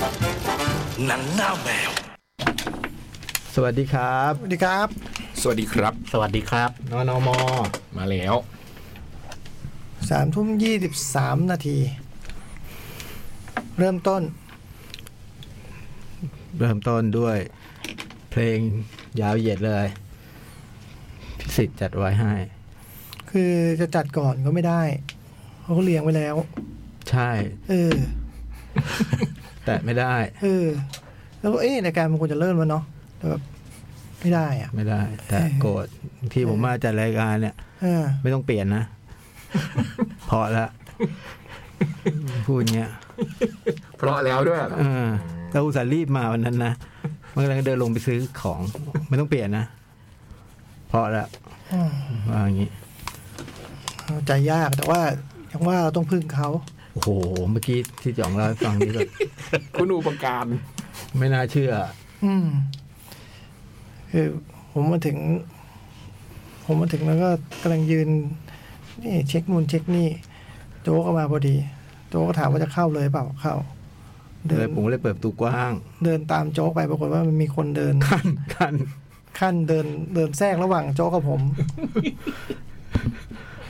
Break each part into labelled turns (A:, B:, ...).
A: หนังหน้าแมว
B: สวัสดีครับ
C: สวัสดีครับ
D: สวัสดีครับ
E: สวัสดีครับ
B: นอนม
D: มาแล้ว
C: สามทุ่มยี่สิบสามนาที เริ่มต้น
B: เริ่มต้นด้วย เพลงยาวเหยียดเลย พิสิทธิ์จัดไว้ให้
C: คือจะจัดก่อนก็ไม่ได้เพราะเขาเลี้ยงไว้แล้ว
B: ใช่
C: เออ
B: แต่ไม่ได้
C: เออ แล้วก็เอ๊ะรายการมันควรจะเริ่มแล้วเนาะแต่แบบไม่ได้อ่ะ
B: ไม่ได้ แต่โกรธที่ผมมาจัดรายการเนี่ย
C: เออ
B: ไม่ต้องเปลี่ยนนะ พอละ พูดเงี้ย
D: เพราะแล้วด้วย
B: เออเราอุตส่าห์รีบมาวันนั้นนะมันกำลังเดินลงไปซื้อของ ไม่ต้องเปลี่ยนนะ พอละ
C: อืม
B: ว่าอย่างนี้
C: ใจยากแต่ว่าอย่างว่าเราต้องพึ่งเขา
B: โอ้โห เมื่อกี้ที่จ่องเราให้ฟังนี่แบบ
D: คุณอุปการณ์
B: ไม่น่าเชื่อ
C: อืม คือผมมาถึง ผมมาถึงแล้วก็กำลังยืน นี่ เช็คนู่นเช็คนี่ โจ๊กก็มาพอดี โจ๊กก็ถามว่าจะเข้าเลยเปล่าเข้า
B: เล
C: เดิน
B: ยผมก็เลยเปิดประตูกว้าง
C: เดินตามโจ๊กไปปรากฏว่ามันมีคนเดิน
B: ขั้นขั้น
C: ขั้นเดินเดินแทรกระหว่างโจ๊กกับผม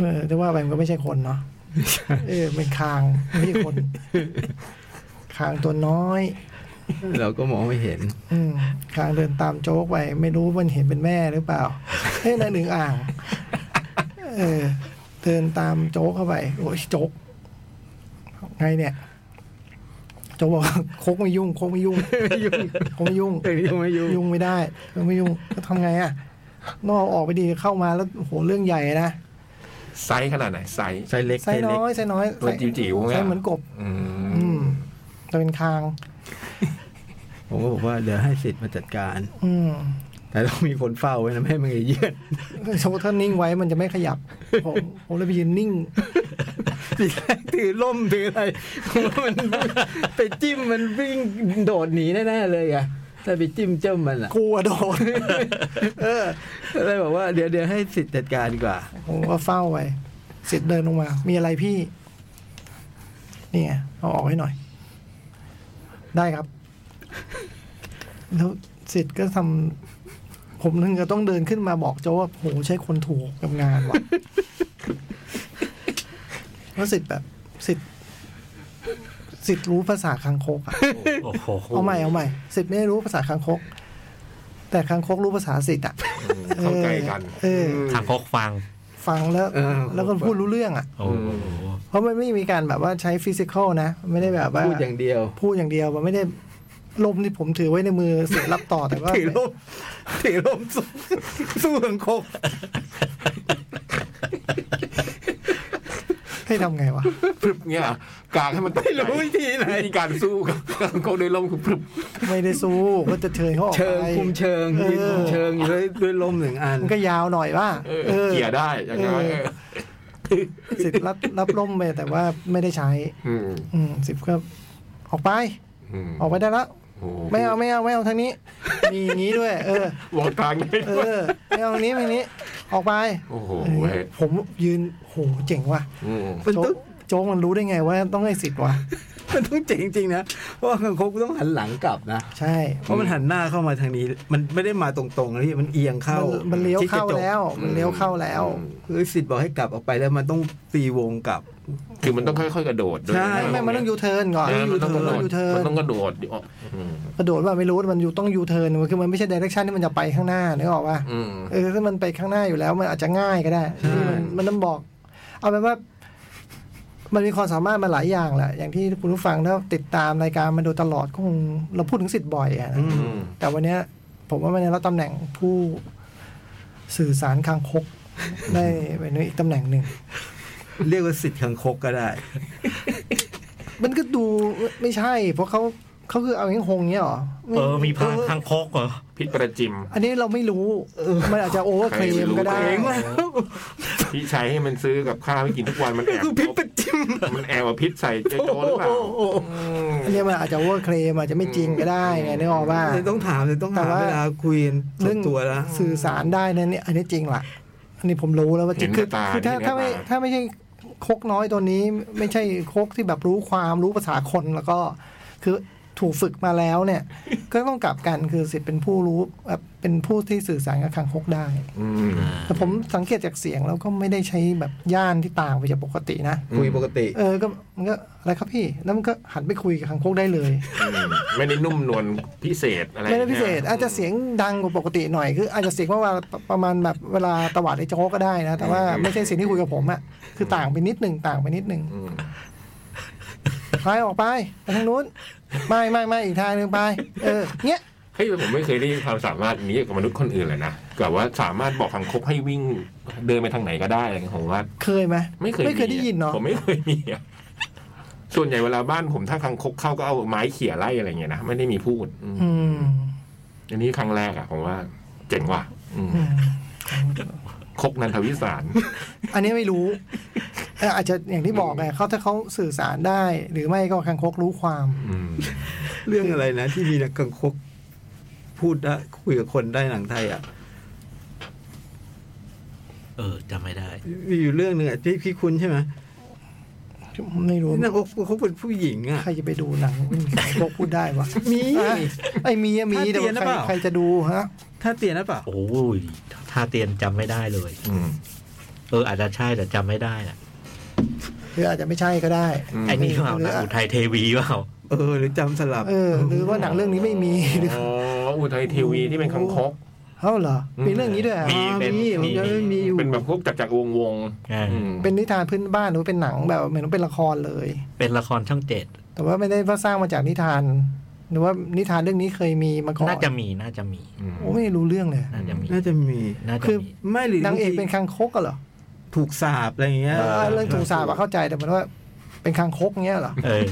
C: เออแต่ว่าไปมันก็ไม่ใช่คนเนาะเออเป็นคางไม่ใช่คน คางตัวน้อย
B: เราก็มองไม่เห็น
C: อืมคางเดินตามโจ๊กไป ไม่รู้มันเห็นเป็นแม่หรือเปล่าเฮ้ยนายหนึ่งอ่างเออ เดินตามโจ๊กเข้าไป โอ้ยโจ๊กไงเนี่ย โจ๊กบอกว่าโคกไม่ยุ่งโคกไม่ยุ่งโคกไม่ยุ่ง
B: เอ้ยยังไม่ยุ่ง
C: ยุ่งไม่ได้เราไม่ยุ่งก็ทำไงอ่ะต้องเอาออกไปดีเข้ามาแล้วโหเรื่องใหญ่นะ
D: ไซส์ขนาดไหนไซส์
B: ไซส์เล็ก
C: ไส้น้อยไส้น้อย
D: ตัวจิ๋วๆ
C: ไส้
D: เงี้ย
C: เหมือนกบ
D: อื
C: อื
D: ม
C: มแต่เป็นคาง
B: ผมก็บอกว่าเดี๋ยวให้สิทธิ์มาจัดการ
C: อืม
B: แต่ต้องมีคนเฝ้าไว้นะไม่ให้มันเยื่อน
C: โชว์ถ้านิ่งไว้มันจะไม่ขยับ ผมผมเลยไปยืนนิ่ง
B: ทีแรกถือล่มถืออะไร ผมว่ามันไปจิ้มมันวิ่งโดดหนีแน่ๆเลยอะแต่ไปจิ้มเจ้ามันอะ
C: กลัวโด น
B: เออก็เลยบอกว่าเดี๋ยวเดี๋ยวให้สิทธิ์จัดการดีกว่า
C: ผมก็เฝ้าไว้เสร็จเดินลงมา มีอะไรพี่ นี่ไงเอาออกให้หน่อย ได้ครับ แล้วเสร็จก็ทำผมนึงก็ต้องเดินขึ้นมาบอกโจกว่าโหใช่คนถูกกับงานว่ะ แล้วสิทธิ์แบบสิทธิ์สิทธิ์รู้ภาษาคางคกอะ
E: โอ้โห
C: เอาใหม่เอาใหม่สิทธิ์ไม่รู้ภาษาคางคก แต่คางคกรู้ภาษาสิทธิ์อะ
D: เข้าใจกัน
C: เออ
E: ทางคกฟัง
C: ฟังแล้ว
B: เออ
C: แล้วก็พูดรู้เรื่องอะ
E: โอ้โห
C: เพราะมันไม่มีการแบบว่าใช้ฟิสิกอลนะ ไม่ได้แบบว่า
B: พูดอย่างเดียว
C: พูดอย่างเดียวมันไม่ได้ลมที่ผมถือไว้ในมือเสียรับต่อแต่ว่า
B: ถือล่มถือล่มสู้สู้สังคม
C: ให้ทำไงวะ
D: พรึบเงี้ยกลางให้มันตก
B: ไม่รู้
D: ใจ
B: วิธีไหน
D: วิธีการสู้กับ กับเขาโดยลมคือพรึบ
C: ไม่ได้สู้ก็จะเชิญเขาออก
B: เชิง
C: ไป
B: คุมเชิง
C: เอ
B: ยืนคุ
C: อ
B: มเชิงอยู่ด้วยด้วยลมหนึ่งอัน
C: มันก็ยาวหน่อยว่า
D: เออเกี่ยได้อย่างเงี้ยเออ
C: สิทธิ์รับรับล่มไปแต่ว่าไม่ได้ใช้
D: อืม
C: อืมสิบก็ออกไป
D: อืม
C: ออกไปได้แล้ว
D: โอ้โห
C: ไม่เอาไม่เอาไม่เอาทางนี้ มีอย่างนี้ด้วย เออ
D: บอกทางให้
C: เอ
D: ด้วย
C: อไม่เอาทางนี้ไม่เอาทางนี้ ออกไป
D: โอ้โห
C: เออ
D: เว้ย
C: ผมยืนโหเจ๋งว่ะ
D: อืม
B: มัน
C: โจ๊
B: ต้อง
C: กโจ๊กมันรู้ได้ไงว่าต้องให้สิทธิ์วะ
B: มันต้องเจ๋งจริงๆนะ เพราะว่าคังคกต้องหันหลังกลับนะ
C: ใช่
B: เพราะมันหันหน้าเข้ามาทางนี้ มันไม่ได้มาตรงๆนะพี่มันเอียงเข้า
C: มันมันเลี้ยวเข้า
B: ชิดกระจก
C: แล้ว มันเลี้ยวเข้าแล้ว
B: คือสิทธิ์บอกให้กลับออกไปแล้วมันต้องตีวงกลับ
D: คือมันต้องค่อยๆกระโดดด้วย
B: ใช่
C: ไม่ไม่มันต้องยูเทิร์นก่อน
D: เออมันต้องกระโดด
C: ยูเทิร์
D: มัน นต้องกระโดดดิอ๋ออืม
C: กระโดดว่าไม่รู้มันอยู่ต้องยูเทิร์นคือมันไม่ใช่เดเรคชันที่มันจะไปข้างหน้านึกออกป่ะ
D: อืม
C: เออถ้ามันไปข้างหน้าอยู่แล้ว มันอาจจะง่ายก็ได้
B: ใช่
C: มันมันต้องบอก เอาเป็นว่า มันมีความสามารถมาหลายอย่างแหละอย่างที่คุณผู้ฟังถ้าติดตามรายการมาโดยตลอดก็คงเราพูดถึงสิทธิ์บ่อยอะนะ
B: อืม
D: อืม
C: แต่วันเนี้ย ผมว่ามันได้รับตำแหน่งผู้สื่อสารคางคก ได้เป็นอีกตำแหน่งหนึ่ง
B: เรียกว่าสิทธิ์คังคกก็ได้
C: มันก็ดูไม่ใช่ เพราะเขาเขาคือเอาอย่างนี้หงเนี้ยเหรอ
E: เออ มีพานทางคกเหรอ
D: พิษประจิม
C: อันนี้เราไม่รู้ มันอาจจะโอเวอร์เคล
D: ใคร
C: ม
D: รู้
C: ก็ได้
D: เองวะ พี่ใช้ให้มันซื้อกับข้าวให้กินทุกวันมันแอบ
B: คือพิษประจิม
D: มันแอบเอาพิษใส่เจโจหรือเปล่าอืม
C: อันนี้มันอาจจะโอเวอร์เคลมอาจจะไม่จริงก็ได้ไงนึกออกว่า
B: เลยต้องถามเลยต้อง
C: แต่
B: หา
C: ว่า
B: เวลาคุยกันส่วนตัวแล้ว
C: สื่อสารได้นั่นเนี่ยอันนี้จริงล่ะ อันนี้ผมรู้แล้วว่าจ
D: เห็
C: ริ
D: น
C: ง
D: ห
C: คื
D: น้า
C: อ
D: ตา
C: คือถ้า
D: เห็นหน้
C: ถ้าไม่
D: ต
C: ถ้าไม่ใช่คกน้อยตัวนี้ ไม่ใช่คกที่แบบรู้ความรู้ภาษาคนแล้วก็ คือ ถูกฝึกมาแล้วเนี่ย ก็ต้องกลับกันคือสิทธิ์เป็นผู้รู้เอ่อเป็นผู้ที่สื่อสารกับคางคกได้
D: อืม
C: แต่ผมสังเกตจากเสียงแล้วก็ไม่ได้ใช้แบบย่านที่ต่างไปจากปกตินะ
B: คุยปกติ
C: เออ ก็มันก็อะไรครับพี่ แล้วมันก็หันไปคุยกับคางคกได้เลย
D: อืมไม่ได้นุ่มนวลพิเศษอะไร
C: ไม่ได้พิเศษ
D: น
C: อาจจะเสียงดังกว่าปกติหน่อย คือ อาจจะเสียงว่าประมาณแบบเวลาตวาดไอ้โจ๊กก็ได้นะ แต่ว่าไม่ใช่เสียงที่คุยกับผมอะคือต่างไปนิดหนึ่งต่างไปนิดหนึ่ง
D: อืม
C: ไปออกไปไปทางนู้น ไม่ไม่ไม่อีกทางหนึ่งไป เออ เงี้ย
D: เฮ้ยผมไม่เคยได้ความสามารถนี้กับมนุษย์คนอื่นเลยนะกับว่าสามารถบอกคังคกให้วิ่งเดินไปทางไหนก็ได้อะไรเงี้ยผมว่า
C: เคยไหม
D: ไม่เคย
C: ไม่เคยได้ยินเนาะ
D: ผมไม่เคยมีอะส่วนใหญ่เวลาบ้านผมถ้าคังคกเข้าก็เอาไม้เขี่ยไล่อะไรเงี้ยนะไม่ได้มีพูดอืม
C: อืม
D: อันนี้ครั้งแรกอะผมว่า เจ๋งว่ะอืม
C: อืม
D: คกนันทวิสาร
C: อันนี้ไม่รู้เอออาจจะอย่างที่บอกไงเขาถ้าเขาสื่อสารได้ หรือไม่ก็คางคกรู้ความ
D: อืม
B: เรื่องอะไรนะ ที่มีนักกังคกพูดได้คุยกับคนได้หนังไทยอ่ะ
E: เออจำไม่ได้
B: มีอยู่เรื่องหนึ่งอ่ะที่พี่คุณใช่ไหม
C: ไม่รู้
B: นักกังคกเป็นผู้หญิงอ่ะ
C: ใครจะไปดูหนังพวกพูดได้วะ
B: มี
C: อ่ะไอ้มีอะมี
B: ท่า
C: แต่
B: เตียนห
C: ว่า
B: รือเปล่า
C: ใครใครจะดูฮะ
B: ถ้าเตียนหรือเปล่า
E: โอ้ยท่าเตียนจำไม่ได้เลย
D: อืม
E: เอออาจจะใช่แต่จำไม่ได้น่ะ
C: หรืออาจจะไม่ใช่ก็ได้
D: อืม
E: ไอ้นี่เปล่า
C: เออ
E: นะอุทัยเทวีเปล่า
B: เออ หรือจำสลับ
C: เออ หรือว่าหนังเรื่องนี้ไม่มีหรือ
D: อ๋ออุทัยทีวีที่เป็นคังคก
C: เอ้าเหรอ
D: อืม
C: มีเรื่องนี้ด้วยเหรอ
E: มีเป็น
B: มีผมจำได้มี อยู่
D: เป็นแบบพวกจักรจักรวงศ์วงศ์
E: อ่า
D: อืม
C: เป็นนิทานพื้นบ้านหรือเป็นหนังแบบเหมือนเป็นละครเลย
E: เป็นละครช่องเจ็ด
C: แต่ว่าไม่ได้ว่าสร้างมาจากนิทาน หรือว่านิทานเรื่องนี้เคยมีมาก่อน
E: น่าจะมีน่าจะมี
D: อืม
C: โอ้ไม่รู้เรื่องเลย
E: น่าจะมี
B: น่าจะมี
E: น่าจะ
C: คือ
E: มี
B: ไม่หรือน
C: างเอก
B: บที
C: เป็นคังคกอะเหรอ
B: ถูกสาบอะไรอย่างเงี้ย
C: เออเรื่องถุงสาบอะเข้าใจแต่เหมันว่าเป็นคังคกเงี้ยเหรอ
E: เออ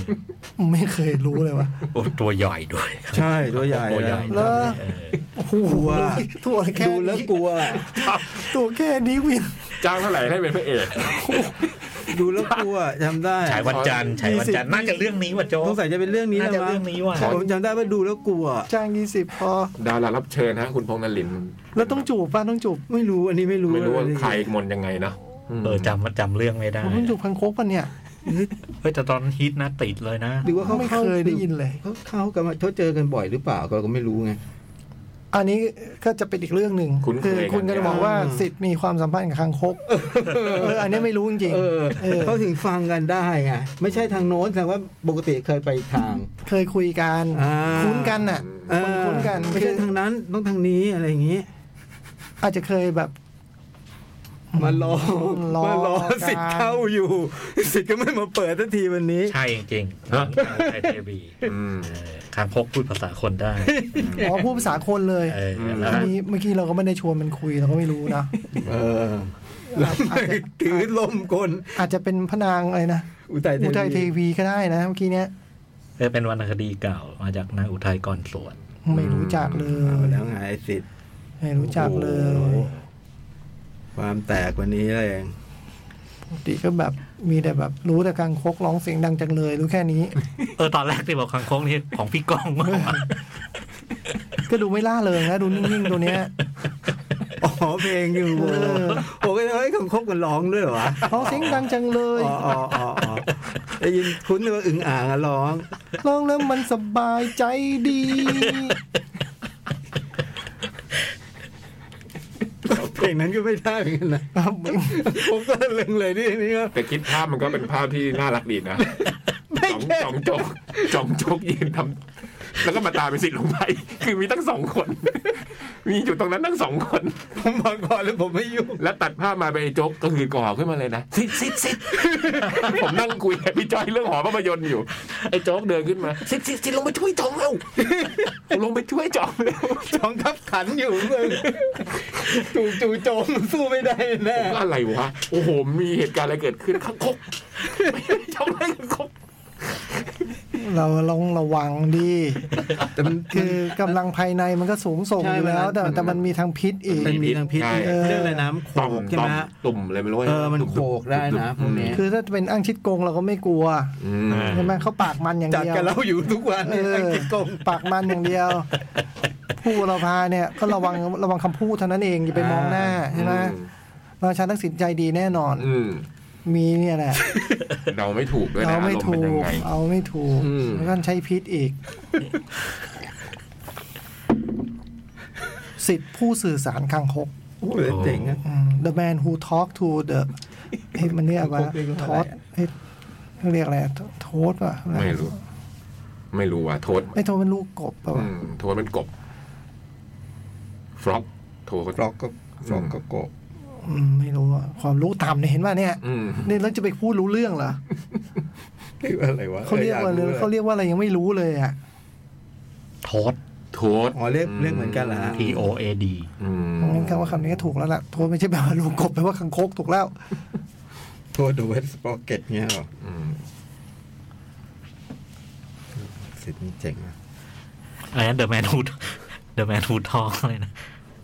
C: ไม่เคยรู้เลยวะ
E: โอ้ตัวใหญ่ด้วย
B: ใช่ตัวใหญ่
E: ตัวใหญ่
B: นะ
C: แล้ว
E: เออ
C: โอ้โห
B: กลัว
C: ตัวแค่
B: ดูแล้ว
C: นี้
B: กลัว
C: ตัวแค่นี้วิน
D: จ้างเท่าไหร่ให้เป็นพระเอก
B: ดูแล้วกลัวจำได้
E: ฉายวันจันทร์ฉายวันจันทร์น่าจะเรื่องนี้ว่ะโจ
B: สงสัยจะเป็นเรื่องนี้
E: น่า
B: นะ
E: จะ
B: มั้
E: เรื่อง งนี้ว่ะ
B: ผมจำได้ว่าดูแล้วกลัว
C: จ้างยี่สิบพอ
D: ดารารับเชิญฮะ คุณพงษ์นลินทร์
C: แล้วต้องจูบป่ะต้องจูบ
B: ไม่รู้อันนี้ไม่รู้
D: ไม่รู้ว่าใครมนต์ยังไงเนาะม
E: เออจำมันจำเรื่องไม่ได้
C: ผมต้องจูบคังคกป่ะเนี่ย
E: เฮ้ยแต่ตอนฮิตนะติดเลยนะ
B: หรือว่าเขา
C: ไม่เคยได้ยินเลย
B: เขาเข้ากันมาเขาเจอกันบ่อยหรือเปล่าก็ก็ไม่รู้ไง
C: อันนี้ก็จะเป็นอีกเรื่องหนึ่ง
D: คุ้นเคย
C: คือคุณ
D: กั
C: ก็
D: น
C: จะบอกว่า
B: อ่า
C: สิทธิ์มีความสัมพันธ์กับคังคกเอออันนี้ไม่รู้จริงๆ
B: เออ
C: เออ
B: เขาถึงฟังกันได้ไงไม่ใช่ทางโน้นแต่ว่าปกติเคยไปอีกทาง
C: เคยคุยกัน
B: อ่า
C: คุ้นกันน่ะ
B: เออ
C: คุ้นๆกัน
B: ไม่
C: คื
B: ใช่
C: อ
B: ทางนั้นต้องทางนี้อะไรอย่างงี้
C: อาจจะเคยแบบ
B: มารอ
C: รอ
B: มารอ
C: การ
B: สิทธิ์เข้าอยู่ สิทธิ์ก็ไม่มาเปิดทันทีวันนี้
E: ใช่จริงๆของอุทัยเทวี
D: อืม
E: เออคางพกพูดภาษาคนได้
C: อ๋อพูดภาษาคนเลย
E: เออ
D: อืม
E: แล้ว
C: เมื่อกี้เมื่อกี้เราก็ไม่ได้ชวนมันคุยเราก็ไม่รู้นะ
B: เออแล้วไม่ถือลมคน
C: อาจจะเป็นพระนางอะไรนะ
B: อุทัยเท
C: อุทัยเท
B: วี
C: วีก็ได้นะเมื่อกี้เนี้ย
E: เป็นวรรณคดีเก่ามาจากนางอุทัยก่อนสวน
C: ไม่รู้จักเล
B: เอา
C: ย
B: แล้วไงไอ้สิทธิ์
C: ไม่รู้จักเล
B: โอ้
C: ย
B: โหความแตกวันนี้เลยเอง
C: ปกติก็แบบมีแต่แบบรู้แต่กังคกร้องเสียงดังจังเลยรู้แค่นี้
E: เออตอนแรกที่บอกคางคกนี่ของพี่ก้องมากกว่า
C: ก็ดูไม่ล่าเลยนะดูนิ่งๆตัวเนี้ย
B: อ๋อเพลงอยู่
C: เออ
B: ผมก็เฮ้ยคำคบกันร้องด้วยเหรอวะ
C: ร้องเสียงดังจังเลย
B: อ๋ออ๋ออ๋ออ๋อได้ยินคุ้นเลยว่าอึ่งอ่างอะร้อง
C: ร้องแล้วมันสบายใจดี
B: เพลงนั้นก็ไม่ได้เหมือนกันนะครับ ผมก็เล็งเลยนี่นี่ก็
D: แต่คิดภาพมันก็เป็นภาพที่น่ารักดีนะจองจองโจกจองโจกยืนทำแล้วก็มาตามเป็นสิทธิ์ลงไป คือมีตั้งสองคน มีอยู่ตรงนั้นตั้งสองคน
B: ผมบอกก่อนเลยผมไม่ยุ่ง
D: แล้วตัดภาพมาไปนไอ้โจกก็คือก่อขึ้นมาเลยนะซิดซิดซิดผมนั่งคุยกับพี่จ้อยเรื่องหอภาพยนตร์อยู่ ไอ้โจกเดินขึ้นมาซิดซิดซิดลงไปช่วยจองเร็ว ลงไปช่วยจองเร็ว
B: สองทับขันอยู่มึงจู จูโจมสู้ไม่ได้แน่
D: ก็อะไรวะโอ้โหมีเหตุการณ์อะไรเกิดขึ้นข้างคกจองได้ข้ างคก
C: เราลองระวังดี
B: แต่มัน
C: คื
B: คือ
C: อกำลังภายในมันก็สูงส่ง
B: ใช่
C: อยู่แล้ว แต่
B: มัน
C: แต่มันมีทางพิษอีก
B: มันมีทางพิษ
D: ใช่
B: เรื่องอะไรน้ำโข
D: ต่อก ม
B: ใช่
D: ต่อม
B: ไหม
D: ตุ่มอะไรไม่รู้ะ
B: เออมันโขกได้นะพวกเนี้ย
C: คือถ้าเป็นอ้างชิดโกงเราก็ไม่กลัว
D: ม
C: ใช่ไหมเขาปากมันอย่าง
B: จัด
C: เดียว
B: กันเราอยู่ทุกวัน
C: เอ
B: นี่
C: อ
B: ไอ้กิจกง
C: ปากมันอย่างเดียวผู้เราพาเนี่ยก็ระวังระวังคำพูดเท่านั้นเองอย่าไปมองหน้าใช่ไหม ราชาทักษิณใจดีแน่นอน
D: อืม
C: มีเนี่ยแหละ
D: เราไม่ถูกด้วยนะ
C: เอา
D: อาร
C: ไม่
D: มณ์
C: ถู
D: เป็นยัง
C: ก
D: ไง
C: เอาไม่ถูก
D: อืม
C: แล้วก็ใช้พิษอีก สิทธิผู้สื่อสารคังคก
B: โอ้โหเจ๋งนะ
C: อืม The man who talk to the เฮ้ยมันเรียกว่า
B: คังคกเรียกว่าอะไรอะ
C: ทอสเฮ้ยเรียกอะไรโทษป่ะ
D: ไม่รู้ ไม่รู้ว่าโทษ
C: ไม่โทษเป็นลูกกบป่ะ
D: อื
C: วะ
D: มโทษเป็นกบฟล็อกโทษ
B: ฟล็อกก็ฟล็อกก็โกบ
C: อืมไม่รู้อะความรู้ต่ำเนี่ยเห็นป่ะเนี่ย
D: อืม
C: นี่เราจะไปพูดรู้เรื่องเหรอ
B: เรียกว่าอะไรวะ
C: เขาเรียกว่า
B: อออ
C: เขาเรียกว่าอะไรยังไม่รู้เลยอ่ะ
E: โทษ
D: โทษ
B: อ๋อเรียกเรียกเหมือนกันเหรอ
E: T O A D
D: อืม
C: งั้นคำว่าคำนี้ก็ถูกแล้วล่ะโทษไม่ใช่แปลว่าลูกกบแปลว่าคังคกถูกแล้ว
B: โทษดูเวสปอกเก็ตเงี้ยเหรอ
D: อืม
B: สิทธิ์นี่เจ๋งนะ
E: อะไรนะ The Man Who The Man Who Talk อะไรนะ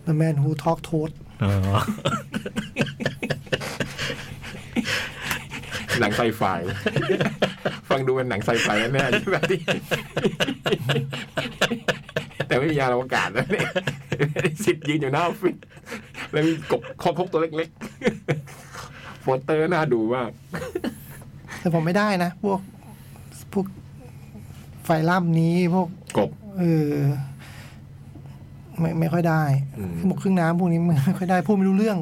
C: The man who talk toad
E: เออ
D: หนังไซไฟ นะฟังดูเป็นหนังไซไฟแน่ๆ แบบที่แต่ไม่มียานอวกาศนะเนี่ย สิทธิ์ยืนอยู่หน้าออฟฟิศแล้วมีกบคอพกตัวเล็กๆโป สเตอร์น่าดูมาก
C: แต่ผมไม่ได้นะ พวกพวกไฟล่ามนี้พวก
D: กบ
C: เออไม่ไม่ค่อยได้
D: อืม
C: หมกครึ่งน้ำพวกนี้ไม่ไม่ค่อยได้พูดไม่รู้เรื่อง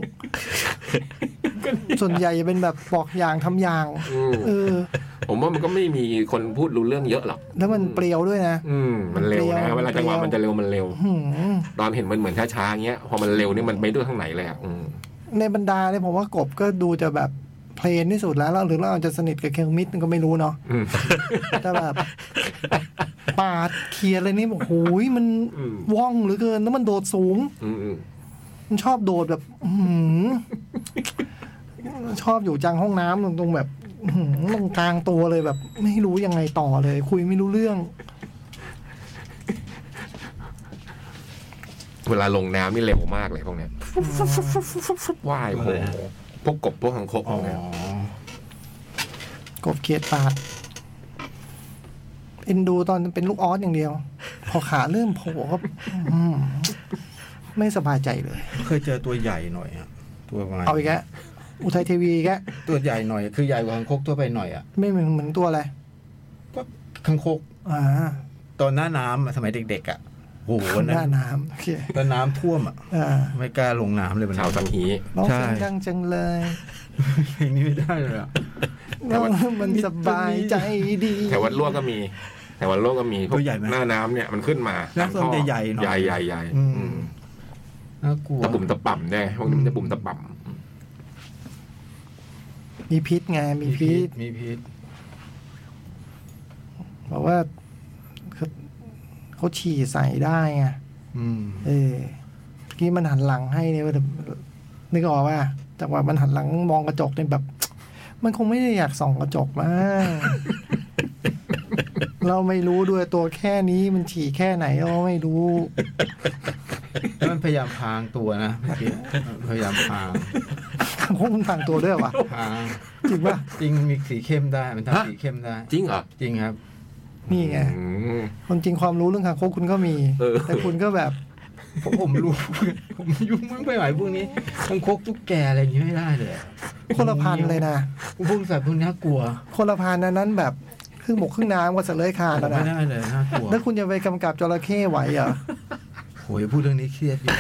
C: ส่วนใหญ่จะเป็นแบบบอกอย่างทำอย่าง
D: อืม
C: เออ
D: ผมว่ามันก็ไม่มีคนพูดรู้เรื่องเยอะหรอก
C: แล้วมันเปรียวด้วยนะ
D: อืมมันเร็วนะ
C: มันเร็ว
D: เวลาจังหวะมันจะเร็วมันเร็ว
C: หืม
D: ตอนเห็นมันเหมือนช้าๆเงี้ยพอมันเร็วนี่มันไปด้วยข้างไหนเลยอ่ะอืม
C: ในบรรดาเนี่ยผมว่ากบก็ดูจะแบบเพลนที่สุดแล้วแล้วหรือเราอาจจะสนิทกับเคลมิดก็ไม่รู้เนาะ
D: อืม
C: แต่แบบปาดเคลียร์อะไรนี่โอ้โหมัน
D: อืม
C: ว่องเหลือเกิน แล้วมันโดดสูง
D: อืมอืม
C: มันชอบโดดแบบอื้อหือชอบอยู่จังห้องน้ำตรงตรงแบบอื้อหือตรงกลางตัวเลยแบบ ไม่รู้ยังไงต่อเลย คุยไม่รู้เรื่อง
D: เวลาลงน้ำนี่เร็วมากเลยพวกเนี้ยฟุ๊บฟุ๊บฟุ๊บฟุ๊บฟุ๊บฟุ๊บว่ายโอ้โหพวกกบพวกหางคกพวกเนี้ย
C: กบเขียดปาดเอ็นดูตอนเป็นลูกออสอย่างเดียว พอขาเริ่มโผล่ก็อื้อหือไม่สบายใจเลย
B: เคยเจอตัวใหญ่หน่อยอะตัวประมาณ
C: เอาอีกแล้วอุทัยเทวีอีกแล้ว
B: ตัวใหญ่หน่อยคือใหญ่กว่าคังคกทั่วไปหน่อยอะ
C: ไม่เหมือนเหมือนตัวอะไร
B: ก็คังคก
C: อ่า
B: ตอนหน้าน้ำอะสมัยเด็ก ๆอะโอ้โหวัน
C: ห
B: นั้
C: น้าน น้ำโอเค
B: ตอนน้ำท่วมอะ
C: อ่า
B: ไม่กล้าลงน้ำเลยมัน
D: ชาวสังฮี
C: ร้อง
B: ใช่
C: เพลงดังจังเลย
B: เพลงนี้ไม่ได้เลยอะ
D: แต่ว่า
C: มันสบายใจดี
D: แถววัดลวกก็มีแถววัดลวกก็มีพว
B: ตั
D: ก
B: วใหญ่ไหม
D: หน้าน้ำเนี่ยมันขึ้นมา
B: แล้วตัวมันจะใหญ่หน่อย
D: ใหญ่ใหญ่ใหญ่
B: อืม
D: อืม
B: น่ากลัว
D: ตะปุ่มตะป่ำเนี่ยพวกนี้มันจะปุ่มตะป่
C: มีพิษไงมี
B: มี
C: พิ
B: พิ
C: ษ
B: ษมีพิษ
C: บอกว่าเขาเขาฉี่ใส่ได้ไง
B: อืม
C: เออเมื่อกี้มันหันหลังให้เนี่ยแบบนึกออกป่ะจังหวะมันหันหลังมองกระจกเนี่ยแบบ มันคงไม่ได้อยากส่องกระจก มากเราไม่รู้ด้วยตัวแค่นี้มันฉี่แค่ไหนเราไม่รู้
B: แล้วมันพยายามพรางตัวนะเมื่อกี้มันพยายามพราง
C: คงมันต่างตัวด้วยวะ
B: พราง
C: จริงป่ะ
B: จริงมีสีเข้มได้มันทำสีเข้มได้
D: ำจริงเหรอ
B: จริงครับ
C: นี่ไง
D: อืม
C: ความจริงความรู้เรื่องคางคกคุณก็มี
D: เออ
C: แต่คุณก็แบบ
B: ผมผมรู้ ผมยุ่งมากไปหมายพวกนี้ทั้งคกทุกแกอะไรอย่างนี้ไม่ได้เลยอะ
C: คนละพันเลยนะ
B: พวกสัตว์พวกนี้น่ากลัว
C: คนละพานอันนั้นแบบครึ่งบกครึ่งน้ำกับสัตว์เลื้อยคลานแล้ว
B: ไม่
C: นะ
B: ได้เลยน่ากลัว
C: แล้วคุณจะไปกำกับจระเข้ไหวเหรอ
B: โอ้ยพูดเรื่องนี้เครียดอยู่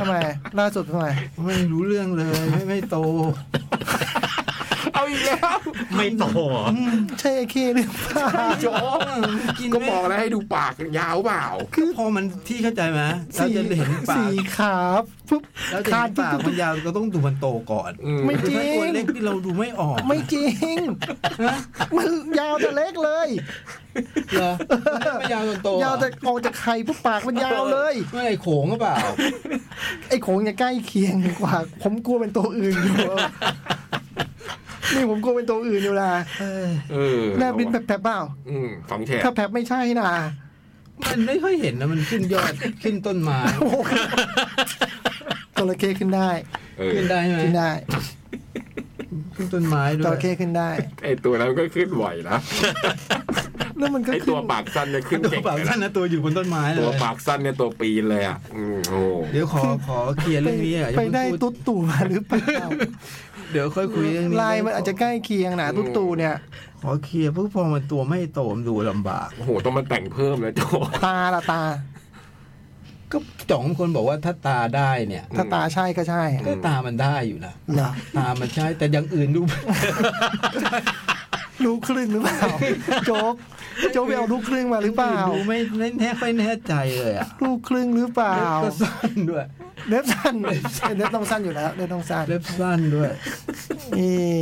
C: ทำไม ล่าสุดทำไม
B: ไม่รู้เรื่องเลยไม่ไม่โต
D: เอาอีกแล้ว
E: ไม่โตเหรอ
C: ใช่ไอ้เข้หรือเปล่า
D: โจ๊กก็บอกแล้วให้ดูปากยาวเปล่า
B: คือพอมันที่เข้าใจไหมเรา
C: สี
B: จะเห็นปา
C: สี
B: ก
C: ขาปุ๊บ
B: เราจะ
C: คา
B: เห็
C: น
B: นปา
C: ปุ๊บ
B: กมั
C: ปุ๊
B: น
C: บ
B: ยาวเราต้องดูมันโตก่อน
D: อืม
C: ไม่จ
B: คือ
C: ริ
B: ถ้างตัวเล็กที่เราดูไม่ออก
C: ไม่จริงมันยาวแต่เล็กเลย
B: เหรอไม่ยาวจนโต
C: ยาวแต่ออกจากไข่ปุ๊บปากมันยาวเลย
B: ไม่โขงหรือเปล่า
C: ไอ้โขงจะใกล้เคียงกว่า ผมกลัวเป็นตัวอื่นอยู่นี่ผมกลัวเป็นตัวอื่นอยู่นะ
B: เออ
D: เออ
C: แลบลิ้นแผลบๆเปล่า
D: อืมสองแฉก
C: ถ้าแผลบไม่ใช่นะ
B: มันไม่ค่อยเห็นนะมันขึ้นยอดขึ้นต้นไม้
C: โอ้โห จระเข้ขึ้นได้
D: เออ
B: ขึ้นได้ไหม
C: ขึ้นได้
B: ขึ้นต้นไม้ด้ว
C: จ
B: ย
C: ระเข้ขึ้นได้
D: ไอตัวนั้นก็ขึ้นไหวนะ
C: แล้วมันก็
D: ไอ
C: ขึ้
D: ตั
C: น
D: วปากสั้นเนี่ยขึ้น
B: ตัว
D: เก่ง
B: เปล่า
D: เลย
B: ท่า
D: นะ
B: นนะตัวอยู่บนต้นไม้เล
D: ตัวย ปากสั้นเนี่ยตัวปีนเลยอ่ะอืมโอ้โห
B: เดี๋ยวขอขอเคลียร์
C: ไป
B: เรื่องนี้อ่ะอย่า
C: ไป
B: เพิ่ง
C: ได้
B: พู
C: ตุ๊ดตู่มาหรือเปล่า
B: เดี๋ยวค่อยคุยเรื่องนี้
C: ลายมันอาจจะใกล้เคียงนะตุ๊กตูเนี่ย
B: ขอเคลียร์เพราะพอมันตัวไม่โตมนดูลำบาก
D: โอ้โหต้องมาแต่งเพิ่มแล้วโจ
C: ตาละตา
B: ก็จ่องคนบอกว่าถ้าตาได้เนี่ย
C: ถ้าตาใช่ก็ใช่
B: ก็ตามันได้อยู่นะ
C: เหรอ
B: ตามันใช่แต่อย่างอื่นดู
C: รู้ครึ่งหรือเปล่า โจ๊กโจ๊กไปเอารู้ครึ่งมาหรือเปล่า
B: ดูไม่ไม่แน่ค่อยแน่ใจเลยอ่ะ
C: รู้ครึ่งหรือเปล่า
B: เล็บก็สั้นด้วย
C: เล็บสั้นเล็บต้องสั้นอยู่แล้วเล็บต้องสั้น
B: เล็บสั้นด้วย
C: นี่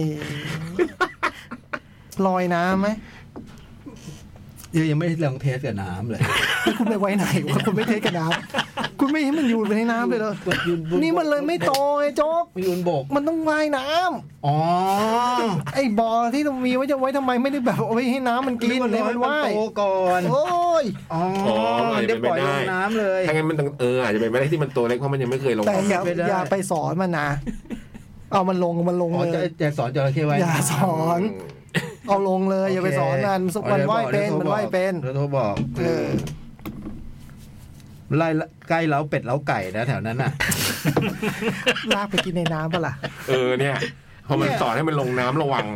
C: ลอยน้ำไหม
B: เดี๋ยวยังไม่ลองเทสกับน้ำเลย
C: แล้วคุณไปไว้ไหนวะคุณไม่เทสกระดาษคุณไม่ให้มันอยู่ในน้ำเลยเหรอ
B: ยืบ
C: นี่มันเลยไม่โตไอ้โจ๊ก
B: ยืนโบก
C: มันต้องว่ายน้ำ
B: อ๋อ
C: ไอ้บอที่เรามีไว้จะไว้ทำไมไม่ได้แบบเอาไว้ให้น้ำมันกินให้มันว่าย
B: โตก่อน
C: โอ้ย
B: อ๋อเดี๋ยวปล่อยลงน้ำเลย
D: ถ้างั้นมันต้องเอออาจจะเป็นไปได้ที่มันตัวเล็กเพราะมันยังไม่เคยลง
C: แต่
D: น้ำ
C: อย่า
B: ไม่ได้
C: อย่าไปสอนมันนะ เอามันลงมันลง
B: อ๋อ
C: เล
B: จะ
C: ย
B: จะสอนจระเข้ไว้
C: อย่าสอน เอาลงเลย อย่าไปสอนมันสุกมันว่ายเป็นมันว่ายเป็น
B: เดี๋ยวโทรบอก
C: เออ
B: ไล่ละใกล้เล้าเป็ดเล้าไก่นะแถวนั้นน่ะ
C: ลากไปกินในน้ำปะล่ะ
D: เออเนี่ย พอมันสอนให้มันลงน้ำระวัง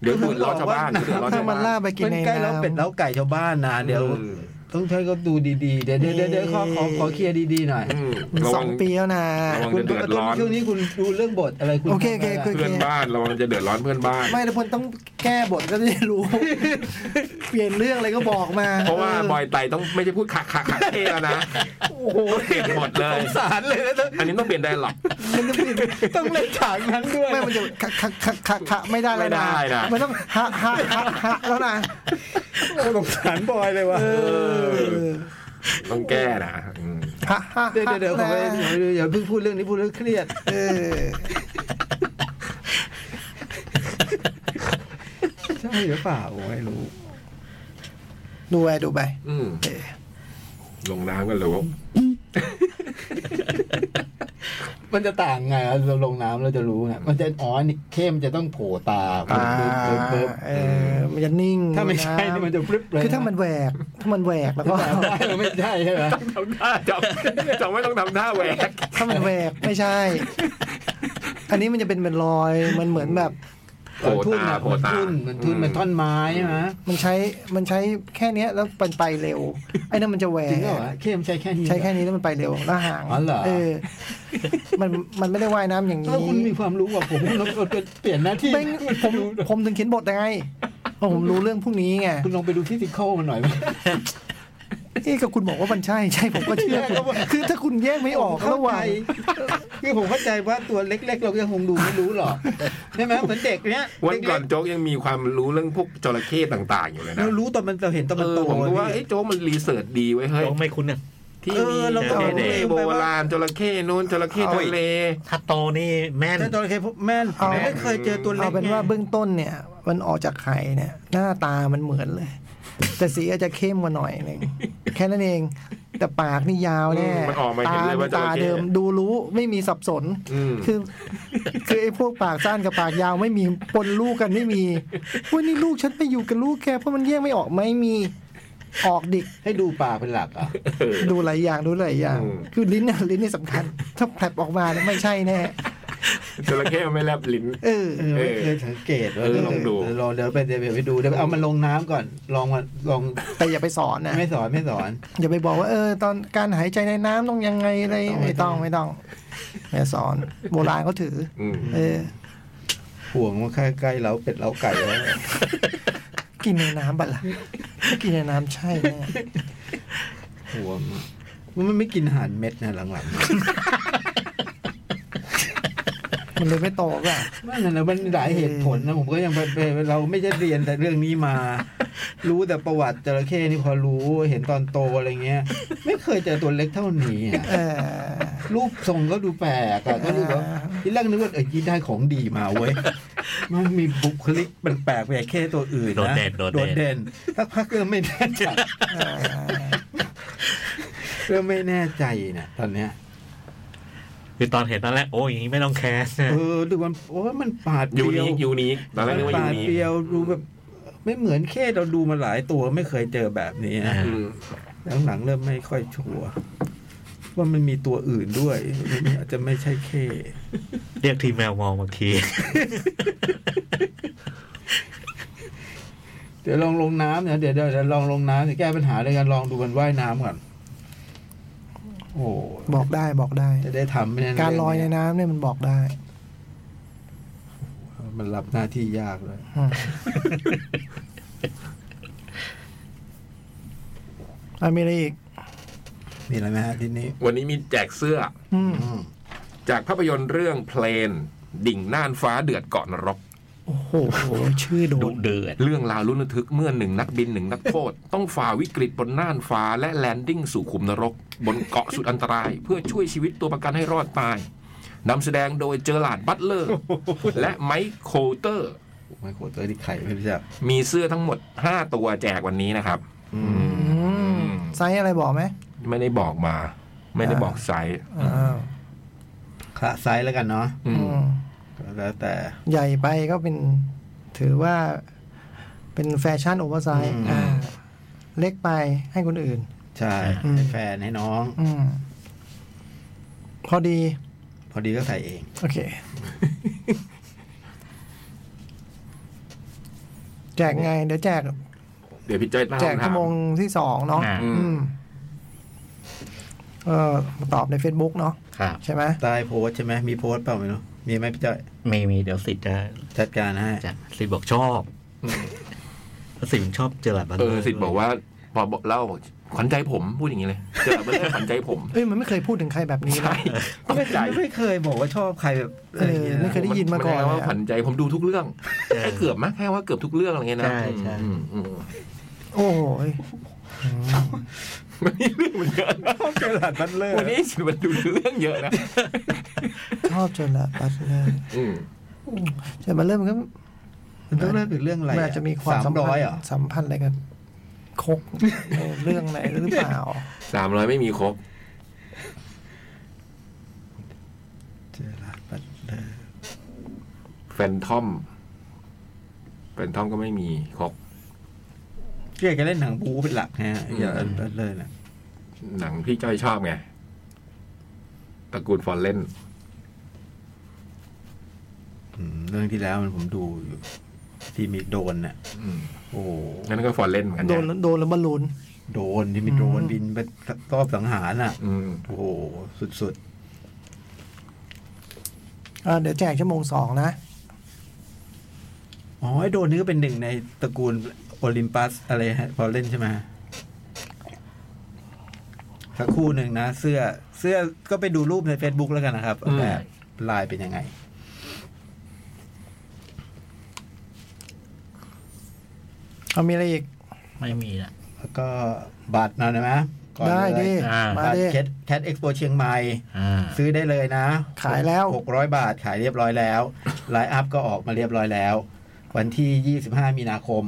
D: เดี๋ยวเดือดร้อนชาวบ้านเดือดร้อน
C: ถ้า
D: ชาว
C: มัน
D: บ้าน
C: ลากไปกิน
B: มัน
C: ใน
B: ใกล้เล้าเป็ด
C: น้ำ
B: เล้าไก่ชาวบ้านนะเดี๋ยว
D: อืม
B: ต้องใช้ก็ดูดีๆ เดี๋ยวเดี๋ยวเดี๋ยวเดี๋ยวขอขอขอเคลียร์ดีๆหน่อย
D: อืม
C: มัน
D: ระ
C: ส
D: วั
C: อง งปีแล้วนะ
D: ระวัง
B: คุณ
D: เดือดร้อน
B: ช่วงนี้คุณดูเรื่องบทอะไรคุณ
C: โอเค
B: ทำะไร
C: โอเค
D: เพื่อนบ้านระวังจะเดือดร้อนเพื่อนบ้าน
C: ไม่ทุกคนต้องแก้บทก็จะได้รู้ เปลี่ยนเรื่องอะไรก็บอกมา
D: เพราะว่า
C: ออบ
D: อยไตต้องไม่ใช่พูดขักขักขักเทแล้วนะ
C: โอ้โห
D: เปลี่ยนหมดเลย
B: สงสารเลยนะ
D: อันนี้ต้องเปลี่ยนไดหรอก
C: มันต้องเปลี่ยน
B: ต้องเล่นฉากนั้นด้วย
C: ไม่มันจะขะขะขะขะขะไม่ได้แล้ว
D: ไม่
C: นะ
D: ได้นะ
C: มันต้องฮะฮะฮะฮะแล้วนะ
B: สงสารบอยเลยว่ะ
D: ต้องแก้นะอืม
C: ฮะฮะ
B: เดี๋ยวเดี๋ยวขอไปอย่าเพิ่งพูดเรื่องนี้พูดเรื่องเครียด
C: เออ
B: ใช่หรือเปล่าโอ้ยไม่รู้
C: ดูไปดูไป
D: อืม
C: เออ
D: ลงน้ำกันแล้ว
B: มันจะต่างไงอะเราลงน้ำเราจะรู้ไงมันจะอ๋อนี่เข้มจะต้องโผล่ตา
C: อ่า
B: เบิบเบิบเบิบ
C: เออมันจะนิ่ง
B: ถ้าไม่ใช่นี่มันจะปรึบเลยะ
C: คือถ้ามันแหวกถ้ามันแหวกแล้วก็
B: ไม่ใช่ใช่ไหม
D: ทำท่าจำจ ำไม่ต้องทำท่าแหวก
C: ถ้ามันแหวกไม่ใช่ อันนี้มันจะเป็นเป็นรอยมันเหมือนแบบ
D: โผล่
B: ทุ่น
D: ตา
B: อะ
D: โผล่
B: มัน
D: ตา
B: ทุ่นมันทุ่นมันท่อนไม้ใช่ไหม
C: มันใช้มันใช้แค่เนี้ยแล้วมันไปเร็ว ไอ้นั่นมันจะแหว
B: จริ
C: ก
B: งเหรอวะเข้มใช้แค่นี้
C: ใช้แค่นี้แล้วมันไปเร็วแล้วห่าง
B: อ๋อเหรอ
C: อมันมันไม่ได้ว่ายน้ำอย่างนี้
B: ถ้าคุณมีความรู้กว่าผมคุณลองเอาเปลี่ยนหน้าที่
C: เป็นผมผมถึงเขียนบทไงเพราะผมรู้เรื่องพวกนี้ไง
B: คุณลองไปดูฟิสิกอลมันหน่อยไหม
C: เอ้ก็คุณบอกว่ามันใช่ใช่ผมก็เชื่อคุณ
B: แยกแล้วว่า
C: คือถ้าคุณแยกไม่ออกระหว่าง
B: คือผมเข้าใจว่าตัวเล็ก ๆ เรายังคงดูไม่รู้หรอกใช่ไหมเหมือนเด็กเนี้ย
D: วันก่อนโจ๊กยังมีความรู้เรื่องพวกจระเข้ต่าง ๆ อยู่เลยนะ
B: เรารู้ตอนมันเราเห็นตอน
D: เอ
B: มัน
D: อ
B: โต
D: ผมก็ว่า
B: พี่
D: ไอ้ยโจ๊กมันรีเสิร์ชดีไว้เฮ้ย
E: ต้องไม่คุ้นเนี่ย
D: ที่มี
B: เออเรา
D: จ
B: ก็
D: ระ
B: ลื
D: เข้
B: ม
D: โบ
B: ไปว่า
D: ราณจระเข้นู้นจระเข้ทะเล
E: ถ้าโตนี่แม่น
B: แต่จระเข้พวกแม่น
D: เอา
B: ผมไม่เคยเจอตัวเล็
C: เอา
B: ก
C: เป็นว่าเบื้องต้นเนี่ย มันออกจากไข่เนี่ย หน้าตามันเหมือนเลย แต่สีอาจจะเข้มกว่าหน่อยหนึงแค่นั้นเอง แต่ปากนี่ยาวแน่
D: อืมมันออกมาเห็
C: ตาน
D: เลยว่าจระเข้
C: ตาเดิมดูรู้ไม่มีสับสน
D: อืม
C: คือคือไอ้พวกปากสั้นกับปากยาวไม่มีปนลูกกันไม่มีว่านี่ลูกฉันไปอยู่กับลูกแกเพราะมันแยกไม่ออกไม่มีออกดิก
B: ให้ดูปากเป็นหลักอ่ะ
D: เออ
C: ดูหลายอย่างดูหลายอย่าง
D: อืม
C: คือลิ้นน่ะลิ้นนี่สำคัญ ถ้าแผลบออกมาเนี่ยไม่ใช่แน่
D: จระเข้มันไม่แลบลิ้น
C: เออ
B: เออไม่เคยสังเกต
D: เออลองดู
B: เรอเดี๋ยวไปเดี๋ยวไปดูเดี๋ยวเอามันลงน้ำก่อนลองมาลอง
C: แต่อย่าไปสอนนะ
B: ไม่สอนไม่สอน
C: อย่าไปบอกว่าเออ ตอนการหายใจในน้ำต้องยังไงอะไร
B: ไม่
C: ไม่
B: ต้
C: ต้
B: อ
C: อง งไม่ต้องไม่สอน โบราณเขาถือ
D: อืม
C: เออ
B: ห่วงว่าใกล้ๆเราเป็ดเราไก่แล้ว
C: กินในน้ำบัดละกินในน้ำใช่แน่
B: ห่วงมันไม่กินอาหารเม็ดนะหลังๆ
C: มันเลยไม่โตป่ะ
B: ไม่นั่นนะมันหลายเหตุผลนะผมก็ยังไปไปเราไม่ได้เรียนแต่เรื่องนี้มา รู้แต่ประวัติจระเข้นี่พอรู้เห็นตอนโตอะไรเงี้ย ไม่เคยเจอตัวเล็กเท่านี้อะ
C: เออ
B: รูปทรงก็ดูแปลกอะก็ดูแบบที่แรกนึกว่าเออยี่ได้ของดีมาเว้ยมันมีบุคลิกมันแปลกไปจากแค่ตัวอื่นนะ
E: โดดเด่นโดดเด่น
B: เด่นสักพักเริ่มไม่แน่ใจเริ่มไม่แน่ใจนะตอนเนี้ย
E: คือตอนเห็นตอนแรกโอ้ยอย่างนี้ไม่ต้องแคสนะ
B: เออดูมันโอ้ยมันปาดเป
D: ยู
B: รี
D: นิ
B: ว
D: คยูนิคตอนแรกนึกว่า
B: ป
D: ยู
B: ลา
D: นิค
B: เปรียวดูแบบ ไม่เหมือนแค่เราดูมาหลายตัวไม่เคยเจอแบบนี้นะ
E: อ่า
D: อืม
B: หลังๆเริ่มไม่ค่อยชัวร์ ว่ามันมีตัวอื่นด้วยมันอาจจะไม่ใช่แค่
E: เรียกทีมแมวมองบางที
B: เดี๋ยวลองลงน้ำเนี่ยเดี๋ยวเดี๋ยวเดี๋ยวลองลงน้ำจะแก้ปัญหาด้วยกันลองดูมันว่ายน้ำก่อนโอ้โห
C: บอกได้บอกได้
B: จะได้ทำไหมเนี่
C: การลอยในน้ำเนี่ยมันบอกได้
B: มันรับหน้าที่ยากเลย
C: อืมอ่ะมีอะไรอีก
B: มีอะไรไหมฮะทีนี้
D: วันนี้มีแจกเสื้อ
C: อืม
B: อืม
D: จากภาพยนตร์เรื่องเพลน ดิ่งน่านฟ้าเดือดเกาะนรก
C: โอ้โห ชื่อโด
E: ดุ
C: น
E: เดือด
D: เรื่องราวลุ้นระทึกเมื่อหนึ่งนักบินหนึ่งนักโทษ ต้องฝ่าวิกฤตบนน่านฟ้าและแลนดิ้งสู่ขุมนรก บนเกาะสุดอันตราย เพื่อช่วยชีวิตตัวประกันให้รอดตายนำแสดงโดยเจอร์ลาร์ดบัตเล อร์ และไมค์โคเตอร์
B: ไมโครเตอร์ที่ไข่ไม่รู้จัก
D: มีเสื้อทั้งหมด 5 ตัวแจกวันนี้นะครับ
B: อืม
C: อืมไซส์อะไรบอกไหม
D: ไม่ได้บอกมา ไม่ได้บอกไซส์
C: อ้าว
B: คละไซส์แล้วกันเนาะ
D: อืม
C: อืม
B: ก็แล้วแต่
C: ใหญ่ไปก็เป็นถือว่าเป็นแฟชั่นโอเวอร์ไซส์
B: อืม
C: อ่าเล็กไปให้คนอื่น
B: ใช่
C: อืม
B: ให้แฟนให้น้อง
C: อืมพอดี
B: พอดีก็ใส่เอง
C: โอเค แจกไง เดี๋ยวแจก
D: เดี๋ยวพี่จ้อยตั้ง
C: แจก
D: คำถา
C: ชั่
D: ม
C: วโมงที่สองเนาะ
E: อ่า
D: อื
C: อื
D: ม
C: มเออตอบใน Facebook เนาะ
E: ครับ
C: ใช่ไหม
B: ใต้โพสต์ใช่ไหมมีโพสต์เปล่าไม่รู้มีไหมพี่จ้อย
E: มีมีเดี๋ยวสิทธิ์จะ
B: จัดการให้
E: จะสิทธิ์บอกชอบแล้วสิทธิ์มันชอบเจอหลัดบัน
D: เออสิทธิ์บอกว่าพอบอกเล่าบอกขวัญใจผมพูดอย่างนี้เลยเจอร์ลาร์ดบัตเลอร์ขวัญใจผม
C: เอ้ยมันไม่เคยพูดถึงใครแบบนี้นะ
D: ต้อง
B: ไม่
D: ใจ
B: ไม่เคยบอกว่าชอบใครแบบอะไรอย่างเงี้ย
C: เออไม่เคย ด้ยินมาก่อน
D: ใช่ว่า
C: เลยอะ
D: ขวัญใจผมดูทุกเรื่อง
E: เออ
D: แค่เกือบมากแค่ว่าเกือบทุกเรื่องอะไรเงี้ยนะ
E: ใช่ใช่
D: อืมอืม
C: โอ้โหย
D: วันนี้เรื่องมันเยอะนะ
B: ชอบเจอหลาดบัตเลอร์
D: วันนี้สิมันดูเรื่องเยอะนะ
C: ชอบจนละบัสเลอร์
D: อืม
C: ใช่มาเริ่มก็
B: มันต้องเริ่มจากเรื่องอะไร
C: มันอาจจะมีความ
B: สา
C: สั
B: ม
C: มพัน
B: ร้อย
C: ธ์
B: เหรอ
C: สัมพันธ์อะไรกันคกเออเรื่องไหนหรือเป ล่า
D: สามร้อยไม่มีครบ
B: เจอราร์ดบัตเลอร์
D: แฟนทอมแฟนทอมก็ไม่มีครบ
B: พี่อยากจะเล่นหนังบูเป็นหลักนะฮะ
D: อืม
B: อย่าบัตเลอร์นะ
D: หนังที่จ้อยชอบไงตระกูลฟอนเล่น
B: อืมเรื่องที่แล้วมันผมดูอยู่ ที่มีโดรนน่ะ
D: อืม
B: โอ้โห
D: นั่นก็ฟอนเล่นเหมือนกัน
C: โด
D: เย
C: นโดนแล้วบอลลูน
B: โดรนที่มีโดรน
C: อืม
B: บินไปรอบสังหารน่ะ
D: อืม
B: โอ้โห สุด
C: อ่าเดี๋ยวแจกชั่วโมงสองนะ
B: ๆ อ๋อไอ้โดรนนี่ก็เป็นหนึ่งในตระกูลโอลิมปัสอะไรฮะพอเล่นใช่ไหมสักครู่หนึ่งนะ เสื้อ เสื้อก็ไปดูรูปใน Facebook แล้วกันนะครับแบบลายเป็นยังไง
C: เอามีอะไรอีก
E: ไม่มีละ
B: แล้วก็บัตรหน่อยได้ไหมก่อน
C: ได้
B: เลย
C: ดิ
E: อ่า
C: มา
B: บัตร
C: ดิ
B: แคทแคทเอ็กซ์โปเชียงใหม่
E: อ่า
B: ซื้อได้เลยนะ
C: ขายแล้ว
B: 600 บาทขายเรียบร้อยแล้ว ไลน์อัพก็ออกมาเรียบร้อยแล้ว วันที่ 25 มีนาคม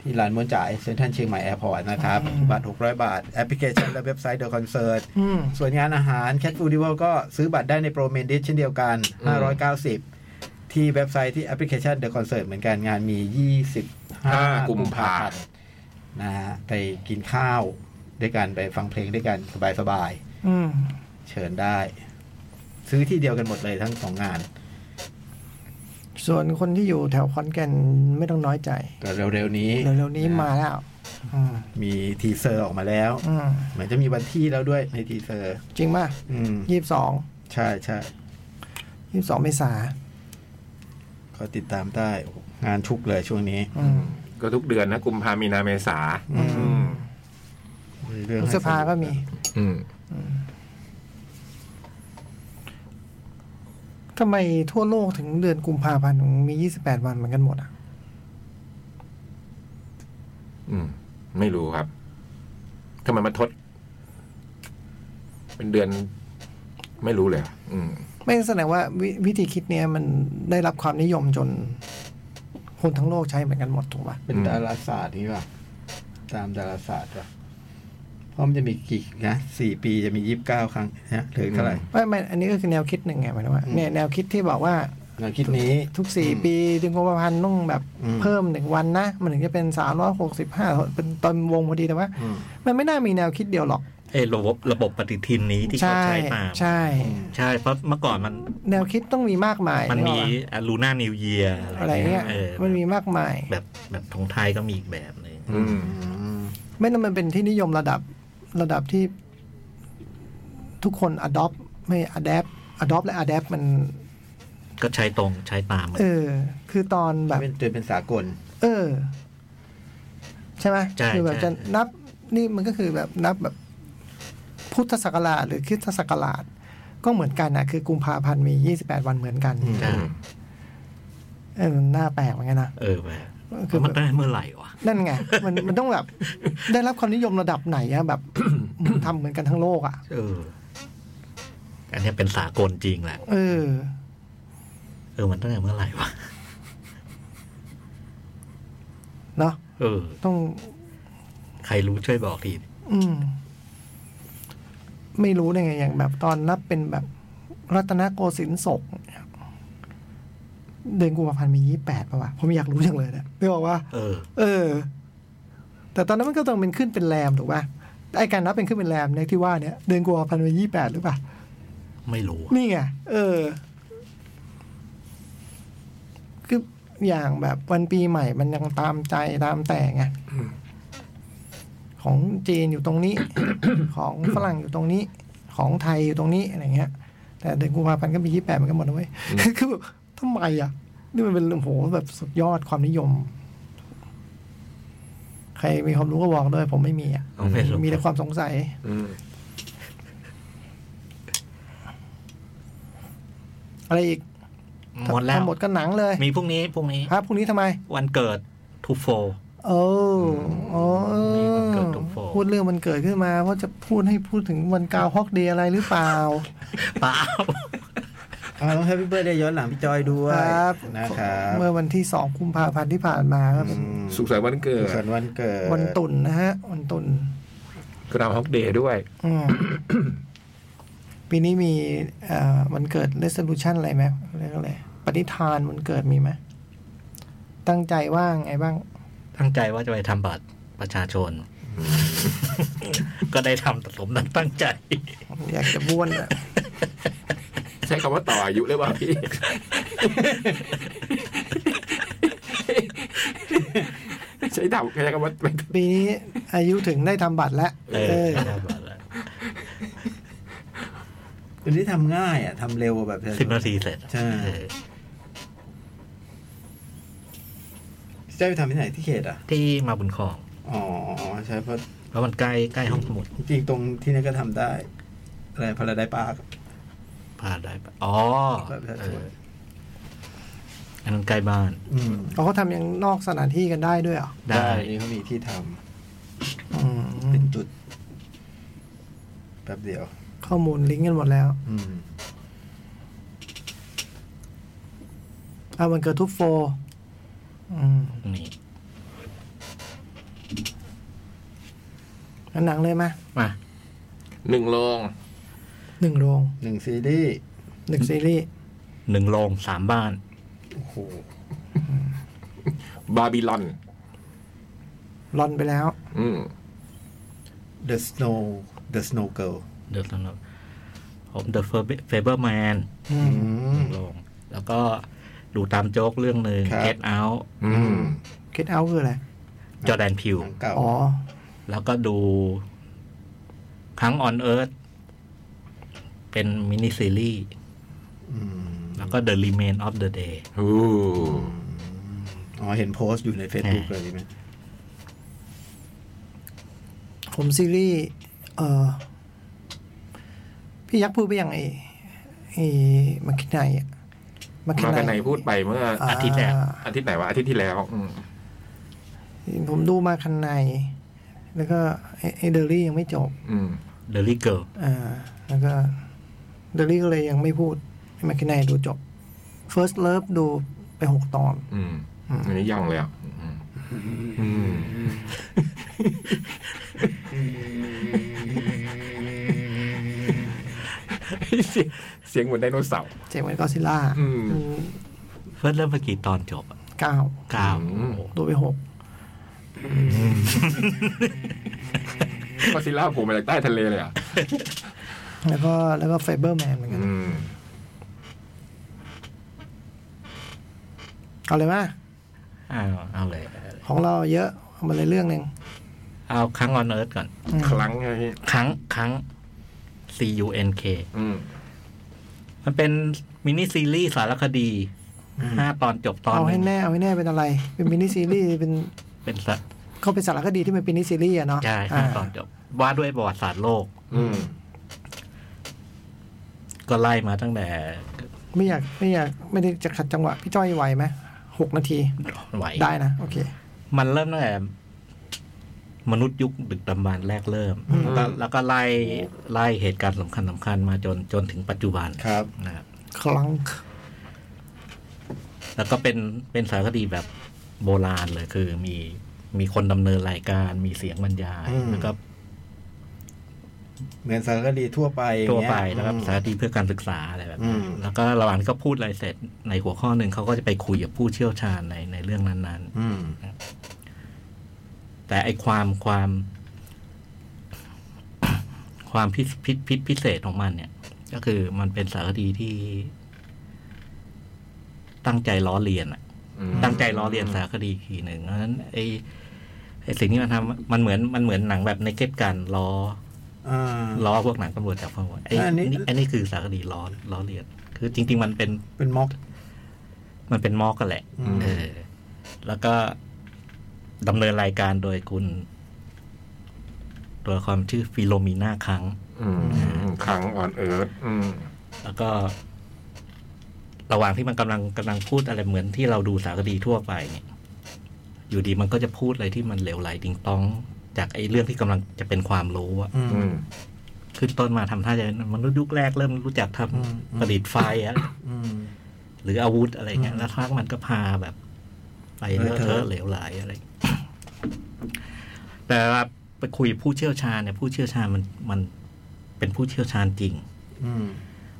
B: ที่ลานมวนจ่ายเซ็นทรัลเชียงใหม่แอร์พอร์ตนะครับ บัตร 600 บาท แอปพลิเคชันและเว็บไซต์เดอะคอนเสิร์ต
C: อืม
B: ส่วนงานอาหารแคทฟูดิวัลก็ซื้อบัตรได้ในโปรเมนดิสเช่นเดียวกัน 590 ที่เว็บไซต์ที่แอปพลิเคชันเดอะคอนเสิร์ตเหมือนกันงานมี
D: ห้า
B: 25
D: กุมภา
B: นะฮะไปกินข้าวด้วยกัน ไปฟังเพลงด้วยกัน สบาย
C: อืม
B: ๆ เชิญได้ ซื้อที่เดียวกันหมดเลยทั้งสองงาน
C: ส่วนคนที่อยู่แถวคอนแก่นไม่ต้องน้อยใจ
B: ก็เร็วๆนี้
C: เร็วๆนี้มาแล้ว อืม
B: มีทีเซอร์ออกมาแล้ว
C: อืม
B: เหมือนจะมีวันที่แล้วด้วยในทีเซอร์
C: จริงป่ะ
B: อืม
C: ยี่สิบสอง
B: ใช่ใช่
C: ยี่สิบสองเมษา
B: ก็ติดตามได้โอ้โหงานชุกเลยช่วงนี้
C: อืม
D: ก็ทุกเดือนนะกุมภามีนาเมษา
C: อืม
D: อืม
B: มีเรื่อง
C: พฤ
B: ให้
C: ษภาก็มี
D: อืม
C: ทำไมทั่วโลกถึงเดือนกุมภาพันธ์มี 28 วันเหมือนกันหมดอ่ะ
D: อืม ไม่รู้ครับทำไมมาทด เป็นเดือน ไม่รู้เลยอะอืม
C: ไม่แสดงว่าวิวิธีคิดเนี้ยมันได้รับความนิยมจน คนทั้งโลกใช้เหมือนกันหมดถูกป่ะ
B: เป็นดาราศาสตร์นี่ป่ะ ตามดาราศาสตร์ป่ะเพราะมันจะมีกี่นะสี่ปีจะมียี่สิบเก้าครั้งนะถึงเท่าไหร่
C: ไม่ไม่อันนี้ก็คือแนวคิดหนึ่งไงหมายถึงว่าเนี่ยแนวคิดที่บอกว่า
B: แนวคิดนี้
C: ทุกสี่ปีถึงกุมภาพันธ์ต้องแบบ
B: อืม
C: เพิ่มหนึ่งวันนะ มันถึงจะเป็น 365 เป็นตอนวงพอดีแต่ว่า
B: อืม
C: มันไม่น่ามีแนวคิดเดียวหรอก
E: เอ้ยระบบระบบปฏิทินนี้ที่เขา
C: ใช่
E: ใช้ตาม
C: ใช่
E: ใช่เพราะเมื่อก่อนมัน
C: แนวคิดต้องมีมากมาย
E: มันมี
C: นึกออกปะ
E: ลูน่านิวเยีย
C: อะไรเงี้ย
E: เออ
C: มันมีมากมาย
E: แบบแบบของไทยก็มีอีกแบบหนึ่ง
D: อืม
C: ไม่นั่นมันเป็นที่นิยมระดับระดับที่ ทุกคน adopt ไม่ adapt adopt และ adapt มัน
E: ก็ใช้ตรงใช้ตาม
C: เออ คือตอนแบบ
B: เป็นจนเป็นสากล
C: เออ ใช่ไหม
E: ใช่
C: คือแบบ
E: ใช่
C: จะนับนี่มันก็คือแบบนับแบบ พุทธศักราชหรือคริสตศักราช ก็เหมือนกันนะคือกุมภาพันธ์มี 28 วันเหมือนกัน
B: อืม
E: ใช่
C: เออมันน่าแปลกเหมือนกันนะ
E: เออแบบ
C: คือแบบ
E: มันได้เมื่อไหร่วะ
C: นั่นไง มันมันต้องแบบ ได้รับความนิยมระดับไหนอะแบบ เหมือนทำเหมือนกันทั้งโลกอะ
E: เออ อันเนี้ยเป็นสากลจริงแหละ
C: เออ
E: เออมันตั้งแต่เมื่อไหร่วะ
C: เนาะ
E: เออ
C: ต้อง
E: ใครรู้ช่วยบอกที
C: อืม ไม่รู้ได้ไงอย่างแบบตอนนับเป็นแบบรัตนโกสินทร์ศกเนี่ยเดือนกุมภาพันธ์มียี่แปดป่าวะผมอยากรู้จังเลยนะไม่บอกว่า
E: เออ
C: เออ แต่ตอนนั้นมันก็ต้องเป็นขึ้นเป็นแรมถูกป่ะไอการนับเป็นขึ้นเป็นแรมเนี่ยที่ว่าเนี่ยเดือนกุมภาพันธ์มียี่แปดหรือเปล่า
E: ไม่รู้อะ
C: นี่ไงเออ คืออย่างแบบวันปีใหม่มันยังตามใจตามแต่ไงของจีนอยู่ตรงนี้ ของฝรั่งอยู่ตรงนี้ ของไทยอยู่ตรงนี้อะไรเงี้ย แต่เดือนกุมภาพันธ์ก็มียี่แปดมันก็หมดนะเว้ย คือแบบทำไมอ่ะ นี่มันเป็นโอ้โหแบบสุดยอดความนิยม ใครมีความรู้ก็บอกด้วย ผมไม่มีอ่ะ
E: เอาไม่รู้
C: มีแต่ความสงสัย
D: อืม
C: อะไรอีก
E: หมดแล้ว
C: ทั้งหมดก็หนังเลย
E: มีพรุ่งนี้พรุ่งนี้
C: ครับพรุ่งนี้ทำไม
E: วันเกิดทูโฟ
C: โอ้โอ้
E: มีวันเกิดทุกโฟ
C: พูดเรื่องมันเกิดขึ้นมาว่าจะพูดให้พูดถึงวันกาวฮอกเดย์อะไรหรือเปล่า
E: เปล่า
B: เอาแล้วแฮปปี้เบิร์ดเดย์ย้อนหลังพี่จอยด้วย
C: ครับ
B: นะครับ
C: เมื่อวันที่สองกุมภาพันธ์ที่ผ่านมาก็เป็น
B: ม
D: สุขสันต์วันเกิ
B: สุ
D: ด
B: ขสันต์วันเกิด
C: วันตุนนะฮะ วันตุน
D: กราวฮอกเดย์ด้วย
C: อืม ปีนี้มีเอ่อวันเกิด resolution อะไรไหมเรียกว่าอะไรปฏิทานวันเกิดมีไหมตั้งใจว่าไงบ้าง
E: ตั้งใจว่าจะไปทำบัตรประชาชน ก็ได้ทำสมดังตั้งใจ
C: อยากจะบ้วนอะ
D: ใช้คำว่าต่ออายุเลยว่าพี่ ใช้ดับใช้คำว่าเป็น
C: ปีนี้อายุถึงได้ทำบัตรแล้ว
E: เอ
C: เอ
E: อ
C: อ
E: ได้ทำบัตรแล้ว
B: เดี๋ยวนี้ทำง่ายอ่ะทำเร็วกว่าแบบ
E: สิบนาทีเสร็จ
B: ใช่
E: เออ
B: พี่จอยไปทำที่ไหนที่เขตอ่ะ
E: ที่มาบุญครอง
B: อ๋อใช่เพราะ
E: เพราะมันใกล้ใกล้ห้องสมุด
B: จริงๆตรงที่นั่นก็ทำได้ อะไรพาราไดปาร์ค
E: พาได้ปะอ๋อ
B: บัตรประชา
E: เอ
B: ชน
E: ออันนั้นใกล้บ้าน
B: อืม
C: เขาก็ทำอย่างนอกสถานที่กันได้ด้วยเหรอ
E: ได้
B: นี่เขามีที่ท
C: อืม
B: ำเป็นจุดแป๊บเดียว
C: ข้อมูลลิงก์กันหมดแล้ว
B: อืม
C: อ่ะวันเกิดทุกโฟร์อืม
E: นี่
C: งั้นหนังเลยไหม
E: มา
D: หนึ่งโลง
C: หนึ่งโรง
B: หนึ่งซีรีส์
C: หนึ่งซีรีส์
E: หนึ่งโรงสามบ้าน
B: โอ้โห
D: บาบิลอน
C: รอนไปแล้ว
D: อืม
B: The Snow The Snow Girl
E: เดอะสำหรับผมเดอะเฟเบอร์แมน
C: อื
B: อื
C: ม
B: ม
E: ลง แล้วก็ดูตามโจ๊กเรื่องหนึ่ง
B: ครับ
E: เ e ดเอา
D: อืม
C: Get Out คืออะไร
E: จอแดนพิว
B: หนังเก่า
C: อ๋อ
E: แล้วก็ดูครั้งออนเอิร์ธเป็นมินิซีรีส์
B: ม
E: แล้วก็ The Remain of the Day
D: โอ้
B: อ๋อ เห็นโพสต์อยู่ใน Facebook เลยไหม
C: ผมซีรีส์เออพี่ยักษ์พูดไปอย่างไอ้ไอ้มาคินไนอะมาคิน
D: มา
C: ไน
D: กันไหนพูดไปเมื่ออา
E: ทิตย์แรก
D: อาทิตย์ไหนวะอาทิตย์ที่แล้ว อืม
C: ผมดูมาคันไนแล้วก็ไอ้ไอ้เดอรี่ยังไม่จบ
D: อืม
E: The l i g i r l
C: อ่า แล้วก็เดอรี่ก็เลยยังไม่พูดให้มาคินไนดูจบ First Love ดูไปหกตอน
D: อืมอันนี้ยังเลยอ่ะอืมอืมเสียงเสียงเหมือนไดโนเสาร์
C: เจมส์ก็ซิล่า
D: อืม
E: เพิ่งเริ่มเมื่อกี่ตอนจบอะ
C: เก้า
E: เก้า
D: อืม
E: โอ้โห
C: ดูไปหก
D: ก็ซิลล่าโผล่มาจากใต้ทะเลเลยอ่ะ
C: แล้วก็แล้วก็ไฟเบอร์แมนเหมือนกัน
D: อืม
C: เอาเลยมา
E: อ้าวเอาเลย
C: ของเราเยอะเอามาเลยเรื่องหนึ่ง
E: เอาครั้งออนเอิร์ธก่อน
C: อืม
D: ครั้งไงพี่
E: ครั้งครั้ง C U N K
D: อืม
E: มันเป็นมินิซีรีส์สารคดีห้าตอนจบตอน
C: เอาให้
E: หนึ่ง
C: แน่เอาให้แน่เป็นอะไร เป็นมินิซีรีส์เป็น
E: เป็นสะ
C: เขาเป็นสารคดีที่เป็นมินิซีรีส์อะเนาะ
E: ใช่
C: อ่า
E: ห้าตอนจบ ว่าด้วยประวัติศาสตร์โลก
D: อืม
E: ก็ไล่มาตั้งแต่
C: ไม่อยากไม่อยากไม่ได้จะขัดจังหวะพี่จ้อยไหวไหมหกนาที
E: ไหว
C: ได้นะโอเค
E: มันเริ่มตั้งแต่มนุษย์ยุคดึกดำบรรพ์แรกเริ่ม
C: อืม
E: แล้วแล้วก็ไล่ไล่เหตุการณ์สำคัญสำคัญมาจนจนถึงปัจจุบัน
B: ครับ
E: นะครับ
C: คลัง
E: แล้วก็เป็นเป็นสารคดีแบบโบราณเลยคือมีมีคนดำเนินรายการมีเสียงบรรยาย
B: อืม
E: แล้วก็
B: เหมือนสารคดีทั่วไป
E: ทั่วไป
B: อย่างเงี้ย
E: แล้วก็สารคดีเพื่อการศึกษาอะไรแบบนี้แล้วก็ระหว่างที่เขาพูดอะไรเสร็จในหัวข้อหนึ่งเขาก็จะไปคุยกับผู้เชี่ยวชาญในในเรื่องนั้น
B: อืม
E: ๆ แต่ไอความความ ความพิเศษพิพิพิเศษของมันเนี่ย ก็คือมันเป็นสารคดีที่ ตั้งใจล้อเลียนอะ
D: อืม
E: ตั้งใจล้อเลียนสารคดีอีกทีหนึ่งเพราะฉะนั้นไอไอสิ่งที่มันทำมันเหมือนมันเหมือนหนังแบบในเก็ตการล้อ
B: อ่า
E: ล้อพวกหนังตำรวจจับข้าวไอ
B: อั
E: อั
B: น
E: น
B: นี้
E: นี้อันนี้คือสารคดีล้อล้อเลียน คือจริง ๆ มันเป็น
B: เป็นม็อก
E: มันเป็นมอกกันแหละ
B: อืม
E: เออ แล้วก็ดำเนินรายการโดยคุณ ตัวละครชื่อฟิโลมีนาครั้ง
D: อืมครั้งออนเอิร์ธอืม
E: แล้วก็ ระหว่างที่มันกำลังกำลังพูดอะไรเหมือนที่เราดูสารคดีทั่วไปเนี่ย อยู่ดีมันก็จะพูดอะไรที่มันเหลวไหลติงต้อง จากไอ้เรื่องที่กำลังจะเป็นความรู้อะ
B: อืม
D: อืม
E: ขึ้นต้นมาทำท่าจะมนุษย์ยุคแรกเริ่มรู้จักทำ
B: อืมอืม
E: ประดิษฐ์ไฟอะ
B: อืม
E: หรืออาวุธอะไรเงี้ย
B: อืม
E: แล้วทักมันก็พาแบบ ไปเลอะเท
B: เลอะเทอะ
E: อะเหลวไหลอะไร แต่ว่าไปคุยผู้เชี่ยวชาญเนี่ยผู้เชี่ยวชาญมันมันเป็นผู้เชี่ยวชาญจริง
B: อืม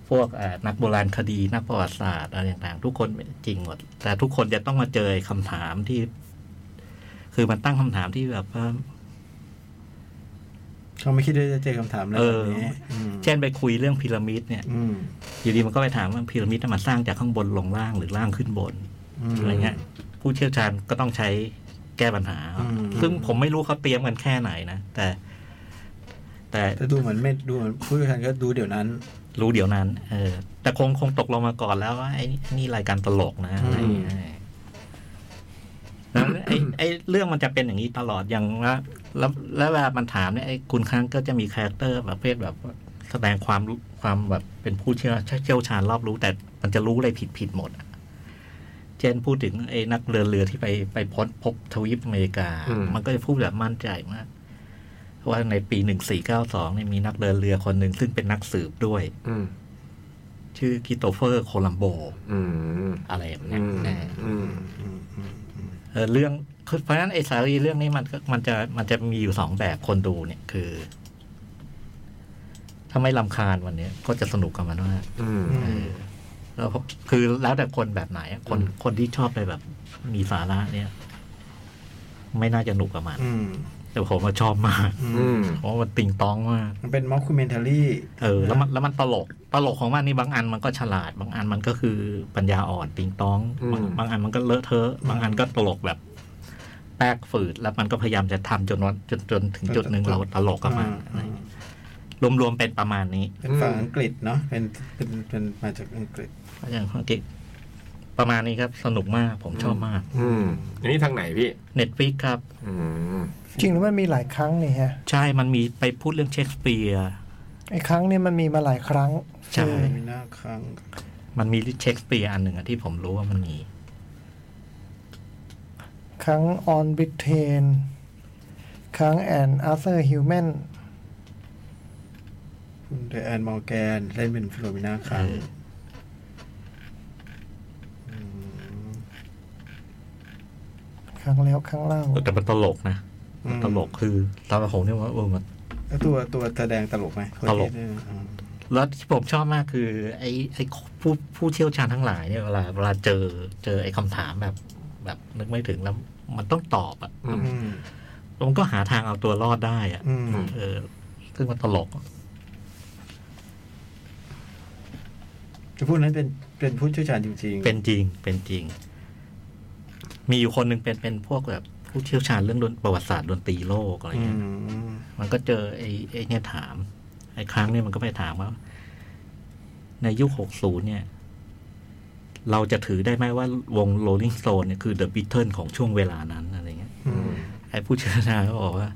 E: พวกเอ่อนักโบราณคดีนักประวัติศาสตร์อะไรต่างๆ ทุกคนจริงหมด แต่ทุกคนจะต้องมาเจอคำถามที่ คือมันตั้งคำถามที่แบบว่า
B: เขาไม่คิดว่าจะเจอคำถามอะไรแบบนี้ม
E: เช่นไปคุยเรื่องพีระมิดเนี่ย
B: อืม
E: อยู่ดีมันก็ไปถามว่าพีระมิดน่ะมันสร้างจากข้างบนลงล่างหรือล่างขึ้นบน
B: ม
E: อะไรเงี้ยผู้เชี่ยวชาญก็ต้องใช้แก้ปัญหา
B: อืม
E: ซึ่งผมไม่รู้เขาเตรียมกันแค่ไหนนะแต่ แต่
B: แต่ดูเหมือนไม่ดูเหมือนผู้เชี่ยวชาญก็ดูเดี๋ยวนั้น
E: รู้เดี๋ยวนั้น เออ แต่คงคงตกลงมาก่อนแล้วว่าไอ้นี่นี่รายการตลกนะอะไรอย่างเงี้ย แล้วไอ้ไอ้เรื่องมันจะเป็นอย่างนี้ตลอดอย่างละแล้วแล้วเวลามันถามเนี่ยไอ้คุณครั้งก็จะมีคาแรคเตอร์ประเภทแบบว่าแสดงความรู้ความแบบเป็นผู้เชี่ยวเชี่ยวชาญรอบรู้ แต่มันจะรู้อะไรผิดผิดหมดอะเช่นพูดถึงไอ้นักเรือเรือที่ไปไปพ้นพบทวีปอเมริกา มันก็จะพูดแบบมั่นใจมากว่าในปีหนึ่งสี่เก้าสองเนี่ยมีนักเดินเรือคนหนึ่งซึ่งเป็นนักสืบด้วย
D: อืม
E: ชื่อคริสโตเฟอร์โคลัมโบ
D: อืม
E: อะไรแบบ
D: อื
E: เนี้ย
D: ม
E: นะ
D: อืม
E: เออเรื่องคือเพราะฉะนั้นไอ้สารีเรื่องนี้มันก็มันจะมันจะมีอยู่สองแบบคนดูเนี่ยคือ ถ้าไม่ลำคาญวันเนี้ยก็จะสนุกกับมันมาก
D: อืม
E: เออแล้วก็คือแล้วแต่คนแบบไหนอะคน
D: อืม
E: คนที่ชอบไปแบบ มีสาระเนี่ย ไม่น่าจะหนุกกับมัน
B: อืม
E: แต่ผมว่าชอบมาก
D: อืม
E: เพราะมันติงต้องมาก
B: มันเป็นม็อกคูเมนทารี่
E: เออแล้วมันแล้วมันตลก ตลกของมันนี่บางอันมันก็ฉลาด บางอันมันก็คือปัญญาอ่อนติงต้องบางบางอันมันก็เลอะเทอะ บางอันก็ตลกแบบแป๊กฝืด แล้วมันก็พยายามจะทำจนวันจนจนถึงจุดหนึ่งเราตลกกับมันอะไรอย่างเงี้ยรวมๆเป็นประมาณนี้
B: เป็นฝั่งอังกฤษเนาะเป็นเป็นเป็นมาจากอังกฤษ
E: เพราะอย่างเมื่อกี้ประมาณนี้ครับ สนุกมากผมชอบมาก
D: อืมอันนี้ทางไหนพี่
E: เน็ตฟิกครับ
D: อืม
C: จริงแล้วมันมีหลายครั้งนี่ฮะ
E: ใช่มันมีไปพูดเรื่องเชคสเปียร์
C: ไอ้ครั้งเนี่ยมันมีมาหลายครั้ง
E: ใช่
C: คือ
B: มีหน้าครั้ง
E: มันมีเชคสเปียร์อันหนึ่งอะที่ผมรู้ว่ามันมี
C: ครั้ง On Britain ครั้ง and Arthur Human
B: คุณไดแอนมอร์แกนเล่นเป็นฟิโลมิน่าครั้ง
E: เออ
C: ครั้งแล้วครั้งเล่า
E: แต่มันตลกนะมันตลกคือตอนผมเนี่ยว่าเออมัน
B: แล้วตัวตัวแสดงตลกไหมคน
E: ตล
B: ที่
E: ก
B: เล่นอืม
E: แล้วที่ผมชอบมากคือ ไอ้ไอ้ผู้ผู้เชี่ยวชาญทั้งหลายเนี่ยเวลาเวลาเจอเจอไอ้คำถามแบบ แบบนึกไม่ถึงแล้ว มันต้องตอบอะ
D: อืม
B: อืม
E: มันก็หาทางเอาตัวรอดได้อะ
B: อืม
E: เออ ซึ่งมันตลก
B: คือผู้นั้นเป็นเป็นผู้เชี่ยวชาญจริงๆ
E: เป็นจริง เป็นจริง มีอยู่คนหนึ่งเป็นเป็นพวกแบบผู้เชี่ยวชาญเรื่องดนประวัติศาสตร์ดนตรีโลกอะไร
B: อื
E: เงี้ย
B: ม
E: มันก็เจอไอ้ไอ้เนี่ยถาม ไอ้ครั้งเนี่ยมันก็ไปถามว่า ในยุค 60 เนี่ย เราจะถือได้ไหมว่าวง Rolling Stone เนี่ยคือ The Beatles ของช่วงเวลานั้นอะไรเงี้ย
B: อืม
E: ไอ้ผู้เชี่ยวชาญก็บอกว่า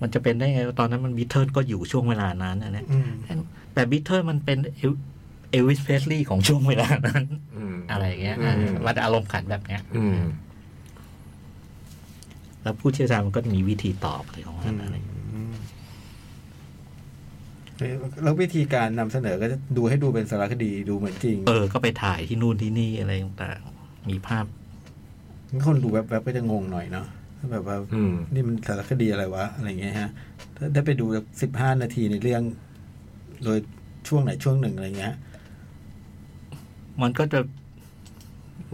E: มันจะเป็นได้ไงว่าตอนนั้นมันบิทเทิลก็อยู่ช่วงเวลานั้นนะเนี่ย
B: อืม
E: แต่บิทเทิลมันเป็นเอลวิสเพสลีย์ของช่วงเวลานั้น
D: ม
E: อะไรอย่างเงี้ย
D: อืม
E: มันจะอารมณ์ขันแบบเนี้ย
D: อืม
E: แล้วผู้เชี่ยวชาญมันก็มีวิธีตอบอะไรของมันอะไร
B: แล้ววิธีการนำเสนอก็จะดูให้ดูเป็นสารคดีดูเหมือนจริง
E: เออ ก็ไปถ่ายที่นู่นที่นี่อะไรต่างๆ มีภาพ
B: คนดูแวบๆก็จะงงหน่อยเนาะแบบว่า
D: อืม
B: นี่มันสารคดีอะไรวะ อะไรเงี้ยฮะถ้าได้ไปดูสิบห้านาทีในเรื่อง โดยช่วงไหนช่วงหนึ่งอะไรเงี้ย
E: มันก็จะ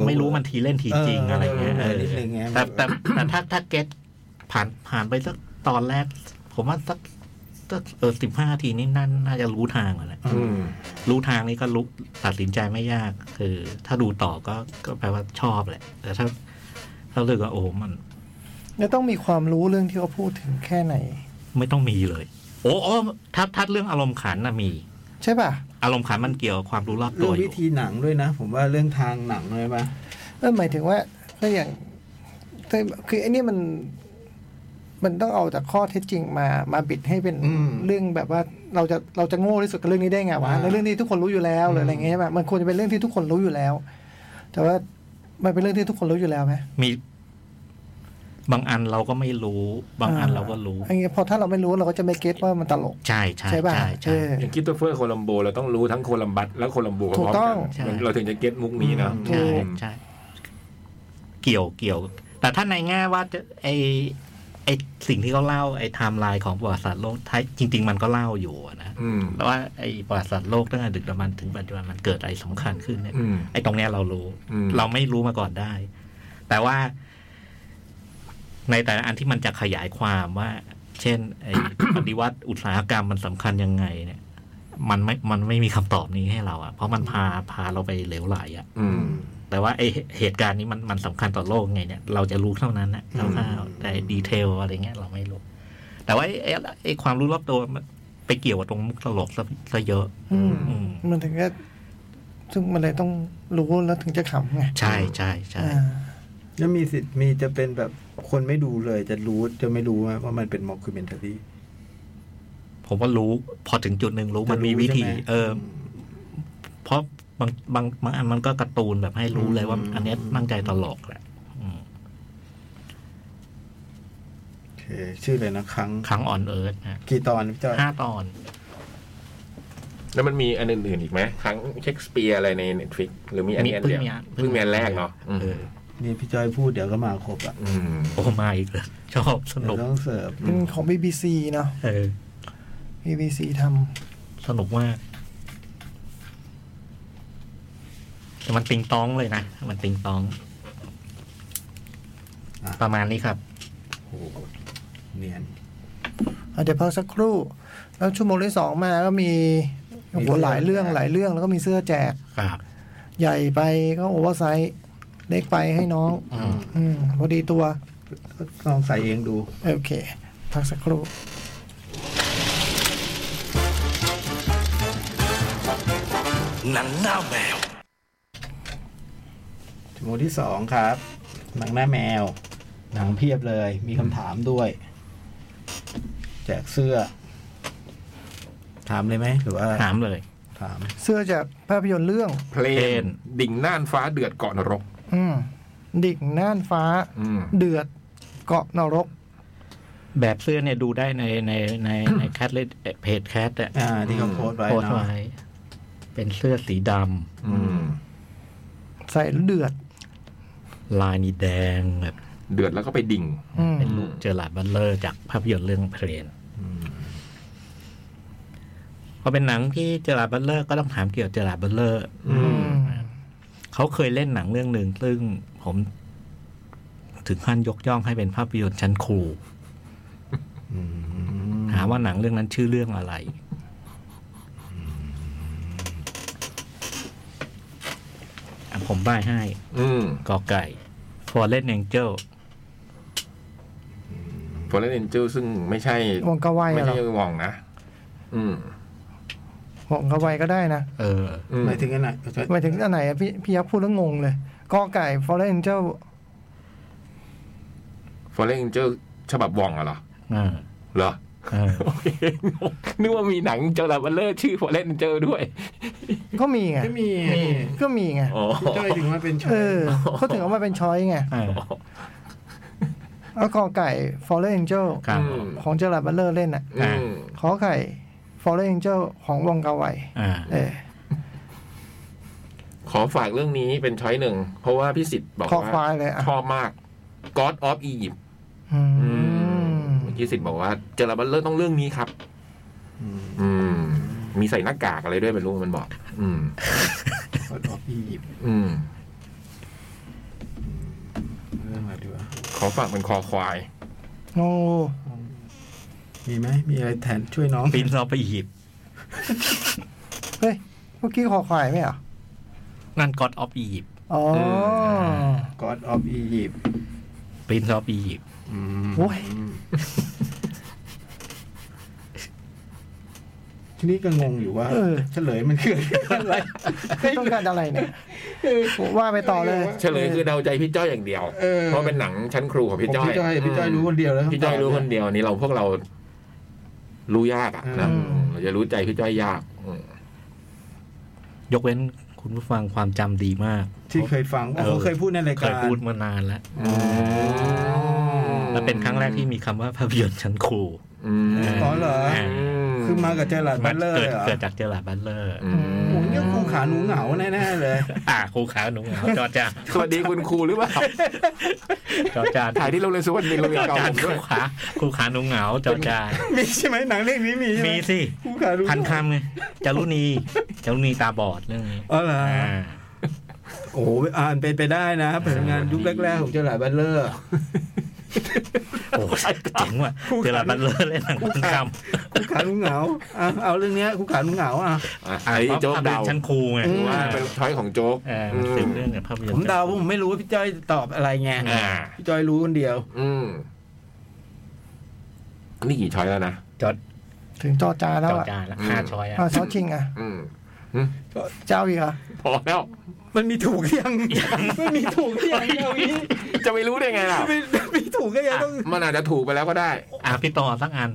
E: ไม่รู้มันทีเล่นทีจริง
B: เออ
E: อะไรเงี้ย
B: เออนิดนึงไง
E: แต่แต่แต่ถ้าถ้าเก็ตผ่านผ่านไปสักตอนแรก ผมว่าสักสักเออสิบห้าทีนี่น่าน่าจะรู้ทางแล้วแหละ
D: อืม
E: รู้ทางนี้ก็รู้ตัดสินใจไม่ยาก คือ ถ้าดูต่อก็ก็แปลว่าชอบแหละ แต่ถ้าถ้าเลือกว่าโอ้มัน
C: จะต้องมีความรู้เรื่องที่เขาพูดถึงแค่ไหน
E: ไม่ต้องมีเลย โอ้โอ้ถ้าถ้าเรื่องอารมณ์ขันนะมี
C: ใช่ป่ะ
E: อารมณ์ขันมันเกี่ยวกับความรู้รอบ
B: เรื่
E: ตั
B: อ
E: ว
B: ง
E: อ
B: วิ
E: ยู่
B: ธีหนังด้วยนะ ผมว่าเรื่องทางหนังเลยปะ
C: เออหมายถึงว่าถ้าอย่างถ้าคือไอ้นี่มัน มันต้องเอาจากข้อเท็จจริงมา มาบิดให้เป็นเรื่องแบบว่าเราจะเราจะโง่ที่สุดกับเรื่องนี้ได้ไงวะแล้วเรื่องนี้ทุกคนรู้อยู่แล้วหรืออะไรเงี้ยใช่ป่ะมันควรจะเป็นเรื่องที่ทุกคนรู้อยู่แล้ว แต่ว่ามันเป็นเรื่องที่ทุกคนรู้อยู่แล้วไหม
E: มีบางอันเราก็ไม่รู้ บางอันเราก็รู้
C: อันนี้พอถ้าเราไม่รู้เราก็จะไม่เก็ตว่ามันตลก
E: ใช่ใช่
C: ใช่ป่ะ
E: ใช่
C: เอ
E: ใช่
C: อ
D: อย่างคิดตัวเฟอร์โคลัมโบเราต้องรู้ทั้งโคลัมบัสและโคลัมโบพ
C: ถู
D: ร้อกม
C: ต้
D: กั
C: อง
D: น
E: ใช่
D: มันเราถึงจะเก็ตมุกนี้เนาะ
C: ถู
E: ใช่
C: ก
E: ใช่เกี่ยวเกี่ยว แต่ถ้าในแง่ว่าจะไอไอสิ่งที่เขาเล่าไอไทม์ไลน์ของประวัติศาสตร์โลกท้ายจริง ๆ มันก็เล่าอยู่อะนะ
D: อืม
E: แต่ว่าไอประวัติศาสตร์โลกตั้งแต่ดึกดำบรรพ์ถึงปัจจุบันมันเกิดอะไรสำคัญขึ้นเนี่ย
D: อืม
E: ไอ้ตรงเนี้ยเรารู้
D: อืม
E: เราไม่รู้มาก่อนได้ แต่ว่า ในแต่ละอันที่มันจะขยายความว่า เช่น ไอ้ ปฏิวัติอุตสาหกรรมมันสำคัญยังไง เนี่ย มันไม่มันไม่มีคำตอบนี้ให้เราอะเพราะมันพาพาเราไปเหลวไหลอะ
D: อืม
E: แต่ว่าไอ้เหตุการณ์นี้มันมันสำคัญต่อโลกไงเนี่ย เราจะรู้เท่านั้นนะคร่าวๆแต่ดีเทลอะไรเงี้ยเราไม่รู้ แต่ว่าไอ้ไอ้ไอ้ความรู้รอบตัวมันไปเกี่ยวกับตรงมุกตลกซะซะเยอะ
C: อืม
E: อืม
C: มันถึงจะซึ่งมันเลยต้องรู้แล้วถึงจะขำไง
E: ใช่ใช่ใช่
C: อ่า
B: แล้วมีสิทธิ์มีจะเป็นแบบคนไม่ดูเลยจะรู้จะไม่รู้ว่ามันเป็นมอคคิเมนทารี
E: ผมว่ารู้พอถึงจุดหนึ่งรู้
B: จะรู้
E: มันมีวิธี
B: ใช่ไหม
E: เออ เพราะบางบางบางอันมันก็การ์ตูนแบบให้รู้เลยว่า
B: อืม
E: อันเนี้ยตั้งใจตลกแหละอืม
B: โอเคชื่อเลยนะครั้ง
E: ครั้งออนเอิร์ธนะ
B: กี่ตอนพี่จอย
E: ห้าตอน
D: แล้วมันมีอันอื่นๆอีกไหมครั้งเชคสเปียร์อะไรในเน็ตฟิกหรือมีอันนี้อันเดียว
E: มีเพิ่
D: เพิ่
E: ง
D: งมี
E: มีอั
D: อั
E: น
D: นแรกเนาะอืม
E: เออ
B: นี่พี่จอยพูดเดี๋ยวก็มาครบอ่ะ
D: อืม
E: โอ้มาอีกเลย ชอบ ส
B: เดี๋
E: นุ
B: ยว
E: ก
B: ต้องเสิร์ฟ
C: เป็นของ BBC เนาะ
E: เออ
C: BBC ท
E: สนุกมาก แต่มันติงตองเลยนะ มันติงตอง
B: ะ
E: ประมาณนี้ครับ
B: โอ้โหเนียน
C: ำอ่ะเดี๋ยวพักสักครู่ แล้วชั่วโมงที่สองมาก็มีโอ้
B: มี
C: โห
B: เสื้อ
C: หลายเรื่องหลายเรื่องแล้วก็มีเสื้อแจก
E: ครับ
C: ใหญ่ไปก็โอเวอร์ไซส์เล็กไปให้น้อง
E: อืม
C: อืมพอดีตัว
B: ลองใส่เองดู
C: โอเค พักสักครู่
A: หนังหน้าแมว
B: ชั่วโมงที่สองครับ หนังหน้าแมว หนังเพียบเลย มีคำถามด้วย แจกเสื้อ ถามเลยไหมหรือว่า
E: ถามเลย
B: ถาม
C: เสื้อจากภาพยนตร์เรื่อง
D: เพลน
E: Plane
D: ดิ่งน่านฟ้าเดือดเกาะนรก
C: อืมดิ่งน่านฟ้า
D: อืม
C: เดือดเกาะนรก
E: แบบเสื้อเนี่ยดูได้ในในในในแคทเลดเพจแคทอะ
B: อ่าที่เขาโพสต์ไว้
E: โพสต์
B: เนาะ
E: ไว้เป็นเสื้อสีด
D: อืม
C: ใส่แล้วเดือด
E: ำลายนี่แดงแบบ
D: เดือดแล้วก็ไปดิ่ง
C: อืม
E: เป็นรูปเจอร์ลาร์ดบัตเลอร์จากภาพยนตร์เรื่องเพลนพอเป็นหนังที่เจอร์ลาร์ดบัตเลอร์ก็ต้องถามเกี่ยวกับเจอร์ลาร์ดบัตเลอร์
C: อืม
E: เขาเคยเล่นหนังเรื่องหนึ่งซึ่งผม ถึงขั้นยกย่องให้เป็นภาพยนตร์ชั้นค รูหาว่าหนังเรื่องนั้นชื่อเรื่องอะไร อ่ะผมใบ้ให้
D: อืม
E: กอไก่ Fallen Angel
D: โฟลเลนเอนจิลซึ่งไม่ใช่
C: วงกะไว
D: ไม่
C: เหร
D: ใช่
C: อ
D: วองนะ อืม
C: วงกะไวก็ได้นะ
E: เออ
D: อืม
B: หมายถึงอันไหน
C: หมายถึงอันไหนอะพี่พี่ยักษ์พูดแล้วงงเลยกอไก่ฟอเรนเจ้า
D: โฟลเลนเอนจิลฉบับวองอะเหรอ
E: อ่า
D: เหรอ
E: เออ
D: โอเคนึกว่ามีหนังจอร์บัลเลอร์ชื่อโฟลเลนเอนจิลด้วย
C: ก็มีไง
B: ก็มี
C: ก็มีไง
D: อ๋อ
B: จ้อยถึงว่าเป็นช้อ
C: เอย อเขาถึงเอามาเป็นช้อยไง
E: เออ
C: แล้วกอไก่ฟอเรนเจ้า
E: ครับ
D: อืม
C: ของเจอร์ราบัลเลอร์เล่นอ่ะ
D: อืม
C: ขอไก่ฟอเรนเจ้าของวงกะไว
E: อ่า
C: เออ
D: ขอฝากเรื่องนี้เป็นช้อยหนึ่ง เพราะว่าพี่สิทธิ์บอก
C: คอ
D: ว่า
C: ควายเลยอ่ะ
D: ชอบมาก God of Egypt
C: อืม
D: เมื่อกี้สิทธิ์บอกว่าเจอร์บัลเลอร์ต้องเรื่องนี้ครับ อืม มีใส่หน้ากากอะไรด้วยไม่รู้มันบอก อืม
B: กดออกอียิปต์
D: อืม
B: เรื่องอะไรดีวะ
D: ขอฝากเป็นคอควาย
C: โอ้
B: มีไหมมีอะไรแทนช่วยน้อง
E: ปีนเราไปอียิปต์
C: เฮ้ยเมื่อกี้คอควายไหมเหรอ
E: นั่น God of Egypt
C: อ๋ออ
D: ม
B: กอดออฟอียิปต์
E: ปีนเราไปอียิปต์
B: อืม
C: โอ้ย
B: ทีนี้ก็งงอยู่ว่า
C: เออ
B: เฉลยมันคืออะไร
C: ไม่ต้องการอะไรเนี่ยว่าไปต่อเลย
D: เฉลยคือเดาใจพี่จ้อยอย่างเดียว
B: เออ
D: เพราะเป็นหนังชั้นครูของพี่
B: ผม
D: จ้อย
B: พี่จ้อยพี่จ้อยรู้คนเดียวแล้ว
D: พี่จ้อยรู้คนเดียวนี่เราพวกเรา รู้ยากอะนะ
B: อืม
D: อืมเราจะรู้ใจพี่จ้อยยากอืม
E: ยกเว้นคุณผู้ฟังความจำดีมาก
B: ที่เคยฟังอ๋อเขาเคยพูดในราย
E: เค
B: การ
E: ยพูดมานานแล้ว
B: ม
E: และเป็นครั้งแรกที่มีคำว่าภาพยนตร์ชั้นครู
D: อืม
B: อ๋อเหรอ คือมากับเจอร์ลาดบัลเลอร์
E: เกิ
B: เลย
E: ด
B: เหรอ
E: เกิดจากเจอร์ราร์ดบัตเลอร์
D: อืม
B: โอ้ยเรื่องครูขาหนูเหงาแน่ๆเลย
E: อ่าครูขาวหนุ่งเหงาจอจาน
D: สวัสดีคุณครูหรือเปล่า
E: จอจาน
D: ถ่ายที่โรงเรียนสุวรรณมินทร์โรงเรียน
E: จอ
D: เก่า
E: จา
D: ผม
E: นค
D: ด้
E: รู
D: วย
E: ขาครูขาหนุ่งเหงาจอจาน
B: มีใช่ไหมหนังเรื่องนี้มีใช่ไห
E: มีสิ
B: ครูขาหนูเหงา
E: พันคำไงจารุณีจารุณีตาบอดเรื่องนี้
B: อ๋อเหรอ
E: อ่า
B: โอ้โหอ่านเป็นไปได้นะผลงานยุคแรกๆของเจอร์ลาดบัตเลอร์
E: โอ้เจ๋งว่ะเจอร์ราร์ดบัตเลอร์เล่นหนังพันค
B: ครูขาหนูเหงาอ่ะเอาเรื่องเนี้ยครูขาหนูเหงาอ่ะ
D: อ่ะ
E: ำ
D: ไอ้โจ๊ก
E: ภพย
D: เดาน
E: ตร์ชั้นครูไง
D: ถือว่าเป็นช้อยของโจ๊ก
E: เออมันสืบเรื่องกับภาพยนต
B: ผ
E: ร์
B: มเดาผมไม่รู้ว่าพี่จ้อยจะตอบอะไร ไง
D: อ่า
B: พี่จ้อยรู้คนเดียว
D: อืมนี่กี่ช้อยแล้วนะ
E: จอ
C: ถึงจอจานแล้
E: จ
C: ว
E: อ
C: อ่ะ
E: จานละห้าช้อยอ่ะ
C: อ่ะช้อชิงอ่ะ
D: อืม
C: เจ้าอีกเหรอ่ะ
D: พอแล้ว
B: มันมีถูกหรือ ยังมันมีถูกหรือยังเอางี้
D: จะไปรู้ได้ไงล่ะ
B: ไม่มีถูกก็ยังต้อง
D: มันอาจจะถูกไปแล้วก็ได้
E: อ่ะพี่ต่อสักอัน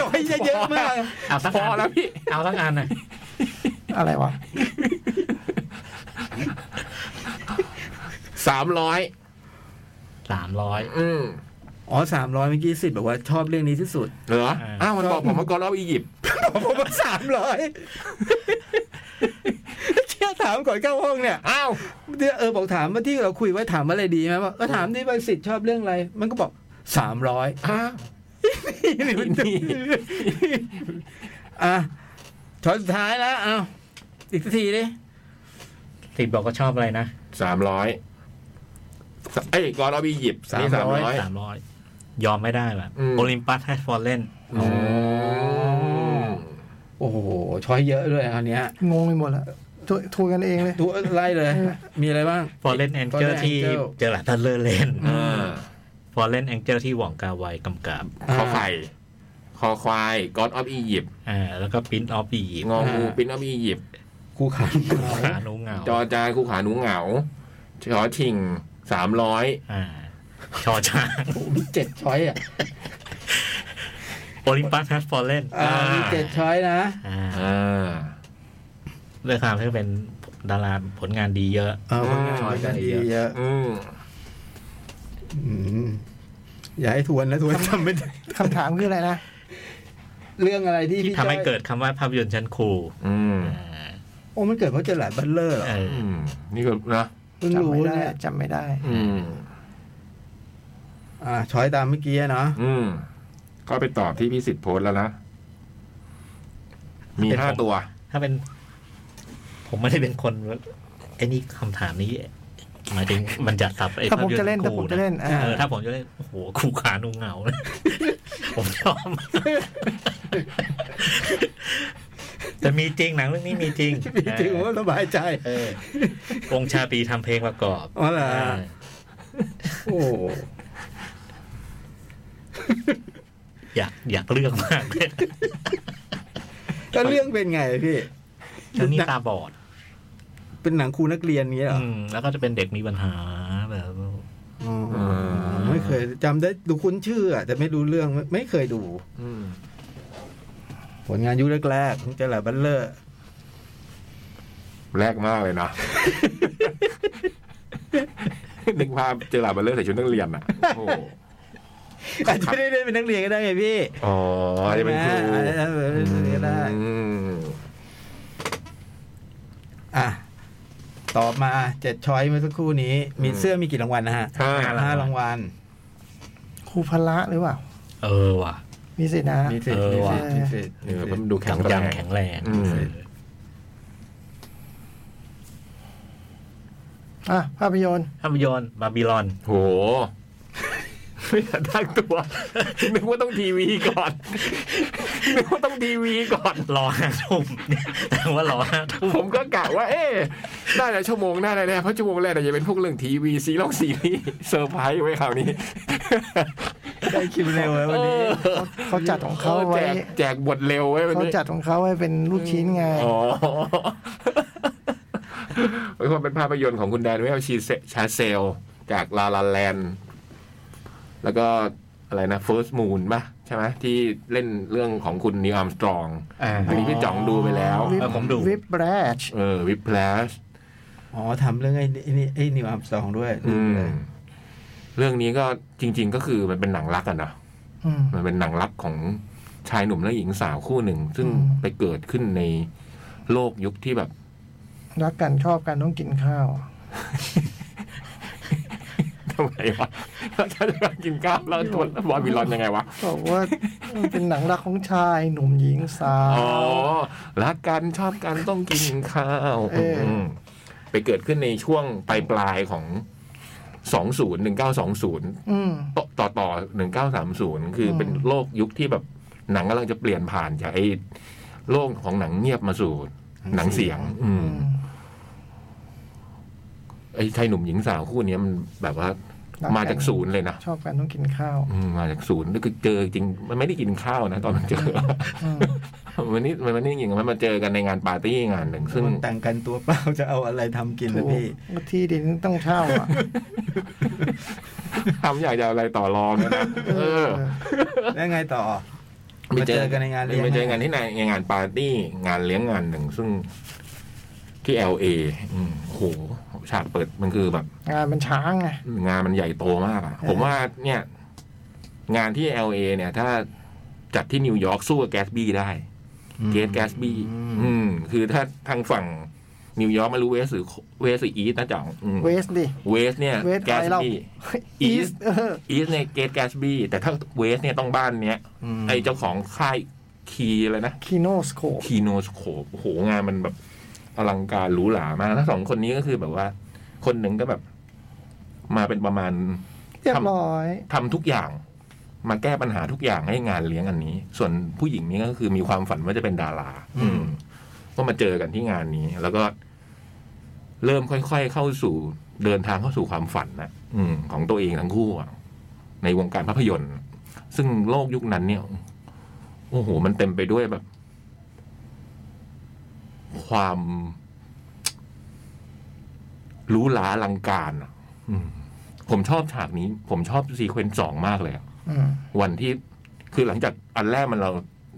B: จอยเยอะๆมาก
E: เอาสัก
D: พ
E: อั
D: อน แล้วพี่
E: เอาสักอันหน่อย
C: อะไรวะ
D: สามร้อย
E: สามร้อย
D: อืม
B: อ๋อสามร้อยเมื่อกี้สิทธิ์บอกว่าชอบเรื่องนี้ที่สุด
D: เหรอ
E: อ่า
D: อ้าว มันบอกผมว่ากอล์ฟอียิปต์
B: ผมบอกว่าสามร้อย เชื่อถามก่อนเข้าห้องเนี่ย
D: อ้าว
B: เนี่ยเออบอกถามว่าที่เราคุยไว้ถามอะไรดีไหมว่าก็ถามที่ว่าสิทธิ์ชอบเรื่องอะไร มันก็บอกสามร้อย
D: อ้าว
B: นี่ มันจะอ่ะช้อนสุดท้ายแล้ว เอาอีกสักทีดิ
E: สิบบอกก็ชอบอะไรนะ
D: สามร้อยเอ้ยกอล์ฟอียิปต์นี่สามร้อย
E: สามร้อยยอมไม่ได้แบบ
D: อืม
E: โอลิมปัสแฮชฟอร์เล่น
D: อืม
B: โอ้โห ช้อยเยอะด้วยคราวเนี้ย
C: งงไปหมดละถูถูกกันเองเลย
B: ดูไล่เลย มีอะไรบ้าง
E: ฟอร์เรนแองเจ
B: Fallen
E: ที่
B: Angel
E: เจอหลาทันเลอร์เล่น
D: อ่า
E: ฟอร์เรนแองเจที่หว่องกาไวกำกับ
D: คอไข่คอควาย God of Egypt
E: อ่าแล้วก็ปินออฟอี
D: งองูปิน of Egypt
B: กูขัน
E: ขาหนูเหงา
D: จอจานคู่ขาหนูเหงาชอชิงสามร้อย
E: อ่าชอช้าง
B: โอ้โหมีเจ็ดช้อยอ่ะ
E: โอลิมปัสแฮชฟอร์เล่น
B: อ่ามีเจ็ดช้อยนะ
E: อ่า
D: อ่า
E: ด้วยความที่เป็นดาราผลงานดีเยอะ
B: เอาผลงานผลงานดีเยอะ
D: อืม
B: อืมอย่าให้ทวนนะทวนจำไม่ได้
C: คำถามคืออะไรนะ
B: เรื่องอะไรที่
E: ที่
B: พี่
E: ทำ
B: จ้อย
E: ให้เกิดคำว่าภาพยนตร์ชั้นครู
D: อืม
E: อ่า
B: โอ้มันเกิดเพราะเจอหลายบัลเลอร์เหรอ
E: เออ
D: อืมนี่ก็นะ
B: เพิ่ง
C: จำ
B: รู้
C: ไม่ได้
B: เนี่ย
C: จำไม่ได้
D: อืม
B: อ่าช้อยตามเมื่อกี้อะเนาะ
D: อืม ก็ไปตอบที่พี่สิทธิ์โพสต์แล้วนะ มีห้าตัว
E: ถ้าเป็น ผมไม่ได้เป็นคนไอ้นี่คำถามนี้ หมายถึงมันจะสับไอ้
C: ถ้าผมจะเล่น
E: ภาพยตร์
C: ถ้าผมจะเล่น
E: กู
C: อ่า
E: เออถ้าผมจะเล่น โอ้โหกูขาหนูเหงาเลย ผมชอบมากแต่มีจริงหนังเรื่องนี้มีจริง
B: จริงๆผมก็สบายใจ
E: เออวงชาปีทำเพลงประกอบ
B: อ๋อเหรอ
E: เออ
B: โอ้
E: อยากอยากเลือกมาก เลย
B: แล้วเรื่องเป็นไงพี่
E: แล้วนี่ตาบอด
B: เป็นหนังครูนักเรียนนี้เหรอ
E: อืมแล้วก็จะเป็นเด็กมีปัญหาแบบ
B: อ๋อไม่เคยจำได้ดูคุ้นชื่ออะแต่ไม่รู้เรื่องไม่ไม่เคยดู
D: อืม
B: ผลงานยุคแรกๆของเจลาบัลเลอร์
D: แรกมากเลยนะ นึกภาพเจอหลาบเบลเลอร์ใส่ชุดนักเรียนอ่ะโอ้โห
B: อาจจะไม่ได้เป็นนักเรียนก็ได้ไงพี่
D: อ๋อจะเป็นครู
B: อาจจะเป็นนักเรียนก็ได้
D: อืม
B: อ่ะ ตอบมาเจ็ดช้อยเมื่อสักครู่นี้ มีเสื้อมีกี่รางวัลนะฮะ
D: ห้า
B: ห้ารางวัล
C: ครูพละหรือเปล่า
E: เออว่ะ
C: มีสิทธินะ
B: มีสิทธิ์
E: เออ
B: มี
E: ว่ะ
B: สิทธิ์มีสิทธิ์
D: เออมันดูแข็งแรง
E: กำยำแข็งแรง
D: อืม
E: เออ
C: อ่ะ ภาพยนตร์
E: ภาพยนตร์บาบิลอน
D: โหไม่อยากตั้งตัว นึกว่าต้องทีวีก่อน นึกว่าต้องทีวีก่อน
E: รอห้าทุ่ม แต่ว่ารอห้าทุ่ม
D: ผมก็กะว่า เอ๊ะน่าจะชั่วโมงหน้าแน่ๆเพราะชั่วโมงแรกเนี่ยจะเป็นพวกเรื่องทีวีซีรีส์ซีรีส์เซอร์ไพรส์ไว้คราวนี้
B: ได้คิวเร็วเลยวันนี้
C: เขาจัดของเขาไว้
D: แจกแจกบทเร็วไว้วัน
C: เขา
D: นี้
C: จัดของเขาไว้เป็นลูกชิ้นไง
D: อ๋อไอ้ ความเป็นภาพยนตร์ของคุณแดนเวลชีเซชาเซล จากลาลาแลนแล้วก็อะไรนะ First Moon ป่ะใช่ไหมที่เล่นเรื่องของคุณนิวอัมสตรอง
E: อ่า
D: อันนี้พี่จ่องดูไปแล้ว
C: วิป
E: เออผมดู
C: วิปแบรช
D: เออวิปแพลช
B: อ๋อทำเรื่องไอ้นี่ไอ้นี่ไอ้นิวอัมสองด้วย
D: อืม เรื่องนี้ก็จริง ๆ ก็คือมันเป็นหนังรักอะเนาะ
C: อืม
D: มันเป็นหนังรักของชายหนุ่มและหญิงสาวคู่หนึ่ง ซึ่ง
C: อืม
D: ไปเกิดขึ้นในโลกยุคที่แบบ
C: รักกันชอบกันต้องกินข้าว
D: ทำไมวะเราจะกินข้าวแล้วทวนบอยวิลอนยังไงวะ
C: บอกว่ามันเป็นหนังรักของชายหนุ่มหญิงสา
D: อ๋
C: ว
D: อ รักกันชอบกันต้องกินข้าว
C: เอออื
D: มไปเกิดขึ้นในช่วงปลายปลายๆของ 20 1920
C: อืม
D: ต่อต่อต่อหนึ่งเก้าสามศูนย์คืออ
C: ม
D: เป็นโลกยุคที่แบบหนังกำลังจะเปลี่ยนผ่านจากไอ้โลกของหนังเงียบมาสู่ หนังเสียง อืม
C: อืม
D: ไอ้ชายหนุ่มหญิงสาวคู่เนี้ยมันแบบว่า
C: รักกัน
D: มาจากศูนย์เลยนะ
C: ชอบกันต้องกินข้าว
D: อืมมาจากศูนย์แล้วคือเจอจริง มันไม่ได้กินข้าวนะ ตอนมันเจอ
C: อืม
D: มันนี่มันไม่ได้กินมันมาเจอกันในงานปาร์ตี้งานหนึ่งซึ่ง
B: คนแต่งกันตัวเปล่า จะเอาอะไรทำกิน
C: ถู
B: นะ
C: ก
B: พี่
C: ว่าที่ดินต้องเช่า อ่ะ
D: ทำอยากจะเอาอะไรต่อรอง เลยนะเออ
B: แล้วไงต่อ มาเจอกันในงานเลี้ยง
D: ไปเจอกันที่ไหนในงานปาร์ตี้งานเลี้ยงงานหนึ่งซึ่งที่ LA อืมโอ้โหฉากเปิดมันคือแบบ
C: งานมันช้างไง
D: งานมันใหญ่โตมากอะผมว่าเนี่ย งานที่ LA เนี่ย ถ้าจัดที่นิวยอร์กสู้กับแกสบี้ได้เกสแกสบี้อืม คือถ้าทางฝั่งนิวยอร์กไม่รู้เวสหรือเวสหรืออีสนะจ๋อง
C: เวสดิ
D: เวสเนี่ย
C: เวส
D: แก
C: ไป
D: ส
C: เรา
D: บี้ East
C: อีสเออ
D: อีสเนี่ยเกสแกสบี้แต่ถ้าเวสเนี่ยต้องบ้านเนี้ยไอเจ้าของค่ายคีอะไรนะ
C: คีโนสโคป
D: คีโนสโคปโอ้โหงานมันแบบอลังการหรูหรามากแล้วสองคนนี้ก็คือแบบว่า คนหนึ่งก็แบบ มาเป็นประมาณ
C: เรีย
D: ท
C: บร้อย
D: ำทำทุกอย่าง มาแก้ปัญหาทุกอย่างให้งานเลี้ยงอันนี้ ส่วนผู้หญิงนี่ก็คือมีความฝันว่าจะเป็นดารา อืมก็มาเจอกันที่งานนี้ แล้วก็ เริ่มค่อยๆเข้าสู่เดินทางเข้าสู่ความฝันนะอืม ของตัวเองทั้งคู่อะในวงการภาพยนตร์ ซึ่งโลกยุคนั้นเนี่ย โอ้โห มันเต็มไปด้วยแบบ ความหรู้หลาอลังการอะอืม ผมชอบฉากนี้ ผมชอบซีเควนซ์สองมากเลยอะ
C: อืม
D: วันที่คือหลังจากอันแรกมันเรา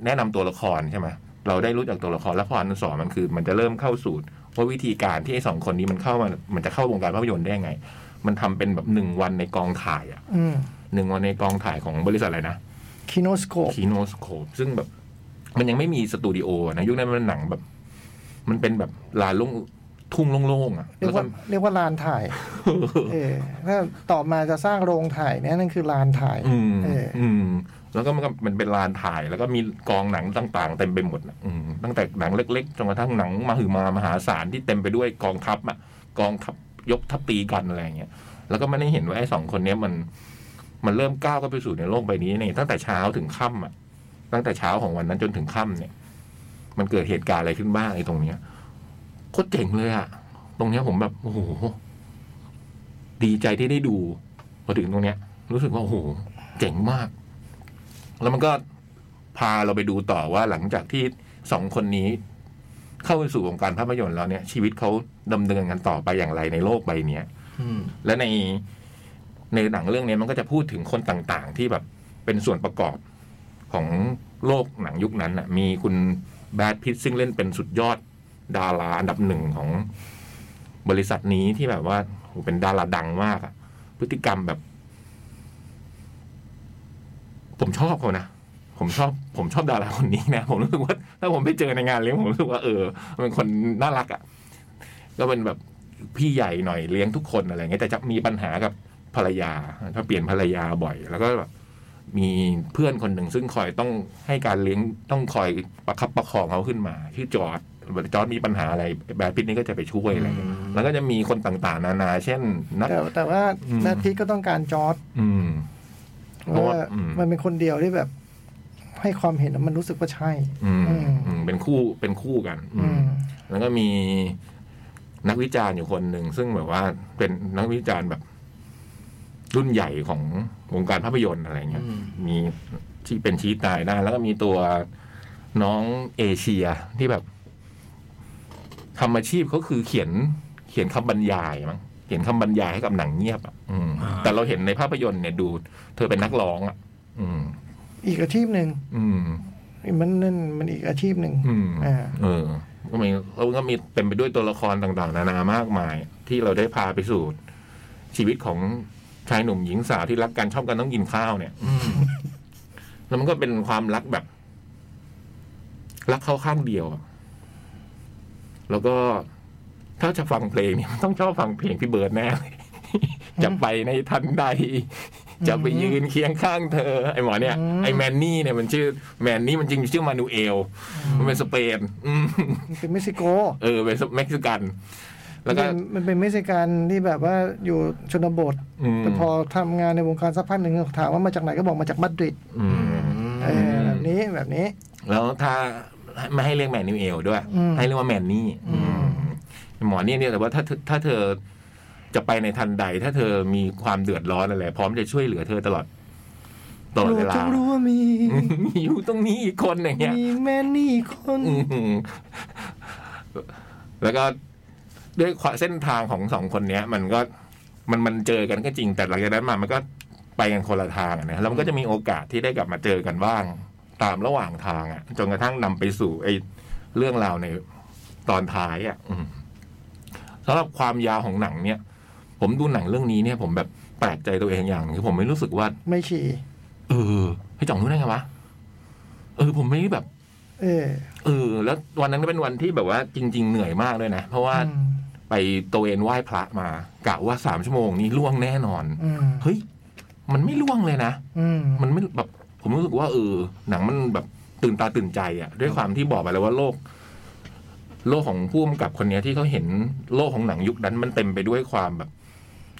D: แนะนำตัวละครใช่ไหมเราได้รู้จักตัวละครแล้วพออันสองมันคือ มันจะเริ่มเข้าสู่ว่าวิธีการที่ไอ้สองคนนี้มันเข้ามามันจะเข้าวงการภาพยนตร์ได้ยังไง มันทำเป็นแบบหนึ่งวันในกองถ่ายอะ
C: อืม
D: หนึ่งวันในกองถ่ายของบริษัทอะไรนะ
C: คีโนสโคป
D: คีโนสโคปซึ่งแบบ มันยังไม่มีสตูดิโออะนะยุคนั้นมันหนังแบบ มันเป็นแบบลานโลงทุ่งโล่งๆอ่ะ
C: เรีย
D: แล้ว
C: ก
D: ก็
C: ว่าเรียกว่าลานถ่าย เออ ถ้าต่อมาจะสร้างโรงถ่ายเนี่ยนั่นคือลานถ่าย
D: อืม
C: เออ
D: อืม แล้วก็มันก็มันเป็นลานถ่าย แล้วก็มีกองหนังต่างๆเต็มไปหมดน่ะอืมตั้งแต่หนังเล็กๆจนกระทั่งหนังมหึมามหาศาลที่เต็มไปด้วยกองทัพอ่ะกองทัพ ยกทัพตีกันอะไรอย่างเงี้ยแล้วก็ไม่ได้เห็นว่าไอ้สองคนเนี้ยมัน มันเริ่มก้าวเข้าไปสู่ในโลกใบนี้เนี่ยตั้งแต่เช้าถึงค่ำอ่ะ ตั้งแต่เช้าของวันนั้นจนถึงค่ำเนี่ย มันเกิดเหตุการณ์อะไรขึ้นบ้างไอ้ตรงเนี้ยโคตรเจ๋งเลยอ่ะ ตรงเนี้ยผมแบบโอ้โหดีใจที่ได้ดูพอถึงตรงเนี้ย รู้สึกว่าโอ้โหเจ๋งมาก แล้วมันก็พาเราไปดูต่อว่าหลังจากที่สองคนนี้ เข้าไปสู่วงการภาพยนตร์แล้วเนี่ย ชีวิตเขาดำเนินกันต่อไปอย่างไรในโลกใบเนี้ย
B: อืม
D: และในในหนังเรื่องนี้มันก็จะพูดถึงคนต่างๆ ที่แบบเป็นส่วนประกอบของโลกหนังยุคนั้นน่ะ มีคุณแบดพิตซึ่งเล่นเป็นสุดยอดดาราอันดับหนึ่งของบริษัทนี้ที่แบบว่าโหเป็นดาราดังมากอะพฤติกรรมแบบ ผมชอบเขานะ ผมชอบ ผมชอบดาราคนนี้นะ ผมรู้สึกว่าถ้าผมไปเจอในงานเลี้ยงผมรู้สึกว่าเออมันเป็นคนน่ารักอะก็เป็นแบบ พี่ใหญ่หน่อยเลี้ยงทุกคนอะไรเงี้ยแต่จะมีปัญหากับภรรยาถ้าเปลี่ยนภรรยาบ่อย แล้วก็แบบมีเพื่อนคนหนึ่งซึ่งคอยต้องให้การเลี้ยงต้องคอยประคับประคองเขาขึ้นมาชื่อจอร์ดจอร์ดมีปัญหาอะไรแบรดพิตนี่ก็จะไปช่วยอะไรเงี้ยแล้วก็จะมีคนต่างๆ นานา เช่นนัก
C: แต่แต่ว่า
D: อืม
C: แบทพิตก็ต้องการจอร์ด
D: อืม
C: เพราะว่า
D: อืม
C: มันเป็นคนเดียวที่แบบ ให้ความเห็นแล้วมันรู้สึกว่าใช่
D: อืม
C: อืม
D: อืมเป็นคู่เป็นคู่กัน อื
C: อื
D: ม
C: ม
D: แล้วก็มีนักวิจารณ์อยู่คนหนึ่ง ซึ่งแบบว่าเป็นนักวิจารณ์แบบ รุ่นใหญ่ของวงการภาพยนตร์อะไรเงี้ย
B: อืม
D: มีที่เป็นชี้ตายได้ แล้วก็มีตัวน้องเอเชียที่แบบทำอาชีพเขาคือเขียนเขียนคำบรรยายมั้งเขียนคำบรรยายให้กับหนังเงียบอ่ะอืม
E: อ่า
D: แต่เราเห็นในภาพยนตร์เนี่ยดู เธอเป็นนักร้องอ่ะ อืม
C: อีกอาชีพหนึ่ง
D: อืม
C: มันนั่นมันอีกอาชีพหนึ่ง
D: อืม
C: อ่า
D: เออ ก็มีแล้วก็มีเต็มไปด้วยตัวละครต่างๆ นานามากมาย ที่เราได้พาไปสู่ชีวิตของชายหนุ่มหญิงสาวที่รักกันชอบกันต้องกินข้าวเนี่ย
B: อืม
D: แล้วมันก็เป็นความรักแบบ รักเข้าข้างเดียวอะแล้วก็ถ้าจะฟังเพลงเนี่ยมันต้องชอบฟังเพลงพี่เบิร์ดแน่เลย จะไปในทันใด จะไปยืนเคียงข้างเธอ ไอหมอเนี่ย ไอแมนนี่เนี่ยมันชื่อแมนนี่มันจริงชื่อมานูเอล มันเป็นสเปนอืม
C: มันเป็นเม็กซิโก
D: เออเป็นเม็กซิกัน แล้วก็
C: มันเป็นมันเป็นเม็กซิกันที่แบบว่าอยู่ชนบท
D: อืม
C: แต่พอทำงานในวงการสักพักหนึ่งถามว่ามาจากไหนก็บอกมาจากมาดริด
D: อืม
C: เออแบบนี้แบบนี้
D: แล้วถ้าไม่ให้เรียกแมนนิวเอลด้วย
C: อืม
D: ให้เรียกว่าแมนนี่อืมหมอเนี่ยเนี่ยแต่ว่าถ้าถ้าเธอจะไปในทันใด ถ้าเธอมีความเดือดร้อนอะไรพร้อมจะช่วยเหลือเธอตลอดตลอด
C: รู้
D: เวลา
C: จงรู้ว่ามี
D: อืมอยู่ตรงนี้อีกคนอย่างเงี้ย
C: มีแม่นี่คน
D: อืมแล้วก็ด้วยความเส้นทางของสองคนเนี้ย มันก็มันมันเจอกันก็จริง แต่หลังจากนั้นมามันก็ไปกันคนละทางอะนะแล้วมันก็จะมีโอกาสที่ได้กลับมาเจอกันบ้าง ตามระหว่างทางอ่ะ จนกระทั่งนำไปสู่ไอ้เรื่องราวในตอนท้ายอ่ะ อืมสำหรับความยาวของหนังเนี่ย ผมดูหนังเรื่องนี้เนี่ย ผมแบบแปลกใจตัวเองอย่างหนึงคือผมไม่รู้สึกว่า
C: ไม่ฉี่
D: เออให้จ่องรู้ได้ไงวะเออ ผมไม่แบบ
C: เออ
D: เออแล้ววันนั้นเป็นวันที่แบบว่าจริง ๆ เหนื่อยมากเลยนะ เพราะว่า
C: อืม
D: ไปตระเวนไหว้พระมากะว่าสามชั่วโมงนี้ล่วงแน่นอน
C: อืม
D: เฮ้ย มันไม่ล่วงเลยนะ
C: อืม
D: มันไม่แบบ ผมรู้สึกว่าเออ หนังมันแบบตื่นตาตื่นใจอะ่ะ ด้วยความที่บอกไปแล้วว่าโลก โลกของผู้กำกับคนเนี้ยที่เขาเห็นโลกของหนังยุคนั้น มันเต็มไปด้วยความแบบ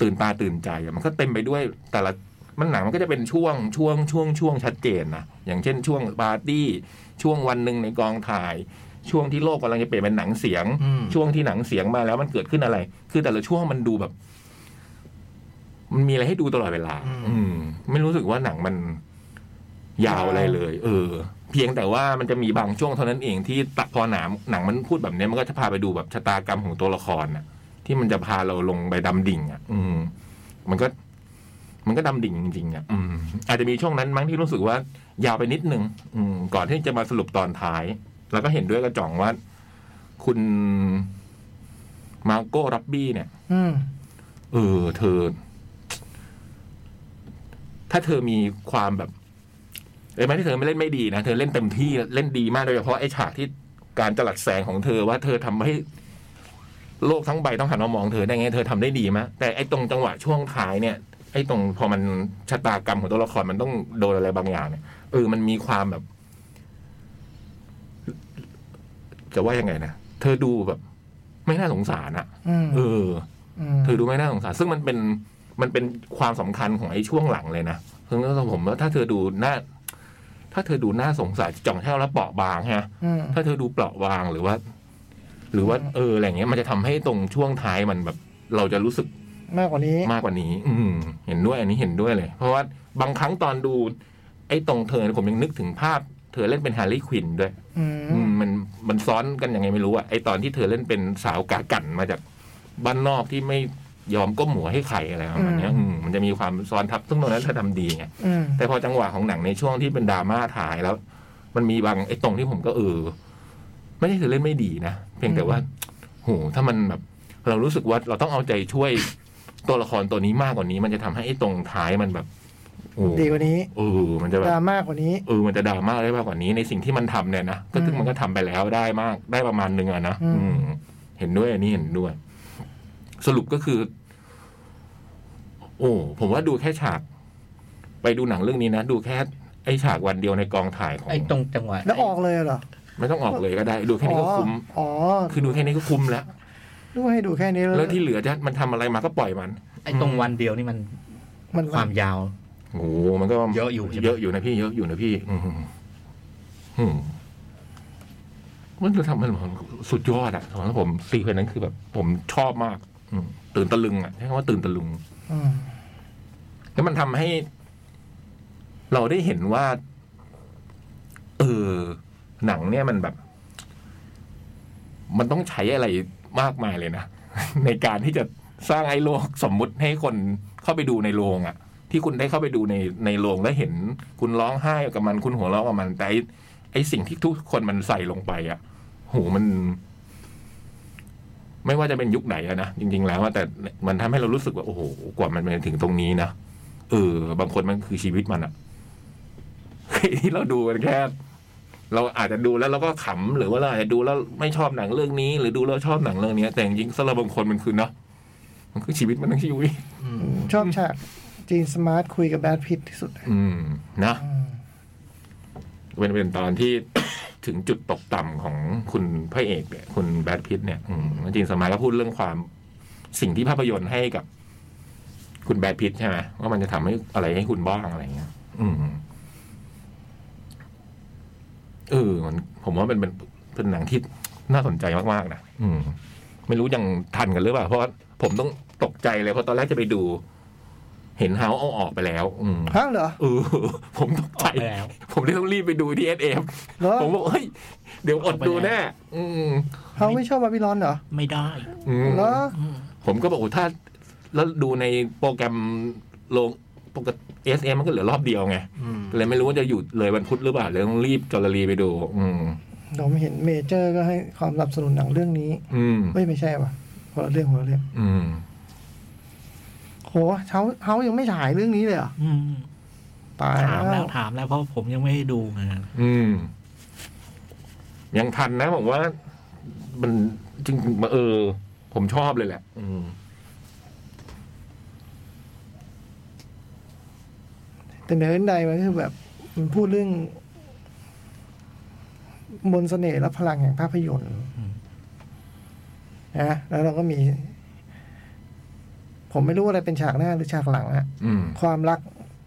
D: ตื่นตาตื่นใจอะ่ะมันก็เต็มไปด้วยแต่ละมันหนังมันก็จะเป็นช่วงช่วงช่วงช่วงชัดเจนนะอย่างเช่น ช่วงปาร์ตี้ ช่วงวันหนึ่งในกองถ่าย ช่วงที่โลกกำลังจะเปลี่ยนเป็นหนังเสียง
B: อืม
D: ช่วงที่หนังเสียงมาแล้วมันเกิดขึ้นอะไร คือแต่ละช่วงมันดูแบบ มันมีอะไรให้ดูตลอดเวลา
B: อืม
D: อืม ไม่รู้สึกว่าหนังมันยาวอะไรเลย เออ เพียงแต่ว่ามันจะมีบางช่วงเท่านั้นเองที่ตะพอหนังหนังมันพูดแบบเนี้ยมันก็จะพาไปดูแบบชะตากรรมของตัวละครน่ะ ที่มันจะพาเราลงไปดำดิ่งอ่ะ อืม มันก็ มันก็ดำดิ่งจริงๆอ่ะ อืม อาจจะมีช่วงนั้นมั้งที่รู้สึกว่า ยาวไปนิดนึง อืม ก่อนที่จะมาสรุปตอนท้าย แล้วก็เห็นด้วยกระจ่องว่า คุณมาโก้รับบี้เนี่ย
C: อืม
D: เออ เธอ ถ้าเธอมีความแบบเอ้ยไม่ที่เธอไม่เล่นไม่ดีนะเธอเล่นเต็มที่เล่นดีมากโดยเฉพาะไอ้ฉากที่การจลัดแสงของเธอว่าเธอทำให้โลกทั้งใบต้องหันมามองเธอได้ไงเธอทำได้ดีมากแต่ไอ้ตรงจังหวะช่วงท้ายเนี่ย ไอ้ตรงพอมันชะตากรรมของตัวละครมันต้องโดนอะไรบางอย่างเนี่ยเออมันมีความแบบ จะว่ายังไงนะเธอดูแบบ ไม่น่าสงสารอะ
C: อืม
D: เออ
C: ม
D: เธอดูไม่น่าสงสารซึ่งมันเป็นมันเป็นความสำคัญของไอ้ช่วงหลังเลยนะซึ่งก็ผมว่าถ้าเธอดูหน้า ถ้าเธอดูหน้าสงสารจ่องแท้วและเปราะบางฮะ
C: อืม
D: ถ้าเธอดูเปราะบางหรือว่า หรือว่าเอออะไรอย่างเงี้ยมันจะทำให้ตรงช่วงท้ายมันแบบ เราจะรู้สึก
C: มากกว่านี้
D: มากกว่านี้ อืมเห็นด้วยอันนี้เห็นด้วยเลย เพราะว่าบางครั้งตอนดู ไอ้ตรงเธอเนี่ยผมยังนึกถึงภาพ เธอเล่นเป็นแฮร์รี่ควินด้วย
C: อื
D: อื
C: ม
D: มมันมันซ้อนกันยังไงไม่รู้อะไอตอนที่เธอเล่นเป็นสาวกากันมาจากบ้านนอกที่ไม่ยอมก้มหัวให้ใครอะไรประมาณเนี้ยอืมมันจะมีความซ้อนทับซึ่งตรงนั้นเธอทำดีไง
C: อืม
D: แต่พอจังหวะของหนังในช่วงที่เป็นดราม่าถ่ายแล้ว มันมีบางไอตรงที่ผมก็เออไม่ใช่เธอเล่นไม่ดีนะเพียงแต่ว่าโหถ้ามันแบบ เรารู้สึกว่าเราต้องเอาใจช่วยตัวละครตัวนี้มากกว่านี้ มันจะทำให้ไอตรงท้ายมันแบบโอ้
C: ดีกว่านี้
D: เออมันจะแบบ
C: ดราม่ากว่านี้
D: เออ มันจะดราม่าได้มากกว่านี้ในสิ่งที่มันทำเนี่ยนะ ก็
C: อืม
D: ซึ่งมันก็ทำไปแล้วได้มาก ได้ประมาณหนึงอะนะ
C: อืม
D: อืม เห็นด้วยอันนี้เห็นด้วย สรุปก็คือ โอ้ ผมว่าดูแค่ฉาก ไปดูหนังเรื่องนี้นะ ดูแค่ไอฉากวันเดียวในกองถ่ายของ
E: ไอ้ตรงจังหวะ
C: แล้วออกเลยเหรอ
D: ไม่ต้องออกเลยก็ได้ ดูแค่นี้ก็คุ้ม
C: อ๋อ
D: คือดูแค่นี้ก็คุ้มแล้ว
C: ดูให้ดูแค่นี้
D: แล้วที่เหลือจะมันทำอะไรมาก็ปล่อยมัน
E: ไอ้ตรงวันเดียวนี่มัน
C: มัน
E: ความยาว
D: โอ้โหมันก็
E: เยอะอยู่ใช่ไหม
D: เยอะอยู่นะพี่ เยอะอยู่นะพี่ อืมอืมมันจะทำมันสุดยอดอะสำหรับผมซีเควนซ์นั้นคือแบบ ผมชอบมาก อืมตื่นตะลึงอะใช้คำว่าตื่นตะลึง
C: อืม
D: แล้วมันทำให้ เราได้เห็นว่า เออ หนังเนี่ยมันแบบ มันต้องใช้อะไรมากมายเลยนะ ในการที่จะสร้างไอ้โลกสมมุติให้คนเข้าไปดูในโรงอะ่ะ ที่คุณได้เข้าไปดูในในโรงแล้วเห็น คุณร้องไห้กับมันคุณหัวเราะกับมันแต่ไอ้ไอ้สิ่งที่ทุกคนมันใส่ลงไปอะ่ะโหมัน ไม่ว่าจะเป็นยุคไหนอะนะจริง ๆ แล้วอะแต่มันทำให้เรารู้สึกว่าโอ้โหกว่ามันมาถึงตรงนี้นะเออ บางคนมันคือชีวิตมันอะ ที่เราดูกันแค่ เราอาจจะดูแล้วเราก็ขำหรือว่าเราอาจจะดูแล้วไม่ชอบหนังเรื่องนี้ หรือดูแล้วชอบหนังเรื่องนี้แต่จริงๆสำหรับบางคนมันคือเนาะมันคือชีวิตมันทั้งชีวิต
C: ชอบฉากจีนสมาร์ทคุยกับแบทพิทที่สุด
D: อืม นะ
C: อืม
D: เป็นเป็นตอนที่ ถึงจุดตกต่ำของคุณพระเอกเนี่ยคุณแบทพิทเนี่ยอืมจริงๆสมัยก็พูดเรื่องความสิ่งที่ภาพยนตร์ให้กับ คุณแบทพิทใช่ไหมว่ามันจะทำให้อะไรให้คุณบ้างอะไรเงี้ย อืมเออมันผมว่ามันเป็นเป็นหนังที่น่าสนใจมากๆนะอืม ไม่รู้ยังทันกันหรือเปล่า เพราะว่าผมต้องตกใจเลยเพราะตอนแรกจะไปดู เห็นเฮาเอาออกไปแล้ว อืม
C: ฮะเหรอ
D: เออผมตก
E: อ
D: ใจ
E: อกไปแล้ว
D: ผมเลยต้องรีบไปดูที่เอสเอฟ
C: เหรอ
D: ผมบอกเฮ้ย เดี๋ยวอดดูแน่อืม
C: เขาไม่ชอบบาบิลอนเหรอ
E: ไม่ได้
D: อืม
C: เหรอ
D: ผมก็บอกโอ้ถ้า แล้วดูในโปรแกรมลงปกติเอสเอมันก็เหลือรอบเดียวไง
B: อืม
D: เลยไม่รู้ว่าจะหยุดเลยวันพุธหรือเปล่าเลยต้องรีบจอร์ลีไปดู อืม
C: ผมเห็นเมเจอร์ก็ให้ความสนับสนุนหนังเรื่องนี้
D: อืม
C: เฮ้ยไม่ใช่ป่ะคนละเรื่องคนละเรื่อง
D: อืม
C: โหเขาเขายังไม่ฉายเรื่องนี้เลยเหรอ
E: อืม
C: ตาย
E: ถาม
C: แล้
E: แล้ว วถามแล้วเพราะผมยังไม่ได้ดูมา
D: อืม ยังทันนะผมว่า มันจริงๆเออ ผมชอบเลยแหละ อืม
C: แต่เหนืออื่นใดมันคือแบบมันพูดเรื่องมนต์เสน่ห์และพลังแห่งภาพยนตร์ นะแล้วเราก็มี ผมไม่รู้อะไรเป็นฉากหน้าหรือฉากหลังอะ
D: อืม
C: ความรัก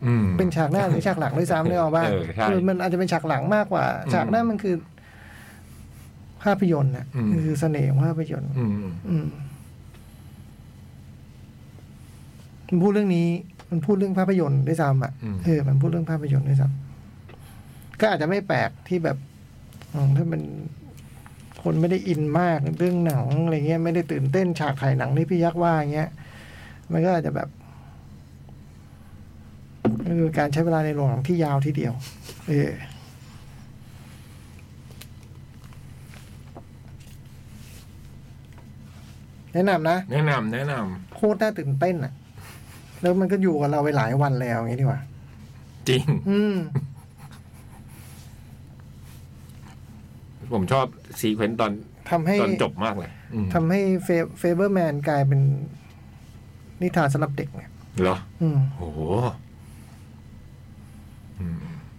D: อืม
C: เป็นฉากหน้าหรือฉากหลังด้วยซ้ำได้ออกบ้าง
D: เออใช่
C: คือมันอาจจะเป็นฉากหลังมากกว่า
D: อืม
C: ฉากหน้ามันคือ ภาพยนตร์นะ
D: อืม
C: คือเสน่ห์ของภาพยนตร์
D: อืม
C: อืมมันพูดเรื่องนี้ มันพูดเรื่องภาพยนตร์ด้วยซ้ำอ่ะ
D: อืม
C: เออมันพูดเรื่องภาพยนตร์ด้วยซ้ำก็อาจจะไม่แปลกที่แบบอืมถ้ามันคนไม่ได้อินมากเรื่องหนังอะไรเงี้ยไม่ได้ตื่นเต้นฉากถ่ายหนังที่พี่ยักษ์ว่าอย่างเงี้ย มันก็อาจจะแบบก็คือการใช้เวลาในโรงหนังที่ยาวทีเดียว เออแนะนำนะ
D: แนะนำแนะนำ
C: โคตรน่าตื่นเต้นอะแล้วมันก็อยู่กับเราไปหลายวันแล้วอย่างนี้ดีกว่า
D: จริง
C: อืม
D: ผมชอบซีเควนต์ตอน
C: ทำให้
D: ตอนจบมากเลยอืม
C: ทำให้เฟเบอร์แมนกลายเป็นนิทานสำหรับเด็กเนี่ย
D: เหรอ
C: อืม
D: โอ้โห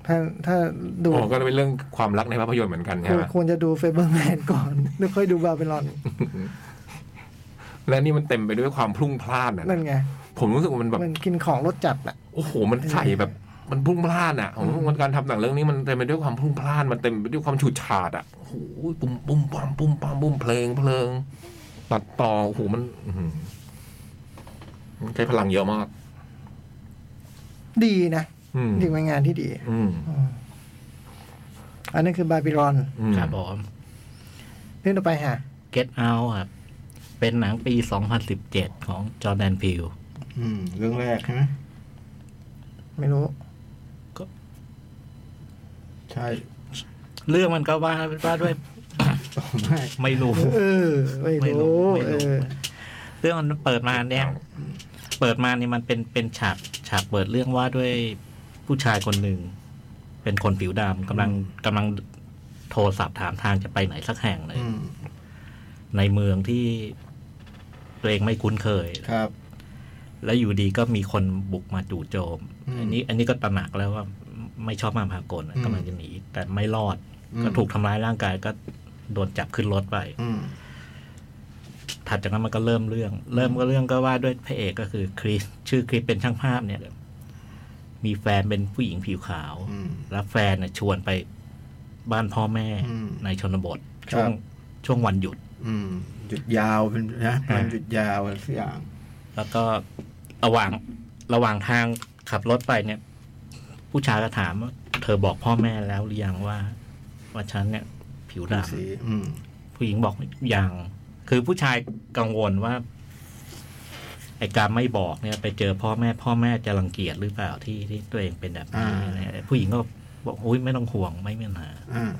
C: ถ้าถ้าดู
D: อ๋อก็เป็นเรื่องความรักในภาพยนตร์เหมือนกันใช่
C: คว
D: ไห
C: ร
D: ม
C: ควรจะดูเฟเบอร์แมนก่อน แล้วค่อยดูบาเบลอน
D: และนี่มันเต็มไปด้วยความพลุ่งพล่านอะ
C: นั่นไง
D: ผมรู้สึกว่ามันแบบ
C: มันกินของรสจัดอ่ะ
D: โอ้โห มันใส่แบบมันพลุ่งพล่านอ่ะผมว่าการทำหนังเรื่องนี้มันเต็มไปด้วยความพลุ่งพล่าน มันเต็มไปด้วยความฉูดฉาดอ่ะ โอ้โห ปุ้มปุ้มปัมปุ้มปัมปุ้มเพลงเพลิง ตัดต่อ โอ้โห มันอื้อหือมันใช้พลังเยอะมาก
C: ดีนะ
D: อืม
C: ดีเป็นงานที่ดี
D: อืม
C: อันนั้นคือบาบิลอน
D: อืม
E: ครับผม
C: เรื่องต่อไปฮะ
E: เก็ตเอาครับเป็นหนังปี 2017 ของจอร์แดนพิว
B: อืม เรื่องแรกใช่ไหม
C: ไม่รู้
B: ใช่
E: เรื่องมันก็ว่าว่าด้วย
B: ไม่
E: ไม่รู้
C: เออ ไม่
E: ไม่รู้
C: รู้
E: ไม่รู้
C: เออ
E: เรื่องมันเปิดมาเนี่ย เปิดมาเนี่ยมันเป็นเป็นฉากฉากเปิดเรื่องว่าด้วยผู้ชายคนหนึ่ง เป็นคนผิวดำกำลังกำลังโทรศัพท์ถามทางจะไปไหนสักแห่งเลย
B: อืม
E: ในเมืองที่ตัวเองไม่คุ้นเคย
B: ครับ
E: แล้วอยู่ดีก็มีคนบุกมาจู่โจม
B: อืม
E: อันนี้ อันนี้ก็ตระหนักแล้วว่าไม่ชอบมาพากล
B: อืม
E: กำลังจะหนี แต่ไม่รอด
B: อืม
E: ก็ถูกทำร้ายร่างกายก็โดนจับขึ้นรถไป
B: อืม
E: ถัดจากนั้นมันก็เริ่มเรื่อง เริ่มก็เรื่องก็ว่าด้วยพระเอกก็คือคริส ชื่อคริสเป็นช่างภาพเนี่ย มีแฟนเป็นผู้หญิงผิวขาว
B: อืม
E: แล้วแฟนเนี่ยชวนไปบ้านพ่อแม่
B: อืม
E: ในชนบท
B: ครับ
E: ช่วงช่วงวันหยุด
B: อืม หยุดยาวเป็นนะ
E: อ่า
B: มันหยุดยาวอะไรสักอย่าง
E: แล้วก็ระหว่างระหว่างทางขับรถไปเนี่ย ผู้ชายก็ถามว่าเธอบอกพ่อแม่แล้วหรือยังว่า ว่าฉันเนี่ย ผิวด
B: สี อืม
E: ำผู้หญิงบอกยังคือผู้ชายกังวลว่า ไอการไม่บอกเนี่ย ไปเจอพ่อแม่ พ่อแม่จะรังเกียจหรือเปล่าที่ที่ตัวเองเป็นแบบนี้
B: อ่า
E: อะไรผู้หญิงก็บอกอุ้ยไม่ต้องห่วงไม่มีปัญหา
B: อ่า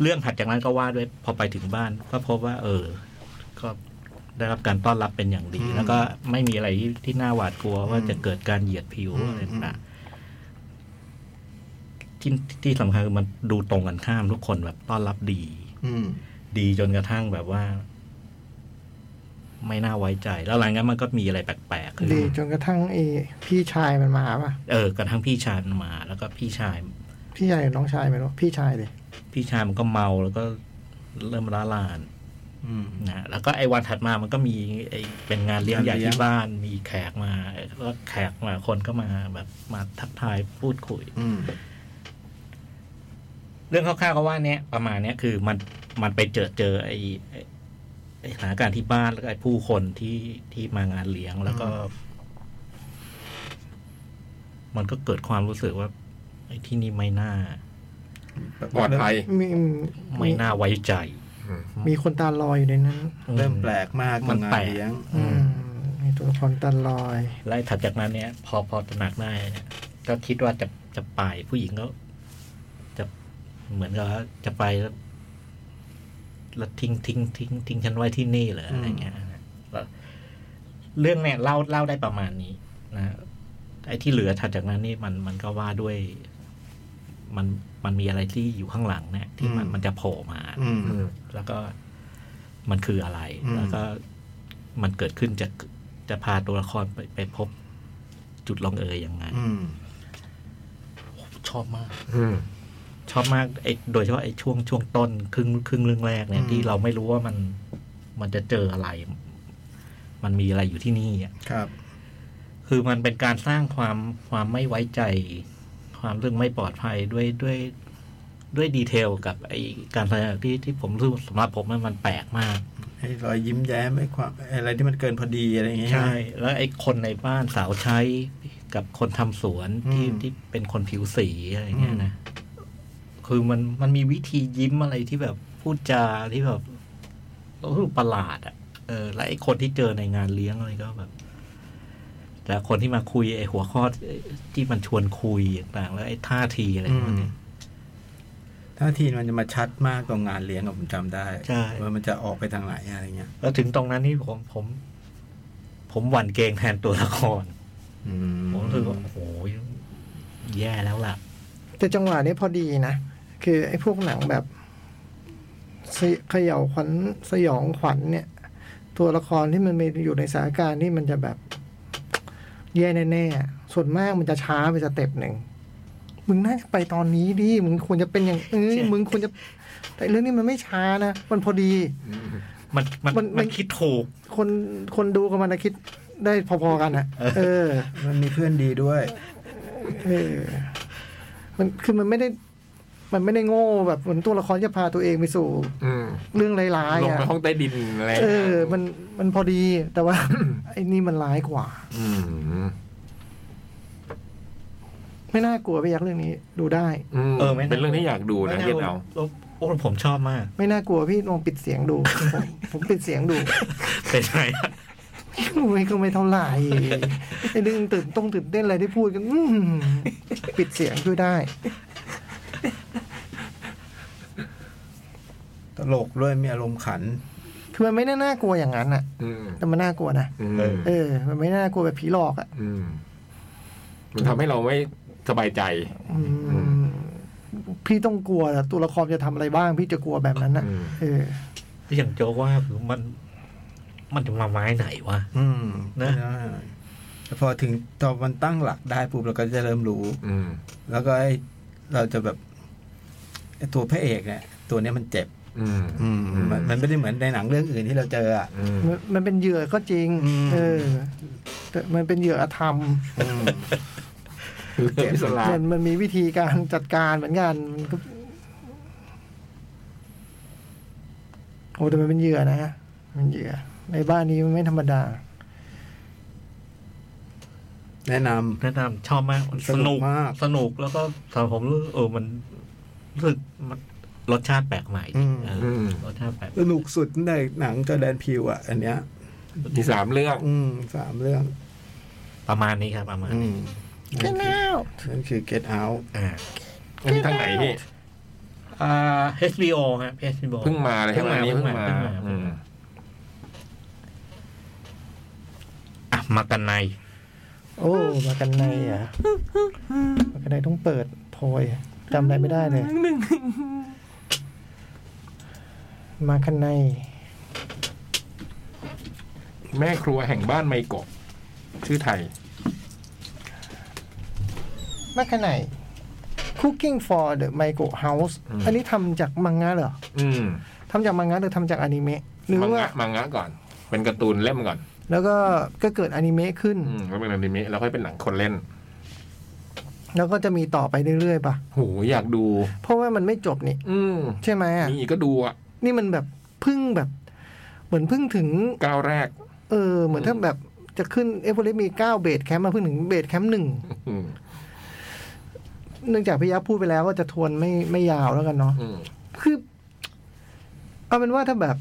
E: เรื่องถัดจากนั้นก็ว่าด้วยพอไปถึงบ้าน ก็พบว่า เออ ก็ได้รับการต้อนรับเป็นอย่างดี
B: อืม
E: แล้วก็ไม่มีอะไรที่ที่น่าหวาดกลัวว่าจะเกิดการเหยียดผิว
B: อืม
E: อะไรต่างๆที่ที่สำคัญคือมันดูตรงกันข้ามทุกคนแบบต้อนรับดี
B: อืม
E: ดีจนกระทั่งแบบว่า ไม่น่าไว้ใจ แล้วหลังจากนั้นมันก็มีอะไรแปลกๆขึ้น
C: ดีจนกระทั่งเอพี่ชายมันมาป่ะ
E: เออกระทั่งพี่ชายมันมา แล้วก็พี่ชาย
C: พี่ชายหรือน้องชายไม่รู้ พี่ชายเลย
E: พี่ชายมันก็เมาแล้วก็เริ่มร้าลาน
B: อืม
E: นะแล้วก็ไอ้วันถัดมามันก็มีไอ้เป็นงานเลี้ยงให
B: งา
E: ญ่
B: นเลี้ยง
E: ที่บ้านมีแขกมาแล้วก็แขกมาคนก็มาแบบมาทักทายพูดคุย
B: อืม
E: เรื่องคร่าวๆก็ว่าเนี้ยประมาณเนี้ยคือมันมันไปเจอเจอไอ้ไอ้ไอ้สถานการณ์ที่บ้านแล้วก็ไอ้ผู้คนที่ที่มางานเลี้ยงแล้วก็ มันก็เกิดความรู้สึกว่าไอ้ที่นี่ไม่น่า
D: ปลอดภัย
C: มีมี
E: ไม่น่าไว้ใจ
C: มีคนตาลอยอยู่ในนั้น
B: เริ่มแปล
E: อื
B: กมาก
E: มัน
B: กับงา
E: แปลก
B: เลี้ยง
C: อืมมีตัวละครตาลอย
E: ไล่ถัดจากนั้นเนี่ย พอพอตระหนักได้เนี่ยก็คิดว่าจะจะไปผู้หญิงก็จะเหมือนกับว่าจะไปแล้วแล้วทิ้งทิ้งทิ้งทิ้งฉันไว้ที่นี่เหรอ
B: อืม
E: อะไรเงี้ยนะแล้วเรื่องเนี่ยเล่าเล่าได้ประมาณนี้นะไอ้ที่เหลือถัดจากนั้นนี่มันมันก็ว่าด้วย มันมันมีอะไรที่อยู่ข้างหลังเนี่ย ที่มันมันจะโผล่มา
B: อืม
D: อืม
E: แล้วก็มันคืออะไร
B: อืม
E: แล้วก็มันเกิดขึ้นจะจะพาตัวละครไปไปพบจุดลงเอยยังไง
B: อืม
E: ชอบมาก
D: อืม
E: ชอบมากไอ้โดยเฉพาะไอ้ช่วงช่วงต้นครึ่งครึ่งเรื่องแรกเนี่ย
B: อืม
E: ที่เราไม่รู้ว่ามันมันจะเจออะไร มันมีอะไรอยู่ที่นี่อ่ะ
B: ครับ
E: คือมันเป็นการสร้างความความไม่ไว้ใจ ความเรื่องไม่ปลอดภัยด้วยด้วยด้วยดีเทลกับไอการแสดงที่ที่ผมรู้สึกสำหรับผมมันมันแปลกมาก
B: ไอ้รอยยิ้มแย้มไอ้ความไอ้อะไรที่มันเกินพอดีอะไรอย่างเงี้ย
E: ใช่ แล้วไอ้คนในบ้านสาวใช้กับคนทำสวนที่
B: อืม
E: ที่เป็นคนผิวสีอะไรเงี้
B: อื
E: ย
B: ม
E: นะ คือมันมันมีวิธียิ้มอะไรที่แบบพูดจาที่แบบเรารู้สึกประหลาด อ่ะ เออ และไอ้คนที่เจอในงานเลี้ยงอะไรก็แบบ แต่คนที่มาคุยไอ้หัวข้อที่มันชวนคุยต่างๆแล้วไอ้ท่าทีอะไรพวกเนี้ย
B: ท่าทีมันจะมาชัดมากตรงงานเลี้ยงอะผมจำได้
E: ใช่
B: ว่ามันจะออกไปทางไหนอะไรเงี้ย
E: แล้วถึงตรงนั้นนี่ผมผม ผมหวั่นเกรงแทนตัวละคร
B: อืม
E: ผมรู้สึกว่าโอ้โหแย่แล้วล่ะ
C: แต่จังหวะนี้พอดีนะ คือไอ้พวกหนังแบบสยเขย่าขวัญสยองขวัญเนี่ย ตัวละครที่มันมีอยู่ในสถานการณ์ที่มันจะแบบ แย่แน่ๆ ส่วนมากมันจะช้าไปสเต็ปหนึ่ง มึงน่าจะไปตอนนี้ดิ มึงควรจะเป็นอย่างเอ้ย มึงควรจะ แต่เรื่องนี้มันไม่ช้านะ มันพอดี
E: มันมัน
C: มันมัน
E: มันคิดถูก
C: คนคนดูกับมันนะคิดได้พอๆกันอ่ะ เออ
B: มันมีเพื่อนดีด้วย
C: เออ มันคือมันไม่ได้ มันไม่ได้โง่แบบเหมือนตัวละครจะพาตัวเองไปสู่
D: อืม
C: เรื่องร้าย
D: ล
C: ๆ
D: ง
C: อ่ะ
D: ไปห้องใต้ดินอะไร
C: เออ มันมันพอดีแต่ว่า ไอ้นี่มันร้ายกว่า
D: อืม
C: ไม่น่ากลัวไปยักษ์เรื่องนี้ ดูได้
E: เออไม่น่า
D: เป็นเรื่องที่อยากดูนะเก็ตเอา
E: โอ้ผมชอบมาก
C: ไม่น่ากลัวพี่ลองปิดเสียงดู ผมผมปิดเสียงดู
E: เป็นไง
C: ไม่ก็ไม่เท่าไหร่ไอ้เรื่องตื่นต้องตื่นเต้นอะไรที่พูดกัน อื้อหือปิดเสียงช่วยได้
B: ตลกด้วยมีอารมณ์ขัน
C: คือมันไม่ได้น่ากลัวอย่างนั้นอ่ะ
D: อืม
C: แต่มันน่ากลัวนะ
D: อืม
C: เออ มันไม่น่ากลัวแบบผีหลอกอ่ะ
D: อืมมันทำให้เราไม่สบายใจ
C: อืมพี่ต้องกลัวแต่ตัวละครจะทำอะไรบ้าง พี่จะกลัวแบบนั้นอ่ะ
D: อืม
C: เออ
E: อย่างโจ๊กว่าคือมัน มันจะมาไม้ไหนวะ
B: อืม
E: นะ
B: แต่พอถึงตอนมันตั้งหลักได้ปุ๊บเราก็จะเริ่มรู้
D: อืม
B: แล้วก็ไอ้เราจะแบบไอ้ตัวพระเอกเนี่ย ตัวเนี้ยมันเจ็บ
D: อืม
B: อืม
D: อืม
B: มันมันไม่ได้เหมือนในหนังเรื่องอื่นที่เราเจออะ
D: อืม
C: มันมันเป็นเหยื่อก็จริง
B: อืม
C: เออ แต่มันเป็นเหยื่ออธรรม
B: อืม
D: คือเก็บสลา
C: มันมันมีวิธีการจัดการเหมือนกันมันก็โอ้แต่มันเป็นเหยื่อนะมันเหยื่อ ในบ้านนี้มันไม่ธรรมดา
B: แนะน
E: แนะนำชอบมาก
B: สนุกมาก
E: สนุกแล้วก็สำหรับผมรู้สึกเออมันรู้สึกมันรสชาติแปลกใหม่
B: อืม
E: เออรสชาติแปลก
B: ำสนุกสุดในหนังจอแดนพิวอ่ะ อันเนี้ย
D: มีสามเรื่อง
B: อืมสามเรื่อง
E: ประมาณนี้ครับประมาณ
B: อืม
C: ก็แนว
B: นั่นคือ Get Out
E: อ่า
D: อันนี้ทางไหนพี่
E: อ่า HBO ฮะ HBO
D: เพิ่งมาเลย
E: เพิ่งมา
D: อันนี้
E: เพิ่
D: เพิ่
E: ง
D: ง
E: มา
D: มา
E: เพิ่งมา
D: อืม
E: อ่ะมากันใน
C: โอ้ มากันในอ่ะมากันในต้องเปิดโพยจำอะไรไม่ได้เลย มากันใน
D: แม่ครัวแห่งบ้านไมกบชื่อไทย
C: มากันใน Cooking for the Micro House
D: อืม
C: อันนี้ทำจากมังงะเหรอ
D: อืม
C: ทำจากมังงะหรือทำจากอนิเมะหรือ
D: มั
C: ว่าง
D: งะมังงะก่อน เป็นการ์ตูนเล่มก่อน
C: แล้วก็ก็เกิดอนิเมะขึ้น
D: อืมแล้วเป็นอนิเมะแล้วค่อยเป็นหนังคนเล่น
C: แล้วก็จะมีต่อไปเรื่อยๆป่ะ
D: โหอยากดู
C: เพราะว่ามันไม่จบนี่
D: อืม
C: ใช่ไหมอ่ะ
D: มีอีกก็ดูอ่ะ
C: นี่มันแบบเพึ่งแบบ เหมือนเพึ่งถึง
D: ก้าวแรก
C: เออ เหมือนถ้าแบบจะขึ้นเอเวอเรสต์มีเก้าเบสแคมป์มาเพิ่งถึงเบสแคมป์หนึ่ง
D: อืม
C: เนื่องจากพี่ยักษ์พูดไปแล้วก็จะทวนไม่ไม่ยาวแล้วกันเนาะ
D: อืม
C: คือ เอาเป็นว่าถ้าแบบ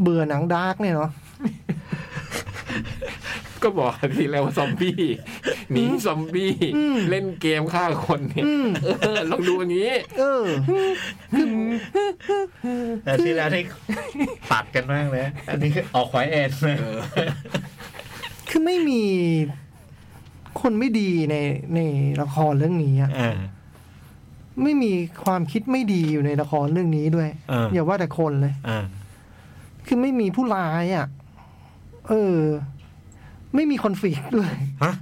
C: เบื่อหนังดาร์กเนี่ยเนาะ
D: ก็บอกทีแล้วว่าซอม บี้หนีซอมบี้เล่นเกมฆ่าคนเนี่ย
C: อืม
D: เออลองดูอันนี้
C: เออ
E: แต่ที่แล้วที่ตัดกันมากเลย อันนี้ออกควายแอนเลย
C: คือไม่มีคนไม่ดีในในละครเรื่องนี้อะ
E: อ่า
C: ไม่มีความคิดไม่ดีอยู่ในละครเรื่องนี้ด้วย
E: เอออ
C: ย่าว่าแต่คนเลย
E: อ่า
C: คือไม่มีผู้ร้ายอ่ะ เออ ไม่มีคอนฟ lict ด้วย
E: ฮะ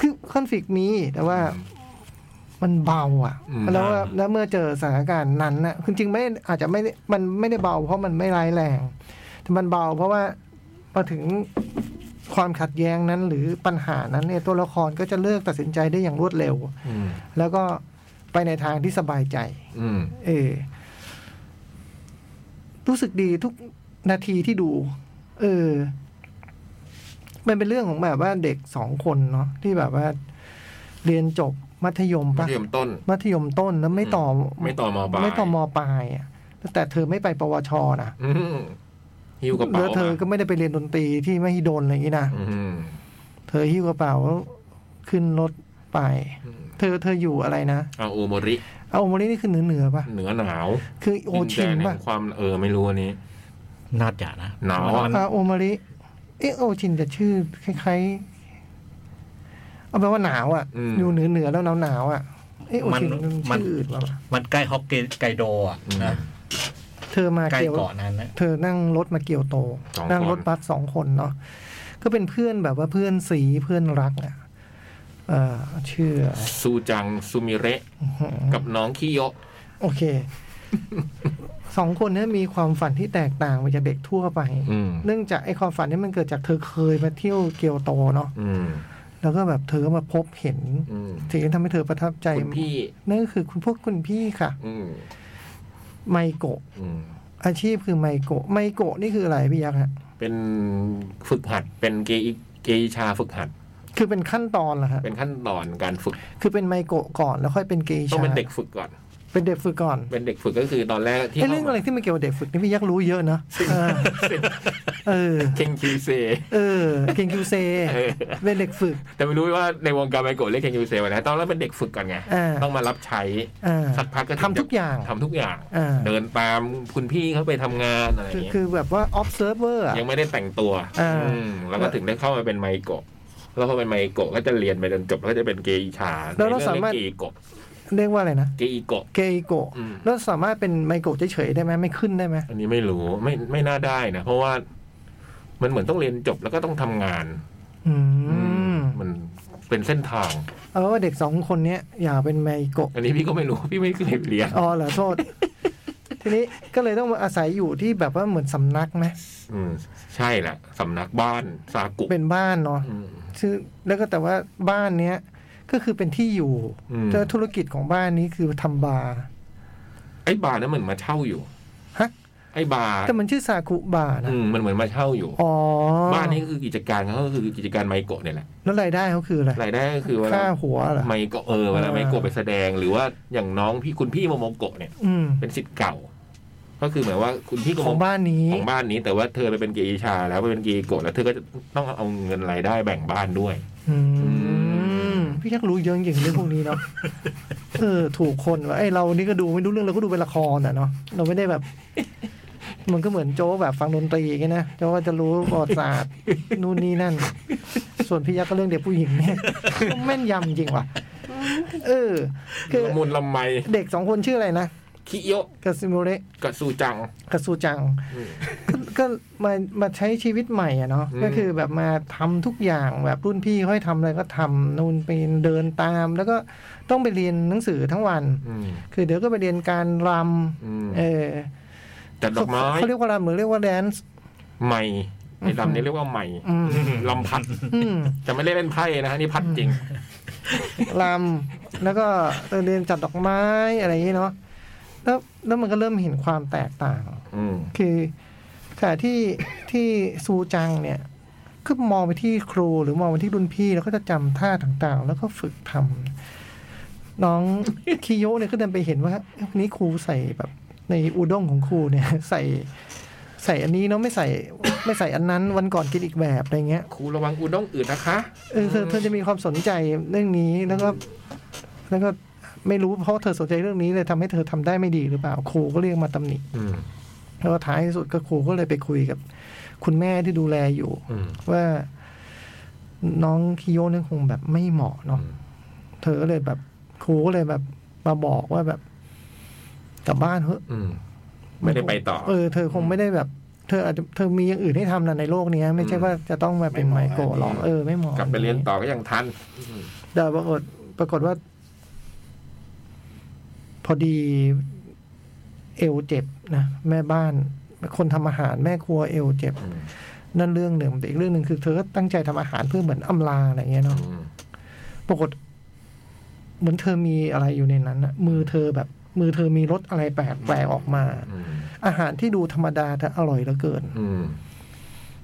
C: คือคอนฟ lict มีแต่ว่ามันเบาอ่ะ
D: อืม
C: แล้วว่าแล้วเมื่อเจอสถานการณ์นั้นน่ะคือจริงไม่อาจจะไม่ได้มันไม่ได้เบา เพราะมันไม่ร้ายแรงแต่มันเบา เพราะว่าพอถึงความขัดแย้งนั้น หรือปัญหานั้นเนี่ยตัวละครก็จะเลือกตัดสินใจได้อย่างรวดเร็ว
D: อืม
C: แล้วก็ไปในทางที่สบายใจ
D: อืม
C: เออ รู้สึกดีทุกนาทีที่ดู เออ มันเป็นเรื่องของแบบว่าเด็กสองคนเนาะที่แบบว่า เรียนจบมัธยม
D: มั
C: ปะ
D: ธยมต้น
C: มัธยมต้นแล้วไม่ต่อ
D: ไม่ต่อมปลาย
C: ไม่ต่อมปลายอะแต่เธอไม่ไปปวชนะ
D: อืมหิ้วกระเป๋า
C: แล้วเธอก็ไม่ได้ไปเรียนดนตรีที่มหิดลอะไรอย่างนี้นะ
D: อืม
C: เธอหิ้วกระเป๋าขึ้นรถไป เธอเธออยู่อะไรนะ
D: เอาโอโมริ
C: เอาโมรินี่คือเหนือเหนือปะ
D: เหนือหนาว
C: คือโอชิน
D: ดิแดนแห่
C: ปะ
D: งความเออไม่รู้อันนี้
E: น่าจะนะ
D: หนาวอะ
C: อาโอมาริ เอะโอชินจะชื่อคล้ายๆ เอาแปลว่าหนาวอ่ะ
D: อืม
C: อยู่เหนือเหนือแล้วหนาวหนาวๆอ่ะ เอะโอชินมัน
E: มัน
C: ชื่ออื่นแล้วะ
E: มันใกล้ฮอกเกไกโดอ่ะนะ
C: เธอมา
E: ใกล้
C: เกียว
E: เกาะนั้นนะ
C: เธอนั่งรถมาเกียวโต
D: สองคน
C: นั่งรถบัสสองคนเนาะ ก็เป็นเพื่อนแบบว่าเพื่อนสีเพื่อนรักอ่ะ เออชื่ออะไร
D: ซูจังซูมิเระกับน้องคิโยะ
C: โอเค สองคนเนี้มีความฝันที่แตกต่างไปจากเด็กทั่วไป
D: อืม
C: เนื่องจากไอ้ความฝันนี้มันเกิดจากเธอเคยมาเที่ยวเกียวโตเนาะ
D: อืม
C: แล้วก็แบบเธอก็มาพบเห็น
D: อืม
C: สิ่งที่ทำให้เธอประทับใจ
D: คุณพี่
C: นั่นก็คือคุณพวกคุณพี่ค่ะ
D: อืม
C: ไมโกะ
D: อืม
C: อาชีพคือไมโกะไมโกะนี่คืออะไรพี่ยักษ์ฮะ
D: เป็นฝึกหัดเป็นเกอิเกอิชาฝึกหัด
C: คือเป็นขั้นตอนเหรอฮะ
D: เป็นขั้นตอนการฝึก
C: คือเป็นไมโกะก่อนแล้วค่อยเป็นเกย์
D: ต้อง
C: ชา
D: เป็นเด็กฝึกก่อน
C: เป็นเด็กฝึกก่อน
D: เป็นเด็กฝึกก็คือตอนแรกที่
C: ไอ้เรื่องอะไร
D: ข้ามา
C: ที่มันเกี่ยวกับเด็กฝึกนี่พี่ยักษ์รู้เยอะนะเออเออ
D: เคนคิวเซ
C: เออเก่งคิวเซ
D: เออ
C: เป็นเด็กฝึก
D: แต่ไม่รู้ว่าในวงการไมโกะเรียกเคนคิวเซนะตอนแรกเป็นเด็กฝึกก่อนไง
C: อ่า
D: ต้องมารับใช้
C: อ่า
D: สักพักก็
C: ทำทุกอย่าง
D: ทำทุกอย่าง
C: อ่า
D: เดินตามคุณพี่เขาไปทำงานอะไรอ
C: คื
D: ย่าง
C: อ
D: เงี้ย
C: คือแบบว่า observer อะ
D: ยังไม่ได้แต่งตัว
C: อ่า
D: อืมแล้วก็ถึงได้เข้ามาเป็นไมโกะแล้วพอเป็นไมโกะก็จะเรียนไปจนจบแล้วก็จะเป็นเกอิชา
C: แล้วเรา
D: ในอง
C: สามารถ
D: เกอิโกะ
C: เรียกว่าอะไรนะ
D: เกอิโกะ
C: เกย์โกะ
D: อืม
C: แล้วสามารถเป็นไมโกะเฉยๆได้ไหมไม่ขึ้นได้ไหม
D: อันนี้ไม่รู้ไม่ไม่น่าได้นะเพราะว่า มันเหมือนต้องเรียนจบแล้วก็ต้องทำงาน
C: อืม
D: มันเป็นเส้นทาง
C: เอาว่าเด็กสองคนเนี้ยอยากเป็นไมโกะ
D: อันนี้พี่ก็ไม่รู้ พี่ไม่เคยเรียน
C: อ๋อเหรอโทษ ทีนี้ก็เลยต้องมาอาศัยอยู่ที่แบบว่าเหมือนสำนักไหม
D: อืมใช่แหละสำนักบ้านซากุ
C: เป็นบ้านเนาะ
D: อืม
C: ชื่อแล้วก็แต่ว่าบ้านเนี้ยก็คือเป็นที่อยู่
D: อืม
C: แต่ธุรกิจของบ้านนี้คือทำบาร์
D: ไอ้บาร์นั้นเหมือนมาเช่าอยู่
C: ฮะ
D: ไอ้บาร์
C: แต่มันชื่อซากุบาร์นะ
D: อืมมันเหมือนมาเช่าอยู่
C: อ๋อ
D: บ้านนี้ก็คือกิจการเขาก็คือกิจการไมโกะเนี่ยแหละ
C: แล้วรายได้เขาคืออะไร
D: รายได้ก็คือเวลา
C: ค่าหัวเหรอ
D: ไมโกะเออเวลาไมโกะไปแสดง หรือว่าอย่างน้องพี่คุณพี่โมโมโกะเนี่ย
C: อืม
D: เป็นสิทธิ์เก่า ก็คือหมายว่าคุณพี่โม
C: ข
D: โม
C: อง
D: โกะ
C: บ้านนี้
D: ของบ้านนี้แต่ว่าเธอไปเป็นเกอิชา แล้วไปเป็นเกอิโกะแล้วเธอก็จะต้องเอาเงินรายได้แบ่งบ้านด้วย
C: อื
D: ม
C: มพี่ชักรู้เยอะจริงๆเรื่องพวกนี้เนาะ เออ ถูกคนว่าไอยเรานี่ก็ดูไม่รู้เรื่องเราก็ดูเป็นละครอ่ะเนาะเราไม่ได้แบบ มันก็เหมือนโจ้แบบฟังดนตรีไงนะโจ้ก็จะรู้ประวัติศาสตร์นู่นนี่นั่น ส่วนพี่ยักษ์ก็เรื่องเด็กผู้หญิงเนี่ย แม่นยำจริงว่ะเออ คือ
D: ละมุนละไม
C: เด็กสองคนชื่ออะไรนะ
D: คิโยะ
C: กาซิโมเระ
D: กับซูจัง
C: กับซูจัง ก็ก็มามาใช้ชีวิตใหม่อ่ะเนาะ
D: อืม
C: ก็คือแบบมาทำทุกอย่างแบบรุ่นพี่ค่อยทำอะไรก็ทำนู่นไปเดินตาม แล้วก็ต้องไปเรียนหนังสือทั้งวัน
D: อืม
C: คือเดี๋ยวก็ไปเรียนการร
D: อืม
C: ำเออ
D: จัดดอกไม้
C: เขาเรียกว่ารำหรือเรียกว่าแดนซ์
D: ใหม่ไอ้ลำนี้เรียกว่าใหม่
C: อืม
D: ลำพัด
C: อืม
D: จะไม่ได้เล่นไพ่นะฮะนี่พัดจริง
C: รำแล้วก็เรียนจัดดอกไม้อะไรอย่างงี้เนาะแล้วแล้วมันก็เริ่มเห็นความแตกต่าง
D: อืม
C: คือขณะที่ที่ซูจังเนี่ย ก็มองไปที่ครูหรือมองไปที่รุ่นพี่ แล้วก็จะจำท่าต่างๆ แล้วก็ฝึกทำน้อง คิโยะเนี่ยก็เดินไปเห็นว่าเอ้ยวันนี้ครูใส่แบบ ในอูด้งของครูเนี่ย ใส่ ใส่อันนี้เนาะไม่ใส่ ไม่ใส่อันนั้นวันก่อนกินอีกแบบอะไรเงี้ย
D: ครูระวังอุด้งอืดนะคะ
C: เออเธอเธอจะมีความสนใจเรื่องนี้แล้วก็ แล้วก็ไม่รู้เพราะเธอสนใจเรื่องนี้เลยทำให้เธอทำได้ไม่ดีหรือเปล่าครูก็เรียกมาตำหนิ
D: อืม
C: แล้วท้ายที่สุดก็ครูก็เลยไปคุยกับ คุณแม่ที่ดูแลอยู่
D: อืม
C: ว่าน้องคิโยะเนี่ยคงแบบไม่เหมาะเนาะ
D: อืม
C: เธอก็เลยแบบครูก็เลยแบบมาบอกว่าแบบกลับบ้านเถอะ
D: อืม ไม่ได้ไปต่อ
C: เออเธอคงไม่ได้แบบ เธออาจจะเธอมีอย่างอื่นให้ทำนะในโลกเนี้ย ไม่ใช่ว่าจะต้องมาเป็นไมโกะหรอกเออไม่เหมาะ
D: กลับไปเรียนต่อก็ยังทัน
C: แต่ปรากฏปรากฏว่า พอดีเอวเจ็บนะแม่บ้าน คนทำอาหารแม่ครัวเอวเจ็บ
D: อืม
C: นั่นเรื่องหนึ่งแต่อีกเรื่องหนึ่งคือเธอก็ตั้งใจทำอาหารเพื่อเหมือนอำลาอะไรเงี้ยเนาะ
D: อืม
C: ปรากฏเหมือนเธอมีอะไรอยู่ในนั้นอะมือเธอแบบ มือเธอมีรสอะไรแปลกแปลกๆออกมา
D: อืม
C: อาหารที่ดูธรรมดาแต่อร่อยเหลือเกิน
D: อืม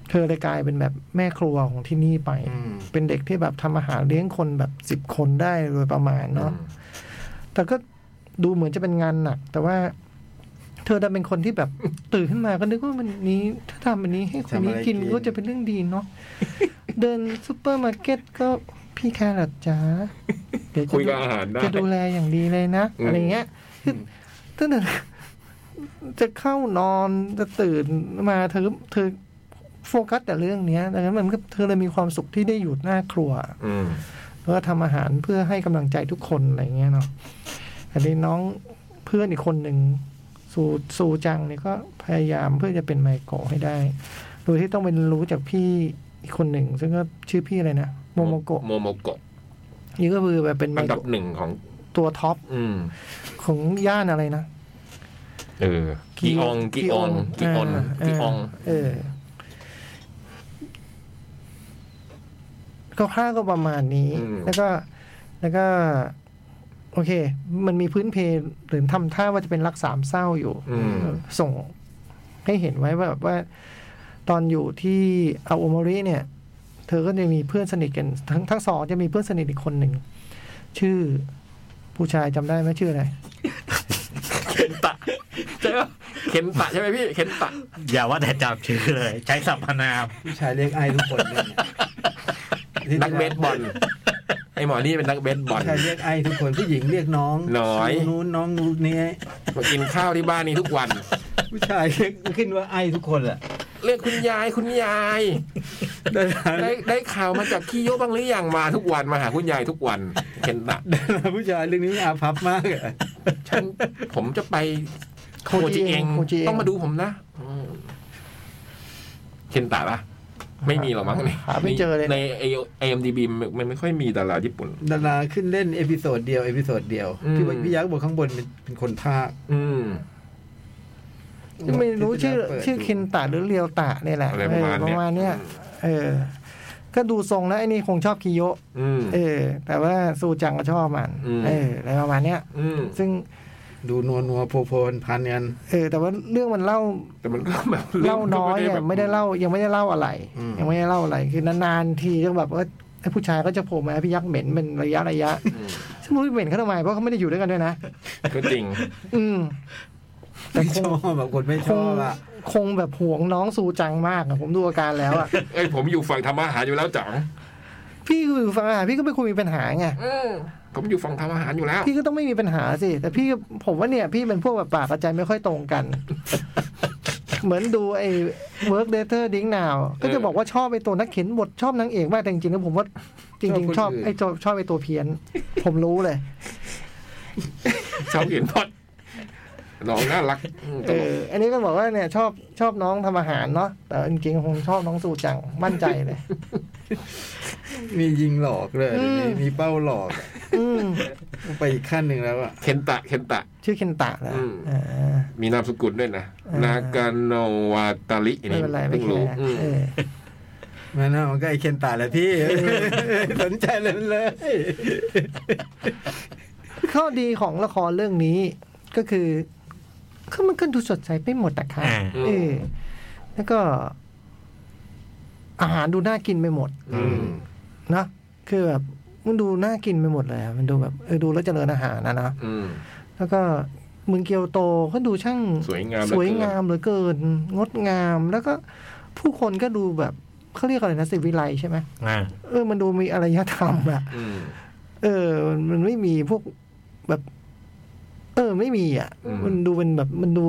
C: เธอเลยกลายเป็นแบบแม่ครัวของที่นี่ไป
D: อืม
C: เป็นเด็กที่แบบทำอาหารเลี้ยงคนแบบสิบคนได้โดยประมาณเนาะแต่ก็ดูเหมือนจะเป็นงานหนัก แต่ว่า เธอดันเป็นคนที่แบบ ตื่นขึ้นมาก็นึกว่ามันนี้ ถ้าทำอันนี้ให้คนนี้
B: ทำอะไรกิ
C: กิน
B: น
C: ก็จะเป็นเรื่องดีเนาะ เดินซูเปอร์มาร์เก็ตก็พี่แครอทจ้าเดี๋ยวจะ
D: คุยกับอาหารได้
C: จะดูแลอย่างดีเลยนะ
D: อืม
C: อะไรเงี้ย คือตั้งแต่จะเข้านอนจะตื่นมาเธอเธอโฟกัสแต่เรื่องเนี้ยดังนั้นมันก็เธอเลยมีความสุขที่ได้อยู่หน้าครัว
D: อืม
C: เพื่อทำอาหารเพื่อให้กำลังใจทุกคนอะไรเงี้ยเนาะแต่นี้น้องเพื่อนอีกคนหนึ่งซูซูจังเนี่ยก็พยายามเพื่อจะเป็นไมโกะให้ได้ โดยที่ต้องเป็นรู้จากพี่อีกคนหนึ่ง ซึ่งก็ชื่อพี่อะไรนะ โมโมโกะ
D: โมโมโกะ
C: นี่ก็คือแบบเป็นไม
D: อันดับ
C: โกะ
D: หนึ่งของ
C: ตัวท็อป
D: อืม
C: ของย่านอะไรนะ
D: เออกีอองกีอองกีออนกีออง
C: เออก็ค่าวๆก็ประมาณนี้
D: อืม
C: แล้วก็ แล้วก็ โอเค มันมีพื้นเพหรือทำท่าว่าจะเป็นรักสามเศร้าอยู่
D: อืม
C: ส่งให้เห็นไว้ว่าแบบว่า ตอนอยู่ที่อาโอมริเนี่ย เธอก็จะมีเพื่อนสนิทกัน ทั้งทั้งสองจะมีเพื่อนสนิทอีกคนหนึ่ง ชื่อ ผู้ชายจำได้ไหมชื่ออะไร
D: เข็นตะใช่ปะเข็นตะใช่ไหมพี่เข็นตะ
E: อย่าว่าแต่จำชื่อเลย ใช้สรรพนาม
B: ผู้ชายเรียกไอ้ทุกคนเลยเนี่ย
D: นักเบสบอลไอหมอนี่เป็นนักเบสบอล
B: ผู้ชายเรียกไอ้ทุกคนผู้หญิงเรียกน้อง
D: น้อย
B: นู้นน้องนู้นนี่
D: มากินข้าวที่บ้านนี้ทุกวัน
B: ผู้ชายเรียกขึ้นว่าไอ้ทุกคนแหละ
D: เรียกคุณยายคุณยาย
B: ดารา
D: ได้ได้ข่าวมาจากคีโยบ้างหรือยังมาทุกวันมาหาคุณยายทุกวันเข็นตะ
B: ดาราผู้ชายเรื่องนี้อาภัพมากอะ
D: ฉันผมจะไป
C: โคจิเอง
D: โค
C: โคจิ
D: จิ
C: เอง
D: ต้องมาดูผมนะอืมเข็นตะปะไม่มีหรอกมั้งเนี่ย
C: หาไม่เจอเลย
D: ในไอเอ็มดีบีมันไม่ค่อยมีดาราญี่ปุ่น
B: ดาราขึ้นเล่นเอพิโซดเดียว เอพิโซดเดียว
D: อืม
B: พี่บอกพี่ยักษ์บอกข้างบนเป็นเป็นคนภาค
D: อืม
C: ไม่รู้ชื่อ
B: เปิดดู
C: ชื่อเคนตะหรือเรียวตะเนี่ยแหละ
D: อะไรประมาณ
C: เออ
D: เนี้ย
C: มาณเนี้ยเออ ก็ดูทรงแล้วไอ้นี่คงชอบคิโยะ
D: อืม
C: เออ แต่ว่าซูจังก็ชอบมัน
D: อืม
C: เอออะไรประมาณเนี้ย
D: อืม
C: ซึ่ง
B: ดูนัวนัวโพโพนพันกัน
C: เออ แต่ว่าเรื่องมันเล่า
D: แต่มันก็แบบ
C: เล่าน้อยอะไม่ได้เล่ายังไม่ได้เล่าอะไร ยังไม่ได้เล่าอะไร คือนานๆทีก็แบบว่าไอ้ผู้ชายก็จะโผล่มาพี่ยักษ์เหม็นเป็นระยะระยะซึ่งไม่รู้เหม็นเขาทำไมเพราะเขาไม่ได้อยู่ด้วยกันด้วยนะ
D: ก็จริง
C: อืม
B: ไม่ชอบแบบคนไม่
C: ค
B: ช
C: ง
B: อบอ่ะ
C: คงแบบห่วงน้องซูจังมากอะผมดูอาการแล้วอะ
D: เอ้ยผมอยู่ฝั่งทำอาหารอยู่แล้วจ๋อง
C: พี่ก็อยู่ฝั่งอาหารพี่ก็ไม่ควรมีปัญหาไง
D: ผมอยู่ฝั่งทำอาหารอยู่แล้ว
C: พี่ก็ต้องไม่มีปัญหาสิ แต่พี่ผมว่าเนี่ย พี่เป็นพวกแบบปากกระใจไม่ค่อยตรงกัน เหมือนดูไอ้ work later ding now ก็จะบอกว่าชอบไอ้ตัวนักเขียนบทชอบนางเอกมากแต่จริงๆแล้วผมว่าจริง ๆ ชอบไอ้ตัวชอบไอ้ตัวเพี้ยน ผมรู้เลย
D: ชาวเห็นพอดน้องน่ารัก
C: เออ อันนี้ก็บอกว่าเนี่ย ชอบชอบน้องทำอาหารเนาะแต่จริงๆคงชอบน้องสูจังมั่นใจเลย
B: มียิงหลอกเลย
C: อืม
B: มีเป้าหลอกอะ
C: อืม
B: ไปอีกขั้นหนึ่งแล้วอ่ะ
D: เคนตะเคนตะ
C: ชื่อเคนตะนะ
D: อืม
C: อ่า
D: มีนามสกุลด้วยนะ
C: เออ
D: นากาโนวาตาลิ
C: ไม่เป็นไรไม่
D: ง
C: เป็น
D: รู้
C: ไร
D: อืม
C: เออ
B: มาหน้ามันก็ไอเคนตาแหละพี่ สนใจเลยเลย
C: ข้อดีของละครเรื่องนี้ก็คือก็มันก็ดูสดใสไปหมดอะค่ะ
E: อ่า
C: เออแล้วก็ อาหารดูน่ากินไปหมด
D: อืม
C: นะคือแบบมันดูน่ากินไปหมดเลยอะมันดูแบบเออดูแล้วเจริญอาหารนะนะ
D: อืม
C: แล้วก็เมืองเกียวโตก็ดูช่าง
D: สวยงามเหลือเกิน
C: สวยงามเหลือเกิน งดงาม แล้วก็ผู้คนก็ดูแบบเขาเรียกอะไรนะสิวิไลใช่ไหม
E: อ่า
C: เออมันดูมีอารยธรรมอะ
D: อืม
C: เออ มันมันไม่มีพวกแบบ เออ ไม่มีอ่ะ
D: อืม
C: มันดูเป็นแบบ มันดู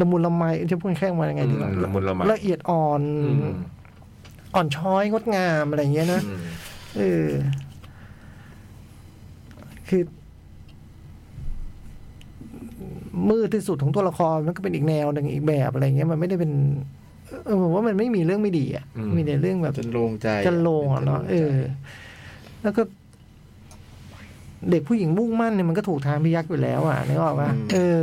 C: ละมุนละไมจะพูดแค่มายังไง
D: อื
C: ดี
D: ม
C: วะ
D: ละมุนละไม
C: ละเอียดอ่อน
D: อืม
C: อ่อนช้อยงดงามอะไรอย่างเงี้ยนะ
D: อืม
C: เออ คือ มืดที่สุดของตัวละครมันก็เป็นอีกแนวหนึ่งอีกแบบอะไรอย่างเงี้ย มันไม่ได้เป็น เออผมว่ามันไม่มีเรื่องไม่ดีอ่ะ มีแต่เรื่องแบบ
B: จนโลงใจ
C: จะลงอ่ะเนาะเออ แล้วก็ เด็กผู้หญิงมุ่งมั่นเนี่ยมันก็ถูกทางพิยักษ์อยู่แล้วอ่ะนึกออกปะเออ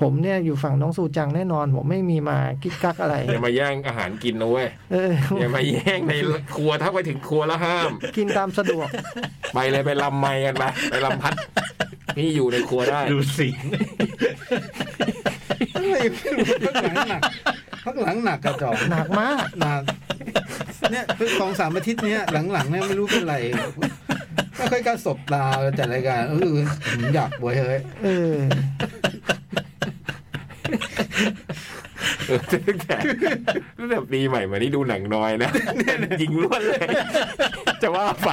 C: ผมเนี่ยอยู่ฝั่งน้องสูจังแน่นอน ผมไม่มีมากิ๊กกักอะไร
D: อย่ามาแย่งอาหารกินนะเว้ย
C: เออ
D: อย่ามาแย่ง ในครัวถ้าไปถึงครัวแล้วห้าม
C: กินตามสะดวก
D: ไปเลยไปลำไมกันไปไปลำพัดนี่อยู่ในครัวได้
E: ดูสิ
B: อะไรไม่รู้พักหลังหนักพักหลังหนักกระจอก
C: หนักมาก
B: หนักเนี่ยเพิ่งสองสามอาทิตย์เนี้ยหลังๆเนี่ยไม่รู้เป็นไรไม่ค่อยกล้าสบตาจัดรายการเออผมอยากบวยเฮ้ย
C: เออ
D: เออ ตั้งแต่ตั้งแต่ปีใหม่มานี่ดูหนังน้อยนะ ยิงล้วนเลย จะว่าไป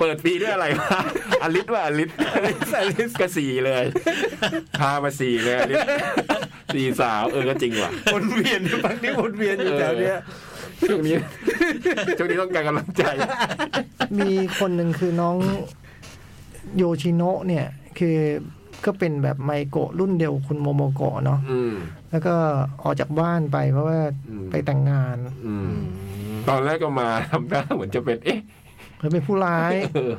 D: เปิดปีด้วยอะไรวะอลิสว่าอลิสอลิสกสีเลย พามาสี่เลยอลิสสี่สาว เออก็จริงว่ะ
B: วนเวียนอยู่ปักนี้วนเวียนอยู่แถวเนี้ย
D: ช่วงนี้ช่วงนี้ต้องการกำลังใจ
C: มีคนหนึ่งคือน้องโยชิโนะเนี่ย คือก็เป็นแบบไมโกะรุ่นเดียวคุณโมโมโกะเนาะ
D: อืม
C: แล้วก็ออกจากบ้านไปเพราะว่า
D: อืม
C: ไปแต่งงาน
D: อืม ตอนแรกก็มาทำหน้าเหมือนจะเป็น เอ๊ะ
C: เธอเป็นผู้ร้าย
D: เออ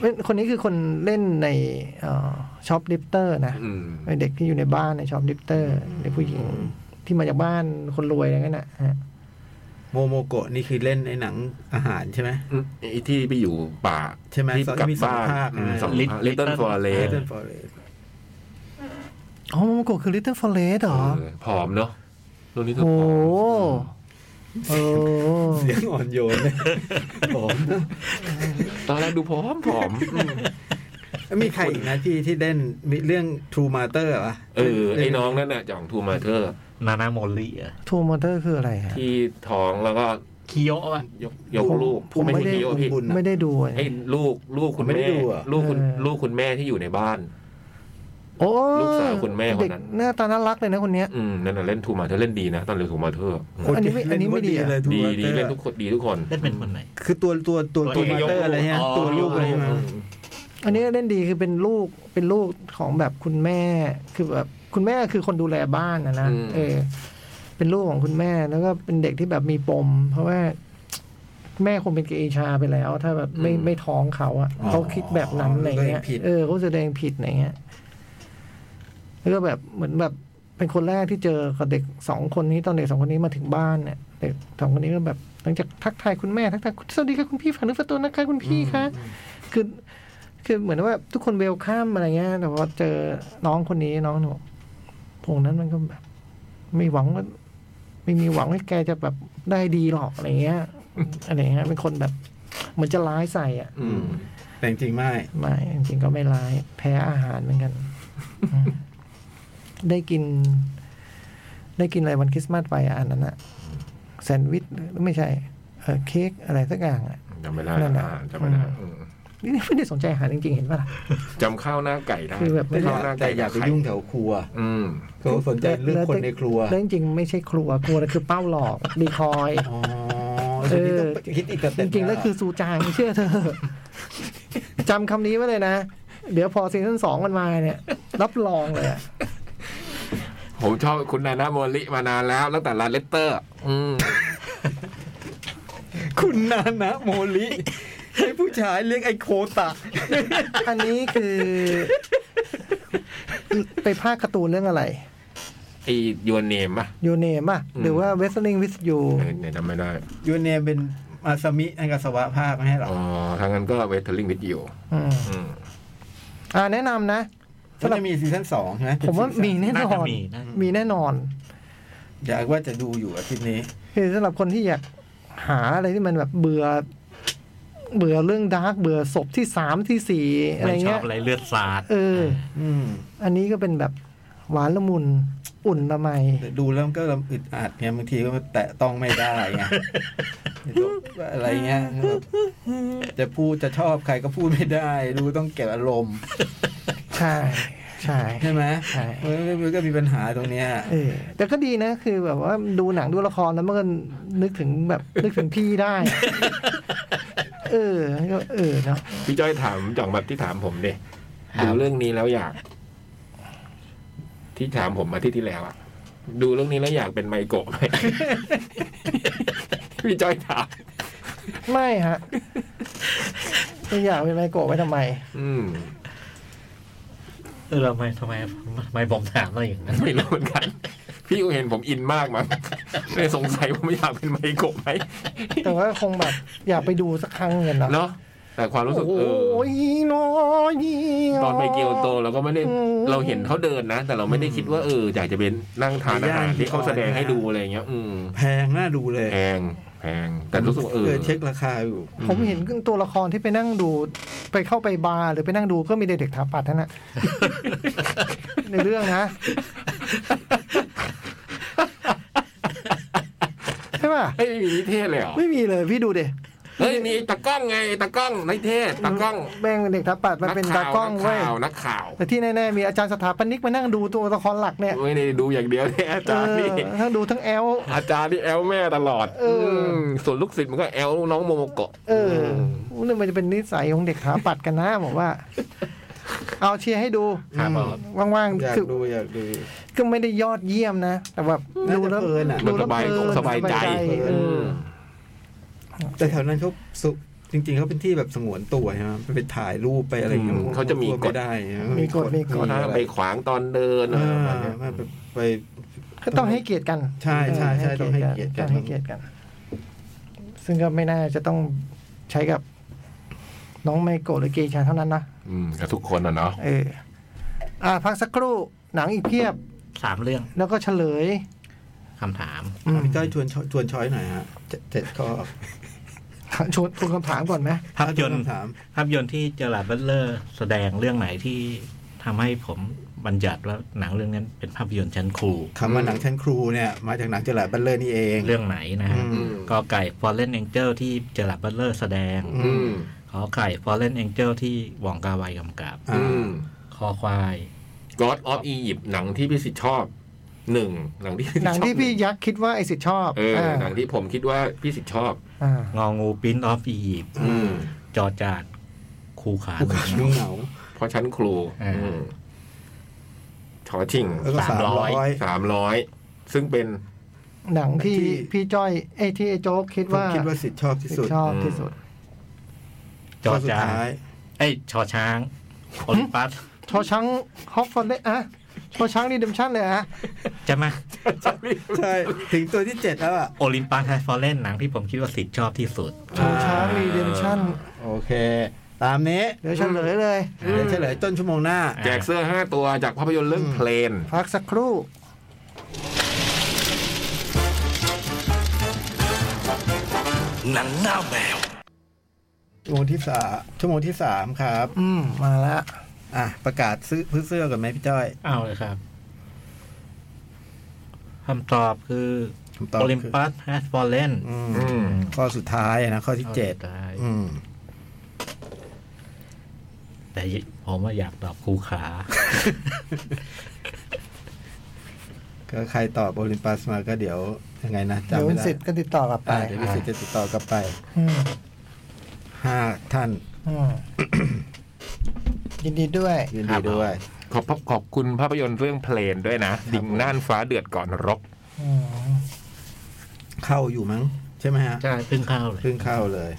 C: เอ้ยคนนี้คือคนเล่นในช็อปลิฟเตอร์นะ
D: อืม
C: ไอ้เด็กที่อยู่ในบ้านในช็อปลิฟเตอร์เด็กผู้หญิงที่มาจากบ้านคนรวยอะไรเงี้ยน่ะฮะ
B: โมโมโกะนี่คือเล่นในหนังอาหารใช่ไหม
D: ไอ้ที่ไปอยู่ป่า
B: ใช่ไหม
D: ที่กลับ
B: มีสอง
D: บ้าน
B: ภาคนะ
D: ลิตเติ้ล
E: Little
D: ฟอร์เรส
B: Little Forest
C: อ๋อโมโมโกะคือ Little Forest เหรอ
D: ผอมเนาะเรื่องนี้เธอ
C: โอ้
D: ผ
C: โห
D: อม
C: โอ้โห
B: เสียงอ่อนโยนเลย ผม
D: ตอนแรกดูผอมผอมอืม
B: มีใครอีกนะที่ที่เล่นมีเรื่อง True Matter เหรอ
D: เออ ไอ้น้องนั่นน่ะจ่องทูมาเธอร์
E: นานาโมลี่เหรอะ
C: ทูมอเตอร์คืออะไรฮะ
D: ที่ท้องแล้วก็
E: คิโยะอะ
D: ยกยกลูก
C: ผมไม่ได้
D: ใช่โยกพี่
B: คุณ
C: ไม่ได้ดูอะ
D: ไอ้ลูกลูกคุณแม่ลูกคุณลูกคุณแม่ที่อยู่ในบ้าน
C: โอ้
D: ลูกสาวคุณแม่คนนั้น
C: เด็กหน้าตาน่ารักเลยนะคนเนี้ย
D: อืมนั่นน่ะเล่นทูมาเธอร์เล่นดีนะ ตอนเล่นทูมาเธอร์
C: อันนี้ไม่อันนี้ไม่ดีอะ
B: เลย True
D: ดีดี
B: Matter
D: เล่นทุกคนดีทุกคน
E: เล่นเป็นคนไหน
B: คือตัวตัวตัว
E: ตั
B: ตัว ว
E: ที่
B: มาย
E: ก
B: เตอร์อะไรฮะ
E: อ๋อ
B: ตัวลูกอะไร
D: อื
B: มาม
C: อันนี้เล่นดีคือเป็นลูกเป็นลูกของแบบคุณแม่คือแบบคุณแม่คือคนดูแลบ้านนะนะเออ เป็นลูกของคุณแม่แล้วก็เป็นเด็กที่แบบมีปม เพราะว่า แม่คงเป็นเกย์ชาไปแล้ว ถ้าแบบไม่ไม่ท้องเขาอะเขาคิดแบบนั้นอะไรเงี้ยเออเขาแสดงผิดอะไรเงี้ยแล้วก็แบบเหมือนแบบเป็นคนแรกที่เจอกับเด็กสองคนนี้ตอนเด็กสองคนนี้มาถึงบ้านเนี่ยเด็กสองคนนี้ก็แบบ หลังจากทักทายคุณแม่ทักทายสวัสดีค่ะคุณพี่ฝันนึกฝันตัวนะคะคุณพี่คะ คือ คือเหมือนว่าทุกคนเวลข้ามอะไรเงี้ยแต่พอเจอน้องคนนี้น้องหนูพวกนั้นมันก็แบบ ไม่หวังว่าไม่มีหวังว่าแกจะแบบได้ดีหรอกอะไรเงี้ยอะไรเงี้ยเป็นคนแบบเหมือนจะร้ายใส่อ่ะ
D: อืม
B: แต่จริงๆไม่
C: ไม่จริงๆก็ไม่ร้าย แพ้อาหารเหมือน กันอืมได้กิน ได้กินอะไรวันคริสต์มาสไปอะอันนั้นอะแซนด์วิชหรือไม่ใช่เออเค้กอะไรสักอย่างอะ
D: จำไม่ได้
C: นั่นน่ะ
D: จำไม่ได้อืม
C: นี่ไม่ได้สนใจอาหารจริงๆเห็นปะล่ะ
D: จำข้าวหน้าไก่ได้
C: คือแบบไม่
B: แต่อ
D: ข้าห
B: ย่าว
D: น้า
B: แต่
D: ไก่
B: อย่าไป
D: ไข่
B: ยุ่งแถวครัว
D: อืม
B: เขาสนใจเรื่องคนในครัว
C: แล้วจริงๆไม่ใช่ครัวครัวน่ะคือเป้าหลอกดีคอย
B: อ๋อทีนี้ต้องคิดอีกส
C: จ
B: เต็ป
C: ริงๆแล้วคือซูจางเชื่อเธอ จำคำนี้ไว้เลยนะ เดี๋ยวพอซีซั่นสองมันมาเนี่ย รับรองเลยอะ
D: ผมชอบคุณนานาโมลิมานานแล้วตั้งแต่ลาเลตเตอร์ อืม
B: คุณนานะโมลิไอ้ผู้ชายเรียกไอ้โคตะ
C: อันนี้คือ ไปภาคการ์ตูนเรื่องอะไร
D: ไอ้ยูนเนมป่ะ
C: ยูเนมอ่ะ หรือว่า Wrestling with You
D: เออเนี่ยจำไม่ได้
B: ยูเนียเป็นมาซามิอันกัสวะภาคไม่ใช่เหรอ
D: อ๋อทางนั้นก็เวทเทอร์ลิงวิดยู
C: อืมอ่าแนะนำนะ
B: ก็จะมีซีซั่นสองใช่ไหม
C: ผมว่ามีแน่น
E: น่า
C: อ
E: จะ
C: น
E: มีนะ
C: มีแน่นอน
B: อยากว่าจะดูอยู่อาทิตย์นี้
C: คือสำหรับคนที่อยากหาอะไรที่มันแบบเบื่อ เบื่อเรื่องดาร์กเบื่อศพที่สามที่สี่อะไร
E: ไม่ชอ
C: เงี้
E: บ
C: ย
E: อะไรเลือดสาด
C: เออ
B: อืม
C: อันนี้ก็เป็นแบบหวานละมุนอุ่นละไม
B: แต่ดูแล้วมันก็ลำอึดอัดไงบางทีก็มันแตะต้องไม่ได้ไงอะไรเงี้ยแบบจะพูดจะชอบใครก็พูดไม่ได้ ดูต้องเก็บอารมณ์
C: ใช่ใช่
B: ใช่ไหม
C: ใช่
B: มันมันก็มีปัญหาตรงเนี้ย
C: เออแต่ก็ดีนะคือแบบว่าดูหนังดูละครแล้วมันก็นึกถึงแบบ นึกถึงพี่ได้ เออก็เออเนาะ
D: พี่จ้อยถามจ่องแบบที่ถามผมดิ
E: ครับ
D: ดูเรื่องนี้แล้วอยาก ที่ถามผมมาที่ที่แล้วอะดูเรื่องนี้แล้วอยากเป็นไมโกะไหม พี่จ้อยถาม
C: ไม่ฮะไม่อยากเป็นไมโกะไว้ทำไม
D: อืม
E: เออทำไมทำไมทำไมผมถามอะไรอย่างนั้น
D: ไม่รู้เหมือนกัน พี่ก็เห็นผมอินมากมั้ง เลยสงสัยว่าไม่อยากเป็นไมโกะไหม
C: แต่ว่าคงแบบอยากไปดูสักครั้งเหมือนกันเนาะ
D: เนาะแต่ความรู้สึกเออ
C: โอ้ยน้อย
D: ตอนไปเกียวโตเราก็ไม่ได้เราเห็นเขาเดินนะ แต่เราไม่ได้คิดว่าเอออยากจะเป็นนั่งทานอาหารที่เขาแสดงให้ดูอะไรอย่างเงี้ย อืม
B: แพงน่าดูเลย
D: แพงแพงแต่รู้สึกว่าเออ
B: เออเช็คราคาอยู่
C: ผมเห็นตัวละครที่ไปนั่งดู ไปเข้าไปบาร์หรือไปนั่งดูก็มีแต่เด็กถาปัดนั่นแหะ ในเรื่องนะใช่ป่ะ
D: เฮ้ยไม่มีนิเทศเลยเหรอ
C: ไม่มีเลยพี่ดูเด็
D: เฮ้ยมีตะกล้องไงตะกล้องในเทศตะกล้อง
C: แบ่งเด็กถาปัดมาเป็นตากล้อง
D: นั
C: เว้ย
D: ข่าวนักข่าว
C: แต่ที่แน่ๆมีอาจารย์สถาปนิกมานั่งดูตัวละครหลักเนี่ย
D: ไม่ได้ดูอย่างเดียว เลยอา
C: เอ
D: จารย์
C: อ
D: นี่
C: ทั้งดูทั้งแอล
D: อาจารย์นี่แอลแม่ตลอด
C: เอออื
D: มส่วนลูกศิษย์มันก็แอลน้องโมโมโกะ
C: เออนี่มันจะเป็นนิสัยของเด็กถาปัดกันนะบอกว่า เอาเชียร์ให้ดู
E: ครับผม
C: ว่าง
B: อยาก
C: ๆคือ
B: ดูอยากดู
C: ก็ไม่ได้ยอดเยี่ยมนะ แต่แบบ
B: น่า
C: ดู
B: จะ
C: แล้ว
B: เพลินอะ
D: มัน
C: ดู
D: ส
C: แล้ว
D: บาย
C: เพลิน
D: สบายใจ
C: เออ
D: อืม
B: แต่แถวนั้นเขาสุ จริงๆเขาเป็นที่แบบสงวนตัวใช่ไหมไปถ่ายรูปไปอะไรอย่างเงี้ย
D: อืมเขาจะมีกฎ
B: ไได้ใช่ไห
C: มีกฎมีกฎ
B: อะ
D: ถ้า
B: ไร
D: ไปขวางตอนเดิน
B: เอ
D: อะไรประ
B: อ
D: มาณเนี้ย
B: ไม่ไปไป
C: ก็ต้องให้เกียรติกัน
B: ใช่ใช่ใช่
C: เ
B: ต้องให้เกียรติกัน
C: ต้องให้เกียรติกัน ซึ่งก็ไม่น่าจะต้องใช้กับ น้องไมโกะหรือเกชาเท่านั้นนะ
D: อืมกับทุกคนอ่ะเนาะ
C: เออ อ่ะพักสักครู่หนังอีกเพียบ
E: สามเรื่อง
C: แล้วก็เฉลย
E: คำถาม
C: อืม
B: พี่จ้อยชวนชวนช้อยหน่อยฮะเจ็ดเจ็ดข้อ
C: ชวนทวนคำถามก่อนไหม
E: ภาพยนตร์
B: คำถาม
E: ภาพยนตร์ที่เจอร์ราร์ดบัตเลอร์แสดงเรื่องไหนที่ทำให้ผมบัญญัติว่าหนังเรื่องนั้นเป็นภาพยนตร์ชั้นครู
B: คำว่าหนังชั้นครูเนี่ย มาจากหนังเจอร์แหลดบัลเลอร์นี่เอง
E: เรื่องไหนนะฮะ
B: อืม
E: กอไก่ Fallen Angel ที่เจอร์ราร์ดบัตเลอร์แสดง
B: อื
D: อืม
E: ขอไข่ Fallen Angel ที่หวองกาไวกำกับ
B: อ่า
D: อืม
E: คอควาย
D: God of Egypt หนังที่พี่สิทธิ์ชอบหนึ่งหนังที่สิทธิ์
C: หนัง
D: ชอบ
C: ที่พี่ยักษ์คิดว่าไอสิทธิ์ชอบ
D: เออหนังที่ผมคิดว่าพี่สิทธิ์ชอบ
C: อ่าง
E: องูปิ้นออฟอียิป
D: อืม
E: จอจานคูขา
B: ผู้ขัดยุ่งเหงา
D: เพราะชั้นครู
E: อ่า
D: อืมชอชิง
B: แล้วก็
E: สามร้อย
B: 300
D: สามร้อยซึ่งเป็น
C: หนังที่
B: ที่
C: พี่จ้อยไอยที่ไอโจ๊กคิด
B: ผม
C: ว่า
B: คิดว่าสิทธิ์ชอบที่
C: สิท
B: สุด
C: ธิ์ชอบที่สุด
E: จ
B: ข้
E: อ
B: อสุด
E: จาน
B: ท้าย
E: เอ้ยชอช้างโอลิมปัส
C: ชอช้างฮอกฟอนได้อะชอช้างรีเดมชั่นเลยอะ
E: ใช่ไหม
B: ใช่ ถึงตัวที่เจ็ดแล้วอ่ะ
E: โอลิมปัสไฮฟอลเลนหนังที่ผมคิดว่าสิทธิ์ชอบที่สุด
C: ชอช้างรีเดมชั่น
B: โอเค ตามนี้
C: เดี๋ยวเฉลยเลย
B: เดี๋ยวเฉลยต้นชั่วโมงหน้า
D: แจกเสื้อห้าตัวจากภาพยนตร์เรื่องเพลน
C: พักสักครู่
A: หนังหน้าแมว
B: ชั่วโมงที่สามชั่วโมงที่สามครับ
C: อืมมาแล้ว
B: อ่ะ ประกาศซื้อพื้นเสื้อก่อนไหมพี่จ้อย
E: เอาเลยครับคำตอบคือ
B: คำตอบ
E: โอลิม
B: คือ
E: ปัสแฮสฟอลเลน
B: อืม
D: อืม
B: ข้อสุดท้ายนะ ข้อที่เจ็ดอืม
E: แต่ผมว่าอยากตอบคูขา
B: ก็ใครตอบโอลิมปัสมาก็เดี๋ยวยังไงนะ
C: เดี๋ย
B: จำ
C: วคุ
B: ไม่
C: ณ
B: ได้
C: สิทธิ์ก็ติดต่อกลับไป
B: อ่ะเดี๋ยวพี่สิทธิ์จะติดต่อกลับไป
C: อืม
B: ห้าท่าน
C: อืมยินดีด้วย
B: ยิน
E: ครั
B: ดี
E: บ
B: ด้วย
D: ขอบขอบคุณภาพยนตร์เรื่องเพลนด้วยนะ ดิ่งน่านฟ้าเดือดก่อนรก
C: อืม
B: เข้าอยู่มั้ง ใช่ไหมฮะ
E: ใช่เพิ่งเข้าเลย
B: เพิ่งเข้าเลย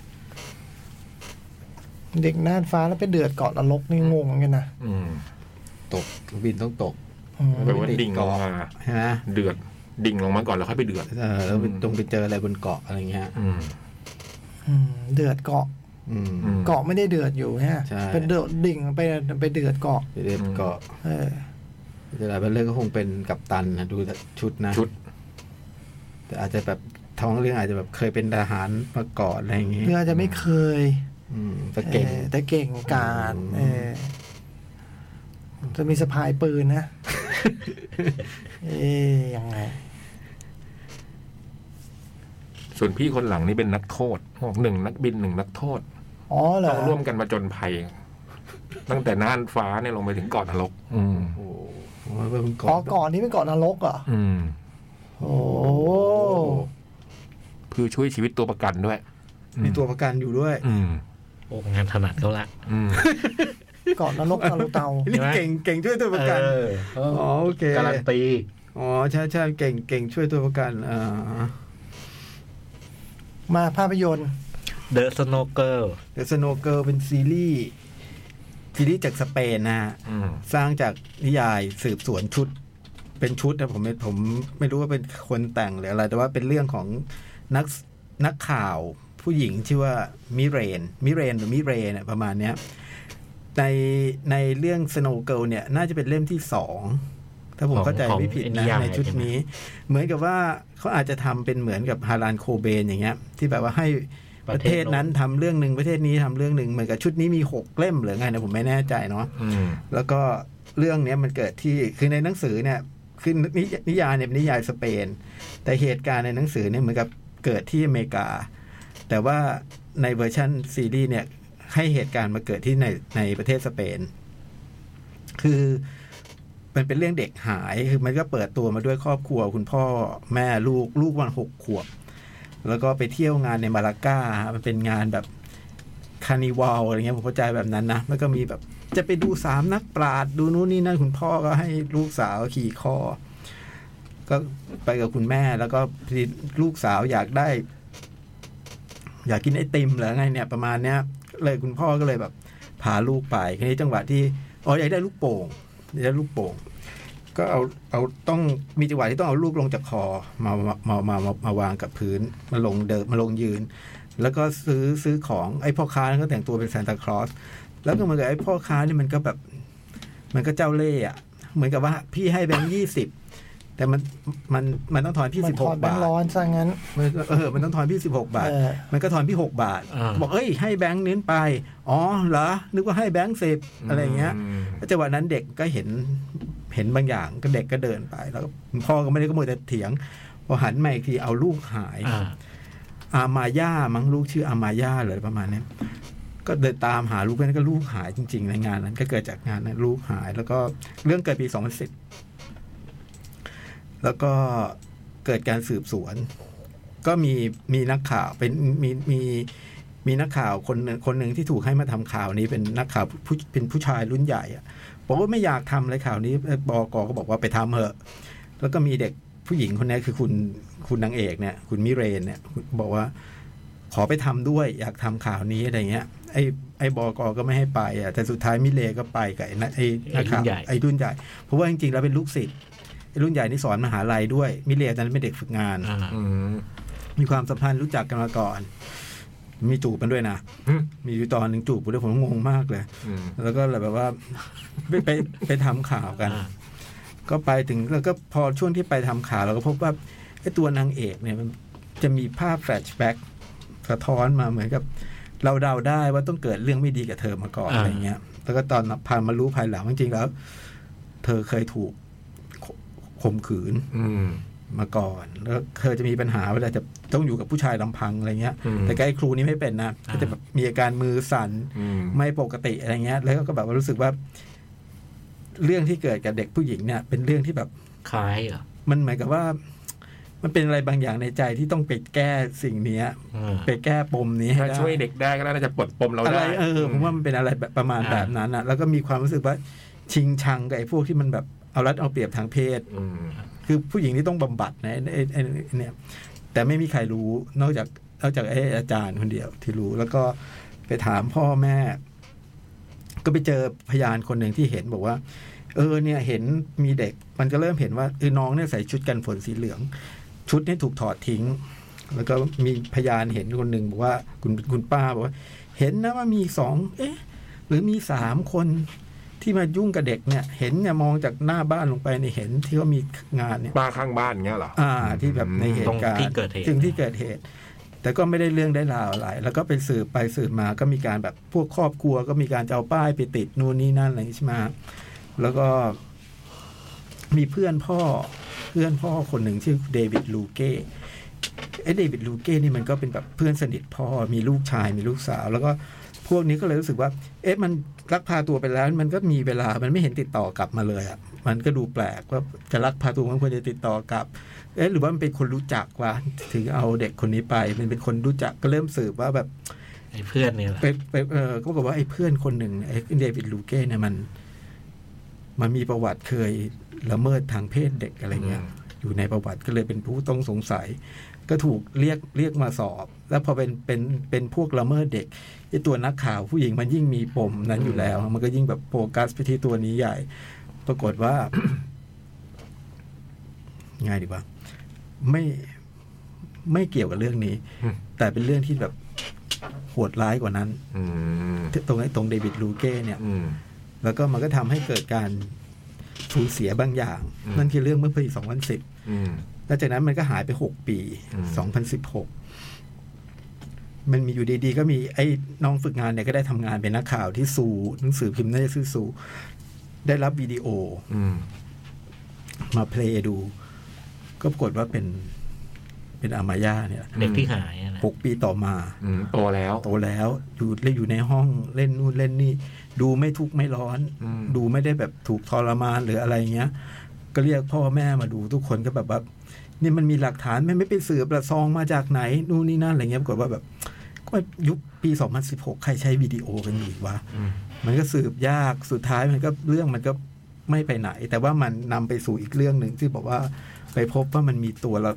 C: เด็กน่านฟ้าแล้วไปเดือดเกาะนรกนี่งงเหมือนกันนะ
D: อืม
B: ตกเครื่องบินต้องตก
C: อืม
D: แปลว่าดิ่งลงมา
B: ใช่ไหม
D: เดือด ดิ่งลงมาก่อนแล้วค่อยไปเดือด
B: เออแล้วไปตรงไปเจออะไรบนเกาะอะไรเงี้ย
D: อืม
C: อืมเดือดเกาะ
B: อืม
D: อืม
C: เกาะไม่ได้เดือดอยู่ฮะ
B: ใช่
C: เป็นเดือดดิ่งไปไปเดือดเกาะ
B: ไปเล่นเกาะ
C: เออ
B: เวลาไปเล่นก็คงเป็นกัปตันนะดูจากชุดนะ
D: ชุด
B: แต่อาจจะแบบท้องเรื่องอาจจะแบบเคยเป็นทหารมาก่อนอะไรอย่างงี้
C: เรืออาจจะไม่เคย
B: อืมแต่เก่ง
C: ออแต่เก่งการ
B: อืม
C: เออจะมีสะพายปืนนะ เอ๊ยยังไง
D: ส่วนพี่คนหลังนี่เป็นนักโทษบอกหนึ่งนักบินหนึ่งนักโทษ
C: อ๋อเหรอ
D: ต้องร่วมกันมาจนภัย ตั้งแต่น่านฟ้าเนี่ยลงไปถึงเกาะนรก อืม
B: โอ้โหเพิ่ง
C: อ๋อ
B: เกาะ
C: เก่อนนี้เป็นเกาะนรกเหรอ
D: อืม
C: โอ้โห
D: เพื่อช่วยชีวิตตัวประกันด้วย
B: มีตัวประกันอยู่ด้วย
D: อืม
E: โอ้งานถนัดเขาละ
D: อืม
C: เกาะนรกตะลุเตา
B: นี่เก่งเก่งช่วยตัวประกัน
E: เออเออ
B: อโอเค
E: การันตี
B: อ๋อใช่ใช่เก่งเก่งช่วยตัวประกันอ่า
C: มาภาพยนตร์
E: The Snow Girl
B: เดอะสโนเกิลเป็นซีรีส์ซีรีส์จากสเปนนะฮะ
D: อืม
B: สร้างจากนิยายสืบสวนชุด เป็นชุดนะผมไม่ผมไม่รู้ว่าเป็นคนแต่งหรืออะไร แต่ว่าเป็นเรื่องของนักนักข่าวผู้หญิงชื่อว่ามิเรนมิเรนหรือมิเรนอะประมาณเนี้ยในในเรื่อง Snow Girl เนี่ยน่าจะเป็นเล่มที่สอง ถ้าผม
E: ของ
B: เข้าใจ
E: ของ
B: ไม่ผิด
E: นิ
B: นะ
E: ยาย
B: ในชุด
E: ใช่ไหม
B: นี้ เหมือนกับว่าเขาอาจจะทำเป็นเหมือนกับฮารานโคเบนอย่างเงี้ย ที่แบบว่าให้ ประเทศนั้นทำเรื่องหนึ่งประเทศนี้ทำเรื่องหนึ่งเหมือนกับชุดนี้มีหกเล่มหรือไงนะผมไม่แน่ใจเนาะ
D: อืม
B: แล้วก็เรื่องเนี้ยมันเกิดที่คือในหนังสือเนี่ยคือนินิยายเนี่ยเป็นนิยายสเปน แต่เหตุการณ์ในหนังสือเนี่ยเหมือนกับเกิดที่อเมริกา แต่ว่าในเวอร์ชันซีรีส์เนี่ยให้เหตุการณ์มาเกิดที่ในในประเทศสเปน คือมันเป็นเรื่องเด็กหายคือมันก็เปิดตัวมาด้วยครอบครัว คุณพ่อแม่ลูกลูกวันหกขวบ แล้วก็ไปเที่ยวงานในมาลากามันเป็นงานแบบ คานิวัลอะไรเงี้ยผมเข้าใจแบบนั้นนะแล้วก็มีแบบจะไปดูสามนักปราดดูนู่นนี่นั่นคุณพ่อก็ให้ลูกสาวขี่คอ ก็ไปกับคุณแม่แล้วก็ลูกสาวอยากได้ อยากกินไอติมหรือไงเนี่ยประมาณเนี้ยเลยคุณพ่อก็เลยแบบพาลูกไปทีนี้จังหวะที่อ๋ออยากได้ลูกโป่งอยากได้ลูกโป่ง ก็เอาเอาต้องมีจังหวะที่ต้องเอาลูกลงจากคอมามามามามามาวางกับพื้นมาลงเดินมาลงยืน แล้วก็ซื้อซื้อของไอ้พ่อค้านั่นก็แต่งตัวเป็นซานตาคลอสแล้วก็เหมือนกับไอ้พ่อค้านี่มันก็แบบ มันก็เจ้าเล่ห์อะเหมือนกับว่าพี่ให้แบงค์ยี่สิบแต่มันมันมันต้องทอนพี่
C: มัน
B: สิบ
C: ถ
B: ห
C: อก ดแบง
B: บาท
C: ค์ร้อนซะงั้น
B: มันเออ มันต้องทอนพี่สิบหกบาท
C: เออ
B: มันก็ทอนพี่หกบาท
E: อ่า
B: บอกเอ้ย ให้แบงค์เน้นไป อ๋อ เหรอ นึกว่าให้แบงค์สิบอะไรอย่างเงี้ยแล้วจังหวะนั้นเด็กก็เห็น เห็นบางอย่าง ก็เด็กก็เดินไป แล้วก็พ่อก็ไม่ได้ก็มัวแต่เถียง พอหันมาอีกทีเอาลูกหาย
E: อ่า
B: อามาย่ามั้งลูกชื่ออามาย่าเลยประมาณเนี้ยก็เดินตามหาลูกนั้นก็ลูกหายจริง ๆ ในงานนั้น ก็เกิดจากงานนั้นลูกหาย แล้วก็เรื่องเกิดปี 2010 แล้วก็เกิดการสืบสวน ก็มีมีนักข่าวเป็นมีมีมีนักข่าวคนหนึ่งคนหนึ่งที่ถูกให้มาทำข่าวนี้เป็นนักข่าวผู้เป็นผู้ชายรุ่นใหญ่อะบอกว่าไม่อยากทำเลยข่าวนี้เอ่อบอกก็บอกว่าไปทำเถอะ แล้วก็มีเด็กผู้หญิงคนนี้คือคุณคุณนางเอกเนี่ย คุณมิเรนเนี่ยบอกว่า ขอไปทำด้วยอยากทำข่าวนี้อะไรเงี้ยไอ้ไอ้บอกอก็ไม่ให้ไปอ่ะแต่สุดท้ายมิเลก็ไปกับไอ้นะไอ้นักข่าว
E: ไอ้รุ่นใหญ่
B: ไอ้รุ่นใหญ่เพราะว่าจริงๆแล้วเป็นลูกศิษย์ไอ้รุ่นใหญ่นี่สอนมหาลัยด้วยมิเลตอนนั้นเป็นเด็กฝึกงาน
E: อ่า
B: มีความสัมพันธ์รู้จักกันมาก่อน มีจูบกันด้วยนะ มีอยู่ตอนหนึ่งจูบกูด้วยผมงงมากเลย แล้วก็เลยแบบว่า ไปไปไปทำข่าวกัน
E: อ่า
B: ก็ไปถึงแล้วก็พอช่วงที่ไปทำข่าวเราก็พบว่าไอ้ตัวนางเอกเนี่ยมันจะมีภาพแฟลชแบ็กสะท้อนมาเหมือนกับ เราเดาได้ว่าต้องเกิดเรื่องไม่ดีกับเธอมาก่อน
E: อ่า
B: อะไรเงี้ย แล้วก็ตอนผ่านมารู้ภายหลังจริงๆแล้ว เธอเคยถูกขข่มขืน มาก่อนแล้วเคยจะมีปัญหาเวลาจะต้องอยู่กับผู้ชายลำพังอะไรเงี้ย
D: อืม
B: แต่กับไอ้ครูนี่ไม่เป็นนะ
E: อ่า
B: ก็จะแบบมีอาการมือสั่นไม่ปกติอะไรเงี้ย แล้วก็แบบว่ารู้สึกว่า เรื่องที่เกิดกับเด็กผู้หญิงเนี่ย เป็นเรื่องที่แบบ
E: คล้ายเหรอ
B: มันเหมือนกับว่า มันเป็นอะไรบางอย่างในใจที่ต้องไปแก้สิ่งเนี้ย
E: อ่า
B: ไปแก้ปมนี้ให้
D: ถ้า
B: ได้
D: ช่วยเด็กได้ก็น่าจะปลดปมเรา
B: อะไร
D: ได้
B: เออผมว่ามันเป็นอะไรแบบประมาณ
E: อ่า
B: แบบนั้นอ่ะ แล้วก็มีความรู้สึกว่าชิงชังกับไอ้พวกที่มันแบบเอารัดเอาเปรียบทางเพศ
D: อืม
B: คือผู้หญิงนี่ต้องบำบัดนะไอ้ไอ้ไอ้ไอ้เนี่ย แต่ไม่มีใครรู้นอกจากนอกจากไอ้อาจารย์คนเดียวที่รู้ แล้วก็ไปถามพ่อแม่ ก็ไปเจอพยานคนหนึ่งที่เห็นบอกว่า เออเนี่ยเห็นมีเด็ก มันก็เริ่มเห็นว่าเออน้องเนี่ยใส่ชุดกันฝนสีเหลือง ชุดนี่ถูกถอดทิ้ง แล้วก็มีพยานเห็นคนหนึ่งบอกว่าคุณคุณป้าบอกว่า เห็นนะว่ามีสองเอ๊ะ หรือมีสามคนที่มายุ่งกับเด็กเนี่ย เห็นเนี่ยมองจากหน้าบ้านลงไปในยเห็นที่เขามีงานเนี่ย
D: ป้าข้างบ้านเงี้ยเหรอ
B: อ่าที่แบบในเหตุการณ์
E: ตรงที่เกิดเหตุ
B: ถึงที่เกิดเหตุ แต่ก็ไม่ได้เรื่องได้ราวอะไร แล้วก็ไปสืบไปสืบมาก็มีการแบบพวกครอบครัว ก็มีการจะเอาป้ายไปติดนู่นนี่นั่นอะไรอย่างนี้ใช่ไหมฮะแล้วก็ มีเพื่อนพ่อเพื่อนพ่อคนหนึ่งชื่อเดวิดลูเก้ไอ้เดวิดลูเก้นี่มันก็เป็นแบบเพื่อนสนิทพ่อมีลูกชายมีลูกสาว แล้วก็พวกนี้ก็เลยรู้สึกว่า เอ๊ะมันลักพาตัวไปแล้ว มันก็มีเวลามันไม่เห็นติดต่อกลับมาเลยอะมันก็ดูแปลกว่าจะลักพาตัวมันควรจะติดต่อกลับ เอ๊ะหรือว่ามันเป็นคนรู้จักวะถึงเอาเด็กคนนี้ไปมันเป็นคนรู้จักก็เริ่มสืบว่าแบบ
E: ไอ้เพื่อนเนี่ยแหละ
B: ไปไปเออก็ปรากฏว่าไอ้เพื่อนคนหนึ่งไอ้เดวิดลูเก้เนี่ยมัน มันมีประวัติเคยละเมิดทางเพศเด็กอะไรเงี้ย
D: อืม
B: อยู่ในประวัติก็เลยเป็นผู้ต้องสงสัย ก็ถูกเรียกเรียกมาสอบ แล้วพอเป็นเป็นเป็นพวกละเมิดเด็กไอ้ตัวนักข่าวผู้หญิงมันยิ่งมีปมนั้นอยู่แล้ว มันก็ยิ่งแบบโฟกัสไปที่ตัวนี้ใหญ่ ปรากฏว่า ง่ายดีว่าไม่ไม่เกี่ยวกับเรื่องนี้
D: อืม
B: แต่เป็นเรื่องที่แบบโหดร้ายกว่านั้น
D: อืม
B: ตรงไอ้ตรงเดวิดลูเก้เนี่ย
D: อืม
B: แล้วก็มันก็ทำให้เกิดการสูญเสียบางอย่าง
D: อืม
B: นั่นคือเรื่องเมื่อปี 2010
D: อืม
B: หลังจากนั้นมันก็หายไป 6 ปี
D: อืม
B: 2016 มันมีอยู่ดีๆ ก็มีไอ้น้องฝึกงานเนี่ยก็ได้ทำงานเป็นนักข่าวที่ซูหนังสือพิมพ์น่าจะชื่อซูได้รับวิดีโอ
D: อืม
B: มาเพลย์ดู ก็ปรากฏว่าเป็นเป็นอามาย่าเนี่ย
E: เด็กที่หายอะนะ
B: หกปีต่อมา
D: อืมโตแล้ว
B: โตแล้วอยู่เล่นอยู่ในห้องเล่นนู่นเล่นนี่ ดูไม่ทุกข์ไม่ร้อน
D: อืม
B: ดูไม่ได้แบบถูกทรมานหรืออะไรเงี้ย ก็เรียกพ่อแม่มาดูทุกคนก็แบบว่านี่มันมีหลักฐานไม่ไม่ไปสืบประซองมาจากไหนนู่นนี่นั่นอะไรเงี้ยปรากฏว่าแบบก็ยุคปี 2016 ใครใช้วิดีโอกันอยู่วะ
D: อืม
B: มันก็สืบยากสุดท้ายมันก็เรื่องมันก็ไม่ไปไหน แต่ว่ามันนำไปสู่อีกเรื่องหนึ่งที่บอกว่าไปพบว่ามันมีตัวละ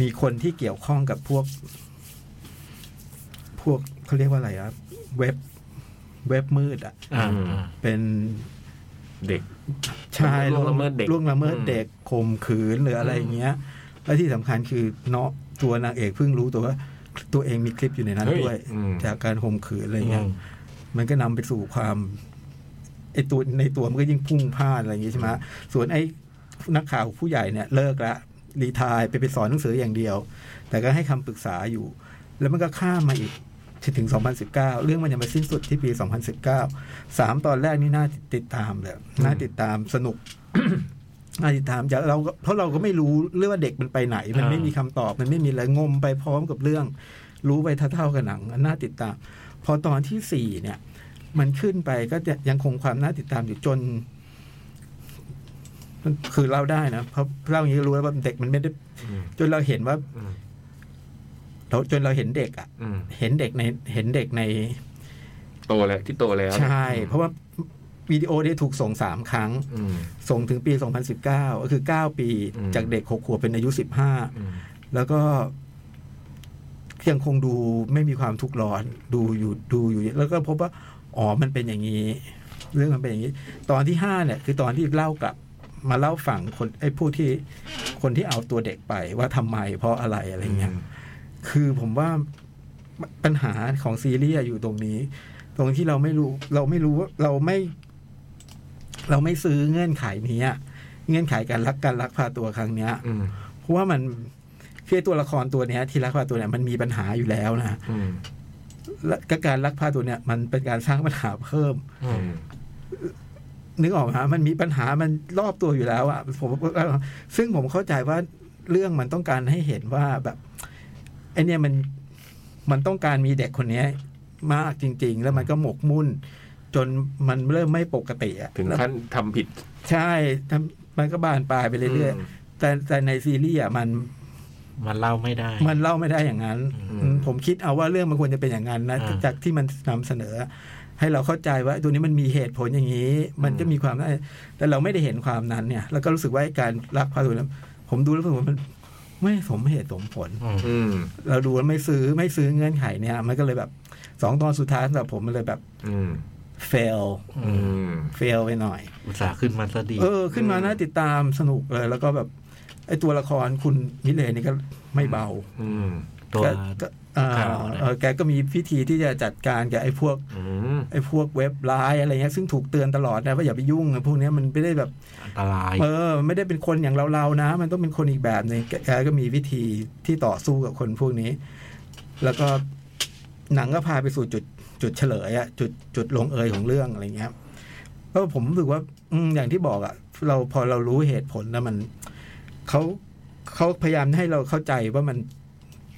B: มีคนที่เกี่ยวข้องกับพวก พวกเขาเรียกว่าอะไรอะเว็บเว็บมืดอะ
E: อ่า
D: อืม
B: เป็น
D: เด็ก
B: ชาย
D: ล่วงละเมิดเด็ก
B: ล่วงละเมิด
D: อืม
B: เด็กข่มขืนหรืออะไรอย่างเงี้ยและที่สำคัญคือเนาะตัวนางเอกเพิ่งรู้ตัวว่าตัวเองมีคลิปอยู่ในนั้นด้วย
D: อืม
B: จากการข่มขืนอะไร
E: อื
B: เงี้ย
E: ม
B: มันก็นำไปสู่ความไอตัวในตัวมันก็ยิ่งพุ่งพลาดอะไรอย่างงี้ใช่ไหมส่วนไอ้นักข่าวผู้ใหญ่เนี่ยเลิกละรีไทายไปไปสอนหนังสืออย่างเดียว แต่ก็ให้คำปรึกษาอยู่ แล้วมันก็ข้ามมาอีกจนถึง 2019 เรื่องมันยังไม่สิ้นสุดที่ปี 2019สามตอนแรกนี่น่าติดตามเลยน่าติดตามสนุก น่าติดตามจากเราก็เพราะเราก็ไม่รู้เรื่องว่าเด็กมันไปไหน มันไม่มีคำตอบมันไม่มีอะไรงมไปพร้อมกับเรื่อง รู้ไปเท่าๆกับหนังน่าติดตาม พอตอนที่สี่เนี่ย มันขึ้นไปก็จะยังคงความน่าติดตามอยู่จนมันคือเล่าได้นะเพราะเล่าอย่างนี้ก็รู้แล้วว่าเด็กมันไม่ได้
D: อืม
B: จนเราเห็นว่า
D: อืม
B: เราจนเราเห็นเด็กอะ
D: อืม
B: เห็นเด็กในเห็นเด็กใน
D: โตแล้วที่โตแล้ว
B: ใช่ เพราะว่าวิดีโอได้ถูกส่งสามครั้ง
D: อืม
B: ส่งถึงปี 2019 ก็คือ 9 ปี
D: อืม
B: จากเด็ก 6 ขวบเป็นอายุ
D: อืม
B: 15 แล้วก็ยังคงดูไม่มีความทุกข์ร้อนดูอยู่ดูอยู่ แล้วก็พบว่า อ๋อมันเป็นอย่างนี้ เรื่องมันเป็นอย่างนี้ ตอนที่ 5 เนี่ย คือตอนที่เล่ากลับ มาเล่าฝั่งคนไอ้ผู้ที่คนที่เอาตัวเด็กไปว่าทำไมเพราะอะไรอะไรเงี้ย คือผมว่าปัญหาของซีรีส์อะอยู่ตรงนี้ ตรงที่เราไม่รู้ เราไม่รู้ว่าเราไม่ เราไม่ซื้อเงื่อนไขนี้อะเงื่อนไขการรักการรักพาตัวครั้งเนี้ย
D: อืม
B: เพราะว่ามันคือตัวละครตัวเนี้ย ที่รักพาตัวเนี่ยมันมีปัญหาอยู่แล้วนะ
D: อืม
B: และก็การรักพาตัวเนี่ย มันเป็นการสร้างปัญหาเพิ่ม
D: อืม
B: นึกออกไหมฮะมันมีปัญหามันรอบตัวอยู่แล้วอะผมซึ่งผมเข้าใจว่าเรื่องมันต้องการให้เห็นว่าแบบไอเนี่ยมันมันต้องการมีเด็กคนเนี้ยมากจริง ๆ แล้วมันก็หมกมุ่น จนมันเริ่มไม่ปกติอะ
D: ถึงขั้นทำผิด
B: ใช่ทำมันก็บานปลายไปเรื่อย
D: ม
B: ๆแต่แต่ในซีรีส์อะมัน
E: มันเล่าไม่ได้
B: มันเล่าไม่ได้อย่างนั้น
D: อืม
B: อืมผมคิดเอาว่าเรื่องมันควรจะเป็นอย่างนั้นนะ
E: อ่า
B: จากที่มันนำเสนอ ให้เราเข้าใจว่าตัวนี้มันมีเหตุผลอย่างนี้ มันก็มีความน่าแต่เราไม่ได้เห็นความนั้นเนี่ย แล้วก็รู้สึกว่าไอ้การรักพาตัวนั้นผมดูแล้วรู้สึกว่ามันไม่สมเหตุสมผล
E: อืม
D: อืม
B: เราดูแล้วไม่ซื้อไม่ซื้อเงื่อนไขเนี่ย มันก็เลยแบบสองตอนสุดท้ายสำหรับผมมันเลยแบบ
D: อืม
B: fail
E: อื
D: อื
E: ม
D: ม
B: fail ไปหน่อย
E: อุตส่าห์ขึ้นมาซะดี
B: เออ ขึ้นมาน่าติดตามสนุกเลยแล้วก็แบบไอ้ตัวละครคุณมิเลนี่ก็ไม่เบา
D: อืม
E: ตัว
B: แกก็อ่า
E: ข่าวนะ
B: เออแกก็มีพิธีที่จะจัดการกับไอ้พวก
D: อืม
B: ไอ้พวกเว็บไลน์อะไรเงี้ยซึ่งถูกเตือนตลอดนะว่าอย่าไปยุ่งนะพวกเนี้ยมันไม่ได้แบบ
E: อันตราย
B: เออไม่ได้เป็นคนอย่างเราเราๆนะ มันต้องเป็นคนอีกแบบหนึงแกแกก็มีวิธีที่ต่อสู้กับคนพวกนี้ แล้วก็หนังก็พาไปสู่จุดจุดเฉลยอะจุดจุดลงเอยของเรื่องอะไรเงี้ยก็ผมรู้สึกว่าอืมอย่างที่บอกอะเราพอเรารู้เหตุผลแล้วมันเขาเขาพยายามให้เราเข้าใจว่ามัน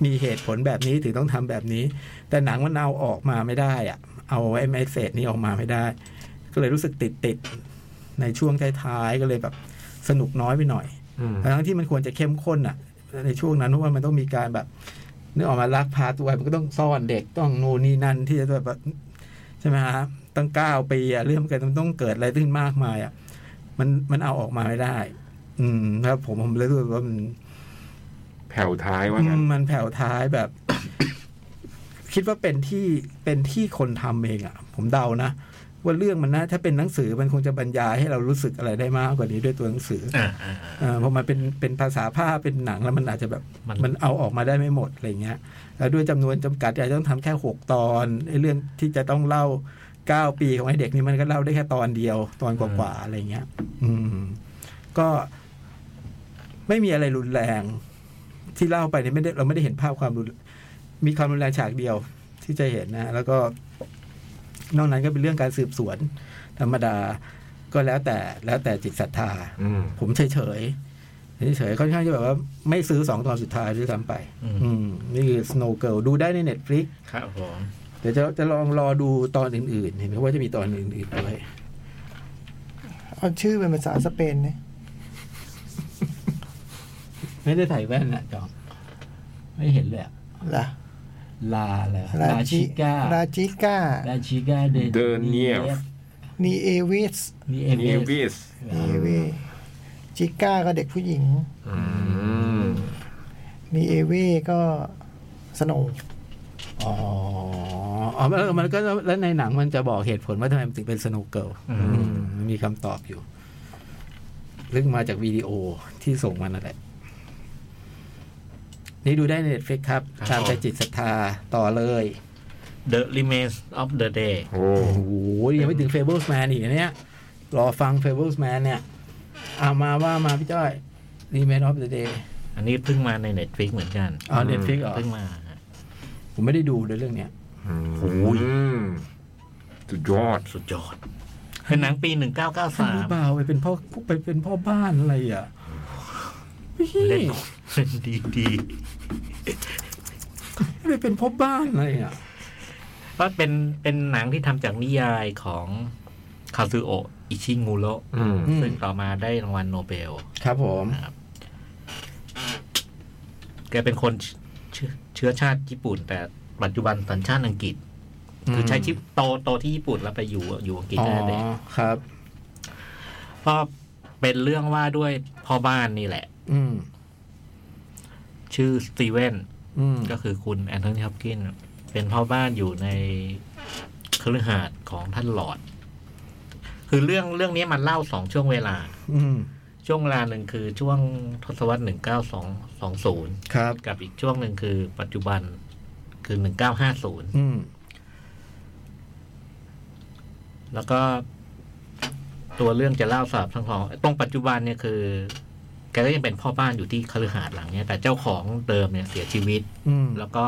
B: มีเหตุผลแบบนี้ถึงต้องทำแบบนี้ แต่หนังมันเอาออกมาไม่ได้อะเอาไอ้เมสเซจนี้ออกมาไม่ได้ ก็เลยรู้สึกติดติดๆในช่วงท้ายๆก็เลยแบบสนุกน้อยไปหน่อย
D: อืม
B: ทั้งที่มันควรจะเข้มข้นอ่ะ ในช่วงนั้นเพราะว่ามันต้องมีการแบบนึกออกมาลักพาตัวมันก็ต้องซ่อนเด็กต้องนู่นนี่นั่นที่จะแบบใช่ไหมฮะตั้งเก้าปีอะเรื่องมันก็ต้องเกิดอะไรขึ้นมากมายอ่ะมันมันเอาออกมาไม่ได้ อืมครับผมผมเลยรู้สึกว่ามัน
D: แผ่วท้ายว่างั้น
B: อืมมันแผ่วท้ายแบบ คิดว่าเป็นที่เป็นที่คนทำเองอะ่ะ ผมเดานะ ว่าเรื่องมันนะถ้าเป็นหนังสือมันคงจะบรรยายให้เรารู้สึกอะไรได้มากกว่านี้ด้วยตัวหนังสือ
E: อ่าอ่า
B: เออพอมาเป็นเป็นภาษาภาพเป็นหนังแล้วมันอาจจะแบบ
E: มัน
B: มันเอาออกมาได้ไม่หมดอะไรเงี้ยแล้วด้วยจำนวนจำกัดอาจจะต้องทำแค่หกตอนไอ้เรื่องที่จะต้องเล่าเก้าปีของไอ้เด็กนี่มันก็เล่าได้แค่ตอนเดียวตอนกว่าๆอะไรเงี้ย อืม ก็ไม่มีอะไรรุนแรง ที่เล่าไปเนี่ยไม่ได้เราไม่ได้เห็นภาพความรุนมีความรุนแรงฉากเดียวที่จะเห็นนะ แล้วก็ นอกนั้นก็เป็นเรื่องการสืบสวน ธรรมดา ก็แล้วแต่แล้วแต่จิตศรัทธา
D: อืม
B: ผมเฉยเฉยๆเฉยๆค่อนข้างจะแบบว่า ไม่ซื้อสองตอนสุดท้ายด้วยซ้ำไป
E: อืม
B: อืม นี่คือ Snow Girl ดูได้ใน Netflix
E: ครับผม
B: เดี๋ยวจะจะลองรอดูตอนอื่นๆ เห็นไหมว่าจะมีตอนอื่นๆด้วย
C: เอาชื่อเป็นภาษาสเปนเนี่ย
B: ไม่ได้ถ่ายแว่นนะจอมไม่เห็นเลยอะ
C: ล่ะ
B: ลาเลย
C: รา
B: ลาชิก้า
C: ราชิก้า
B: ลาชิก้าเด
D: เดินเงียบ
C: นีเอวิส
B: นี่เอ
D: เน
B: วิ
D: วิส
C: นีเอวิจิก้าก็เด็กผู้หญิง
D: อืม
C: นีเอวก็สโนว์
B: อ๋อ อ๋อแล้วมันก็แล้วในหนังมันจะบอกเหตุผลว่าทำไมมันถึงเป็นสโนว์เกิล
E: อืม
B: มันมีคำตอบอยู่ซึ่งมาจากวิดีโอที่ส่งมานั่นแหละ นี่ดูได้ในเน็ตฟลิกครับ
D: ครับ
B: ตามใจจิตศรัทธาต่อเลย
E: The Remains of the Day
D: โอ้
B: โอ้โหยังไม่ถึงเฟเบิลส์แมนอีกนะเนี่ย รอฟังเฟเบิลส์แมนเนี่ยเอามาว่ามาพี่จ้อยรีเมนออฟเดอะเดย์
E: อันนี้เพิ่งมาใน Netflix เหมือนกัน
B: อ๋อเน็ตฟลิกเหรอ
E: เพิ่งมา
B: ผมไม่ได้ดูเลยเรื่องเนี้ย
D: โอ้ยสุดยอด
E: สุดยอด เป็นหนังปี
B: สาม
E: 1993
B: เบาไปเป็นพ่อไปเป็นพ่อบ้านอะไรอ่ะพี่
E: เล่นเล่น ดีดี
B: ไปเป็นพ่อบ้านอะไรอ่ะ
E: ๆก็เป็นเป็นหนังที่ทำจากนิยายของคาซูโอะอิชิงูโระ
D: อืม
E: ซึ่งต่อมาได้รางวัลโนเบล
B: ครับผม
E: แกเป็นคนเชื้อเชื้อชาติญี่ปุ่น แต่ปัจจุบันสัญชาติอังกฤษ คือใช้ชีวิตโตโตที่ญี่ปุ่นแล้วไปอยู่อยู่อังกฤษ
B: อ๋อ
E: ได้เลย
B: ครับ
E: ก็เป็นเรื่องว่าด้วยพ่อบ้านนี่แหละ
B: อืม
E: ชื่อสตีเวน
B: อืม
E: ก็คือคุณแอนโทนีฮอปกิน เป็นพ่อบ้านอยู่ในคฤหาสน์ของท่านหลอร์ดคือเรื่องเรื่องนี้มันเล่าสองช่วงเวลา
B: อืม
E: ช่วงเวลาหนึ่งคือช่วงทศวรรษหนึ่งเก้าสองสองศูนย์
B: ครับ
E: กับอีกช่วงหนึ่งคือปัจจุบันคือหนึ่งเก้าห้าศูนย์
B: อืม
E: แล้วก็ตัวเรื่องจะเล่าสลับทั้งสองตรงปัจจุบันเนี่ยคือแกก็ยังเป็นพ่อบ้านอยู่ที่คฤหาสน์หลังเนี้ย แต่เจ้าของเดิมเนี่ยเสียชีวิต
B: อืม
E: แล้วก็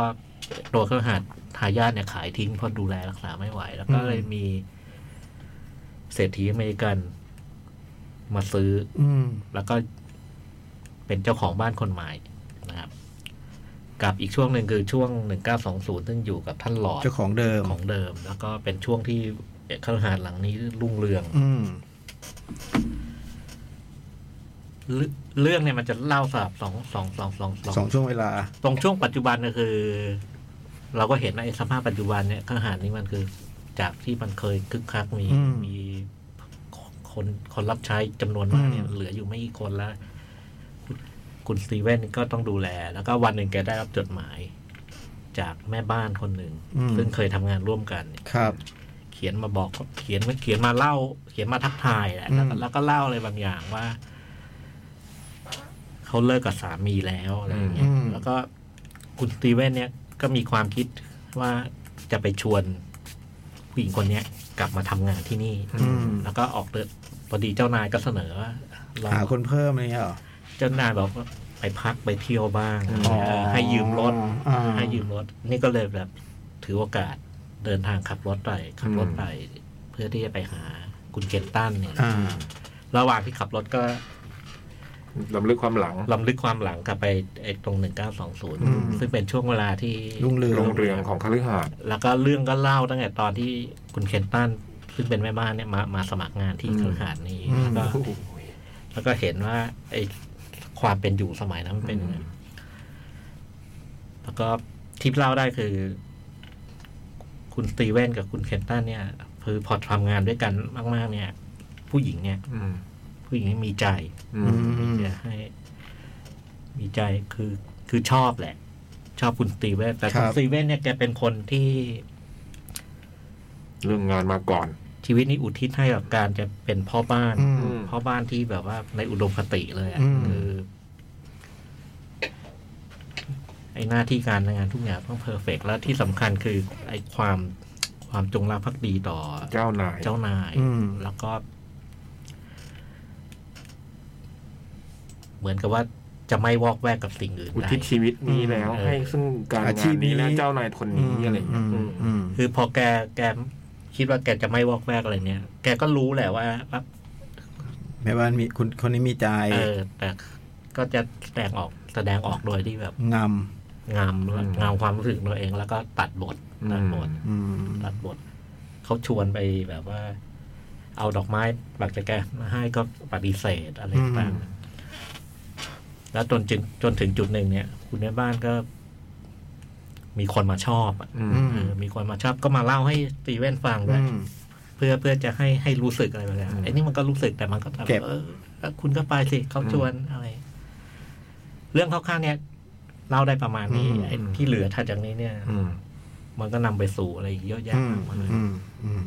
E: ตัวคฤหาสน์ทายาทเนี่ยขายทิ้งเพราะดูแลรักษาไม่ไหว แล้วก็เลย
B: อืม
E: มีเศรษฐีอเมริกันมาซื้อ
B: อืม
E: แล้วก็เป็นเจ้าของบ้านคนใหม่นะครับ กับอีกช่วงหนึ่งคือช่วง 1920 ซึ่งอยู่กับท่านหลอด
B: เจ้าของเดิม
E: ของเดิมแล้วก็เป็นช่วงที่คฤหาสน์หลังนี้รุ่งเรือง
B: อืม
E: เรื่องเรื่องเนี่ยมันจะเล่าสลับสองสองสองสองส
B: ส
E: อ
B: อง งช่วงเวลา
E: ตรงช่วงปัจจุบันก็คือ เราก็เห็นว่าไอ้สภาพปัจจุบันเนี่ยคฤหาสน์นี้มันคือ จากที่มันเคยคึกคักมี
B: อืม
E: มีคนคนรับใช้จำนวนมากเนี่ย
B: อืม
E: เหลืออยู่ไม่กี่คนแล้ว คุณคุณสตีเวนก็ต้องดูแล แล้วก็วันหนึ่งแกได้รับจดหมาย จากแม่บ้านคนหนึ่ง
B: อืม
E: ซึ่งเคยทำงานร่วมกันเนี่ย
B: ครับ
E: เขียนมาบอกเขียนเขียนมาเล่า เขียนมาทักทายแหละ
B: อืม
E: แล้วก็แล้วก็เล่าอะไรบางอย่างว่าเขาเลิกกับสามีแล้วอะไรอย่างเงี้ย
B: อืม
E: แล้วก็คุณสตีเวนเนี่ยก็มีความคิดว่าจะไปชวนผู้หญิงคนเนี้ย กลับมาทำงานที่นี่
B: อืม
E: แล้วก็ออกเดินพอดีเจ้านายก็เสนอว่าลอง
B: หาคนเพิ่มอะไรเงี้ยเหรอ
E: เจ้านายบอกว่าไปพักไปเที่ยวบ้าง
D: อ๋อ
E: เออให้ยืมรถ
B: อ่า
E: ให้ยืมรถ นี่ก็เลยแบบถือโอกาสเดินทางขับรถไปขับรถไป เพื่อที่จะไปหาคุณเคนตันเนี่ย
B: อ่า
E: ระหว่างที่ขับรถก็
D: ลำลึกความหลัง
E: ลำลึกความหลังกลับไปไอ้ตรงหนึ่งเก้าสองศูนย์
B: อืม
E: ซึ่งเป็นช่วงเวลาที่
B: รุ่งเรื
D: โรงเรืองของคฤหาสน์
E: แล้วก็เรื่องก็เล่าตั้งแต่ตอนที่คุณเคนตันซึ่งเป็นแม่บ้านเนี่ยมามาสมัครงานที่
D: อืม
E: คฤหาสน์นี้
B: อืม
E: แล้วก็แล้วก็เห็นว่า ไอ้ความเป็นอยู่สมัยนั้นมันเป็นยังไง แล้วก็ที่เล่าได้คือ คุณสตีเวนกับคุณเคนตันเนี่ยคือพอทำงานด้วยกันมาก ๆ เนี่ย ผู้หญิงเนี่ย
D: อืม
E: ผู้หญิงมีใจ
D: อื
B: อื
D: ม
B: ม
E: จะให้ มีใจคือคือชอบแหละ ชอบคุณสตีเวนแต่
B: ครั
E: คุณ
B: บ
E: สตีเวนเนี่ยแกเป็นคนที่
D: เรื่องงานมาก่อน
E: ชีวิตนี้อุทิศให้กับการจะเป็นพ่อบ้าน
B: อืม
D: อืม
E: พ่อบ้านที่แบบว่าในอุดมคติเลยอะ
B: อืม
E: คือไอ้หน้าที่การงานทุกอย่างต้องเพอร์เฟกแล้วที่สำคัญคือ ไอ้ความความจงรักภักดีต่อ
D: เจ้านาย
E: เจ้านาย
B: อืม
E: แล้วก็ เหมือนกับว่าจะไม่วอกแวกกับสิ่งอื่น
D: อุ
E: ใด
D: ทิศชีวิตนี้แล้ว
E: เออ
D: ให้ซึ่งการ
B: อาชี
D: งา
B: พ
D: น
B: นี้
D: นี้และเจ้านายคนนี้อะไรอย่างเงี้ย
B: อื
D: อื
B: ม
D: ม
B: อืม
E: คือพอแกแกคิดว่าแกจะไม่วอกแวกอะไรเนี่ย แกก็รู้แหละว่าว่า
B: แม่บ้านมีคุณคนนี้มีใจ
E: เออ แต่ก็จะแสดงออกแสดงออกโดยที่แบบ
B: ง
E: งามงามความรู้สึกตัวเองแล้วก็ตัดบทตัดบท
B: ำอืม
E: ตัดบทเขาชวนไปแบบว่า เอาดอกไม้บางจะแกมาให้ก็ปฏิเสธอะไรต่าง
B: อืม
E: แล้วจนจนจนถึงจุดหนึ่งเนี่ย คุณแม่บ้านก็ มีคนมาชอบอะ
D: อืม
B: อื
E: เอ
B: ม
E: อมีคนมาชอบก็มาเล่าให้สตีเว่นฟังด้ว
B: อื
E: ย
B: ม
E: เพื่อเพื่อจะให้ให้รู้สึกอะไรไปแล้วไอ้นี่มันก็รู้สึกแต่มันก็แบบ
B: เก็บ
E: เออก็คุณก็ไปสิเขาชวนอะไร เรื่องคร่าวๆเนี่ยเล่าได้ประมาณนี้ไอ้ที่เหลือถัดจากนี้เนี่ย
D: อืม
E: มันก็นำไปสู่อะไรอีกเยอะแยะ
B: อืม
E: มากมาย
B: อืมอืม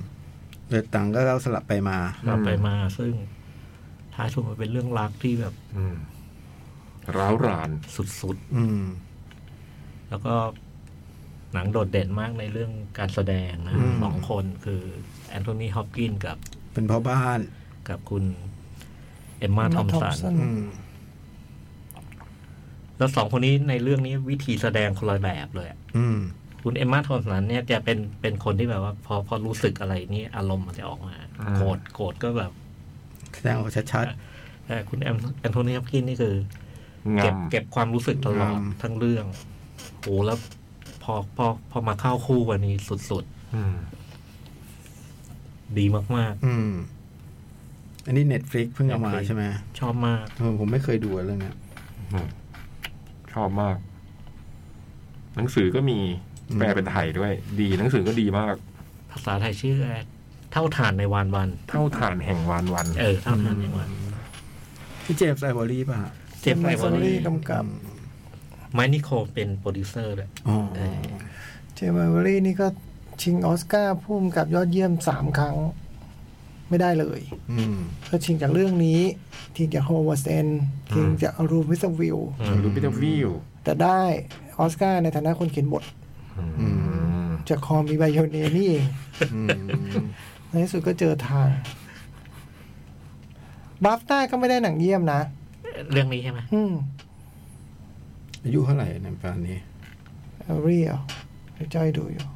B: เลือดตังก็เราสลับไปมา
E: กลับไปมา ซึ่งท้ายสุดมันเป็นเรื่องรักที่แบบ
D: อืมร้าวราน
E: สุด
B: อืม
E: ๆ แล้วก็หนังโดดเด่นมากในเรื่องการแสดงนะ
B: อืม
E: สองคนคือแอนโทนีฮอปกินกับ
B: เป็นพ่อบ้าน
E: กับคุณเอมมาทอมสัน
C: Thompson
B: อืม
E: แล้วสองคนนี้ในเรื่องนี้วิธีแสดงคนละแบบเลยอะ
B: อืม
E: คุณเอมมาโทนสันเนี่ยแกเป็นเป็นคนที่แบบว่า พอพอรู้สึกอะไรนี่อารมณ์มันจะออกมา
D: อ่า
E: โกรธโกรธก็แบบ
B: แสดงออกชัด
E: แต่คุณแอมแอนโทนีฮับกินนี่คือ
D: งา
E: เก็บ
D: ม
E: เก็บความรู้สึกตลอด
B: อืม
E: ทั้งเรื่องโอ้แล้วพอพอพอมาเข้าคู่วันนี้สุด
D: อืม
E: ๆ ดีมาก
B: ๆ อืม อันนี้เน็ตฟลิกเพิ่งเอามา
E: Netflix
B: ใช่ไหม
E: ๆ ชอบมาก
B: เออผมไม่เคยดูอะเรื่องเนี้ย
D: อืมชอบมาก หนังสือก็มี
B: อืม
D: แปลเป็นไทยด้วย ดีหนังสือก็ดีมาก
E: ภาษาไทยชื่ออะไรเท่าฐานในวันวัน
D: เท่าฐานแห่งวานวัน
E: เออเท่าฐานในวัน
B: พี่เจมส์ไอวอรี่ป่ะฮะ
E: เจ็บ
C: ไม
E: ไม
C: โซ
E: วอ
C: รี่
E: รี่
C: กำกับ
E: ไมค์นิโคลเป็นโปรดิวเซอร์ด้วย
B: อ๋อ
E: เออ
C: เจมส์ไมโซรี่นี่ก็ชิงออสการ์พุ่มกับยอดเยี่ยมสามครั้ง ไม่ได้เลย
B: อืม
C: ก็ชิงจากเรื่องนี้ชิงจากโฮวาเซนชิงจากรูมิสวิล
E: อืม
D: รูปิเตอร์วิว
C: แต่ได้ออสการ์ในฐานะคนเขียนบท
B: อืม
C: จากคอมีไบโอเนนี่เอง
B: อืม
C: ในที่สุดก็เจอทางบัฟต้าก็ไม่ได้หนังเยี่ยมนะ
E: เรื่องนี้ใช่ไหม
C: อืม
B: อายุเท่าไหร่ในปานนี้
C: เอาเรียลเดี๋ยวจ้อยดูอยู่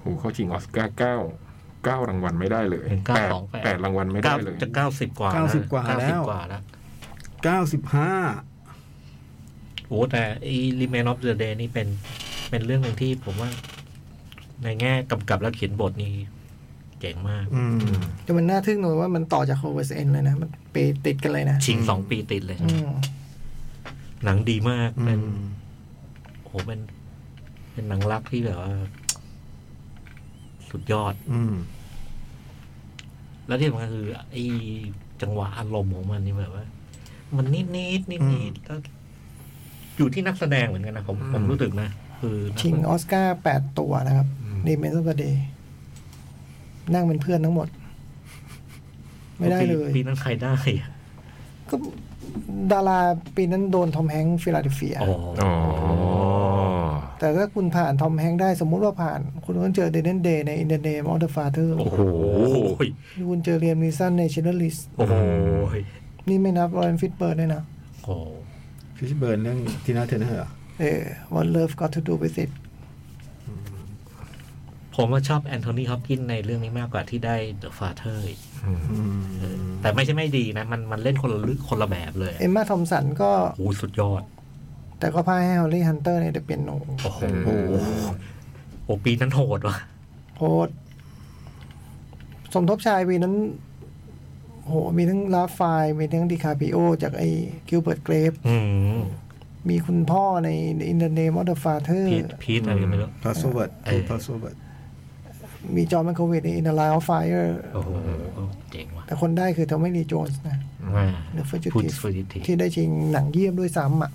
D: โหเขาชิงออสการ์เก้าเก้ารางวัลไม่ได้เลย
E: เป็น
D: แป
E: เก้า
D: ด
E: สองแปด
D: แปดรางวัลไม่ได้
E: เก้า
D: เลย
E: จะเก้าสิบกว่า
B: เก้าสิบกว่า
E: เก้า
B: แล้
E: สิ
B: ว
E: บกว่าแล้ว
B: เก้าสิบห้า
E: โอ้แต่ไอ้ลิเมนอฟเดอะเดย์นี่เป็นเป็นเรื่องหนึ่งที่ผมว่า ในแง่กำกับและเขียนบทนี่เจ๋งมาก
B: อืม
C: แต่มันน่าทึ่งตรงว่ามันต่อจากโฮเวสเอนเลยนะ มันไปติดกันเลยนะ
E: ชิงสองปีติดเลย
C: อืม
E: หนังดีมาก
B: อื
E: เป็น
B: ม
E: โอ้โหเป็น เป็นหนังรักที่แบบว่า สุดยอด
B: อืม
E: แล้วที่สำคัญคือไอ้จังหวะอารมณ์ของมันนี่แบบว่า มันนิดนิดนิด
B: อื
E: นิ
B: ม
E: ดแล้วอยู่ที่นักแสดงเหมือนกันนะผมผมรู้สึกนะคือนัก
C: ชิงออสการ์แปดตัวนะครับดีเมนซ์ประเดย์นั่งเป็นเพื่อนทั้งหมด ไม่ได้เลย
E: ปีนั้นใครได้อะ
C: ก็ดาราปีนั้นโดนทอมแฮงค์ฟิลาเดลเฟีย
E: อ๋อ
D: อ๋อ
C: แต่ถ้าคุณผ่านทอมแฮงค์ได้สมมุติว่าผ่าน คุณต้องเจอเดนเดย์ในอินเดเนมออเดอร์ฟาเธอร์
D: โอ้โห
C: คุณเจอเรียมนีสันในเชนเนอร์ลิส
E: โอ้โห
C: นี่ไม่นับรอนฟิตเบิร์ดด้วยนะ
E: โอ้โห
B: ฟิชเบิร์นเรื่องทีน่าเทนเนอร์เหรอ
C: เออ What Love Got to Do with It
E: ผมว่าชอบแอนโทนีฮอปกินส์ในเรื่องนี้มากกว่าที่ได้ The Father อีก
B: อืม
E: แต่ไม่ใช่ไม่ดีนะ มันมันเล่นคนละลึกคนละแบบเลย
C: เอมมาทอมสันก็
E: โอ้โหสุดยอด
C: แต่ก็พ่ายให้ฮอลลี่ฮันเตอร์ในเดเปียโน
E: โอ้โหโอ้ปีนั้นโหดว่ะ
C: โพสสมทบชายวีนั้น โห มีทั้งลาฟาย มีทั้งดิคาปิโอ จากไอ้กิลเบิร์ตเกรฟ
E: อืม
C: มีคุณพ่อในอินเดเนมออเดอร์ฟาเธอร์
E: พีทพีทอะไรก็ไม่รู้
B: พาสเวิร์ด
E: เออ
B: พาสเวิร์ด
C: มีจอห์นแมคโคเวดในอินเดอร์ไลน์ออฟไฟเออร์
E: โอ้โหเจ๋งว่ะ
C: แต่คนได้คือทอมมี่ลีโจนส์นะ
E: ว่า
C: The Fugitive
E: พูดฟูจิที
C: ที่ได้ชิงหนังเยี่ยมด้วยซ้ำอ่ะ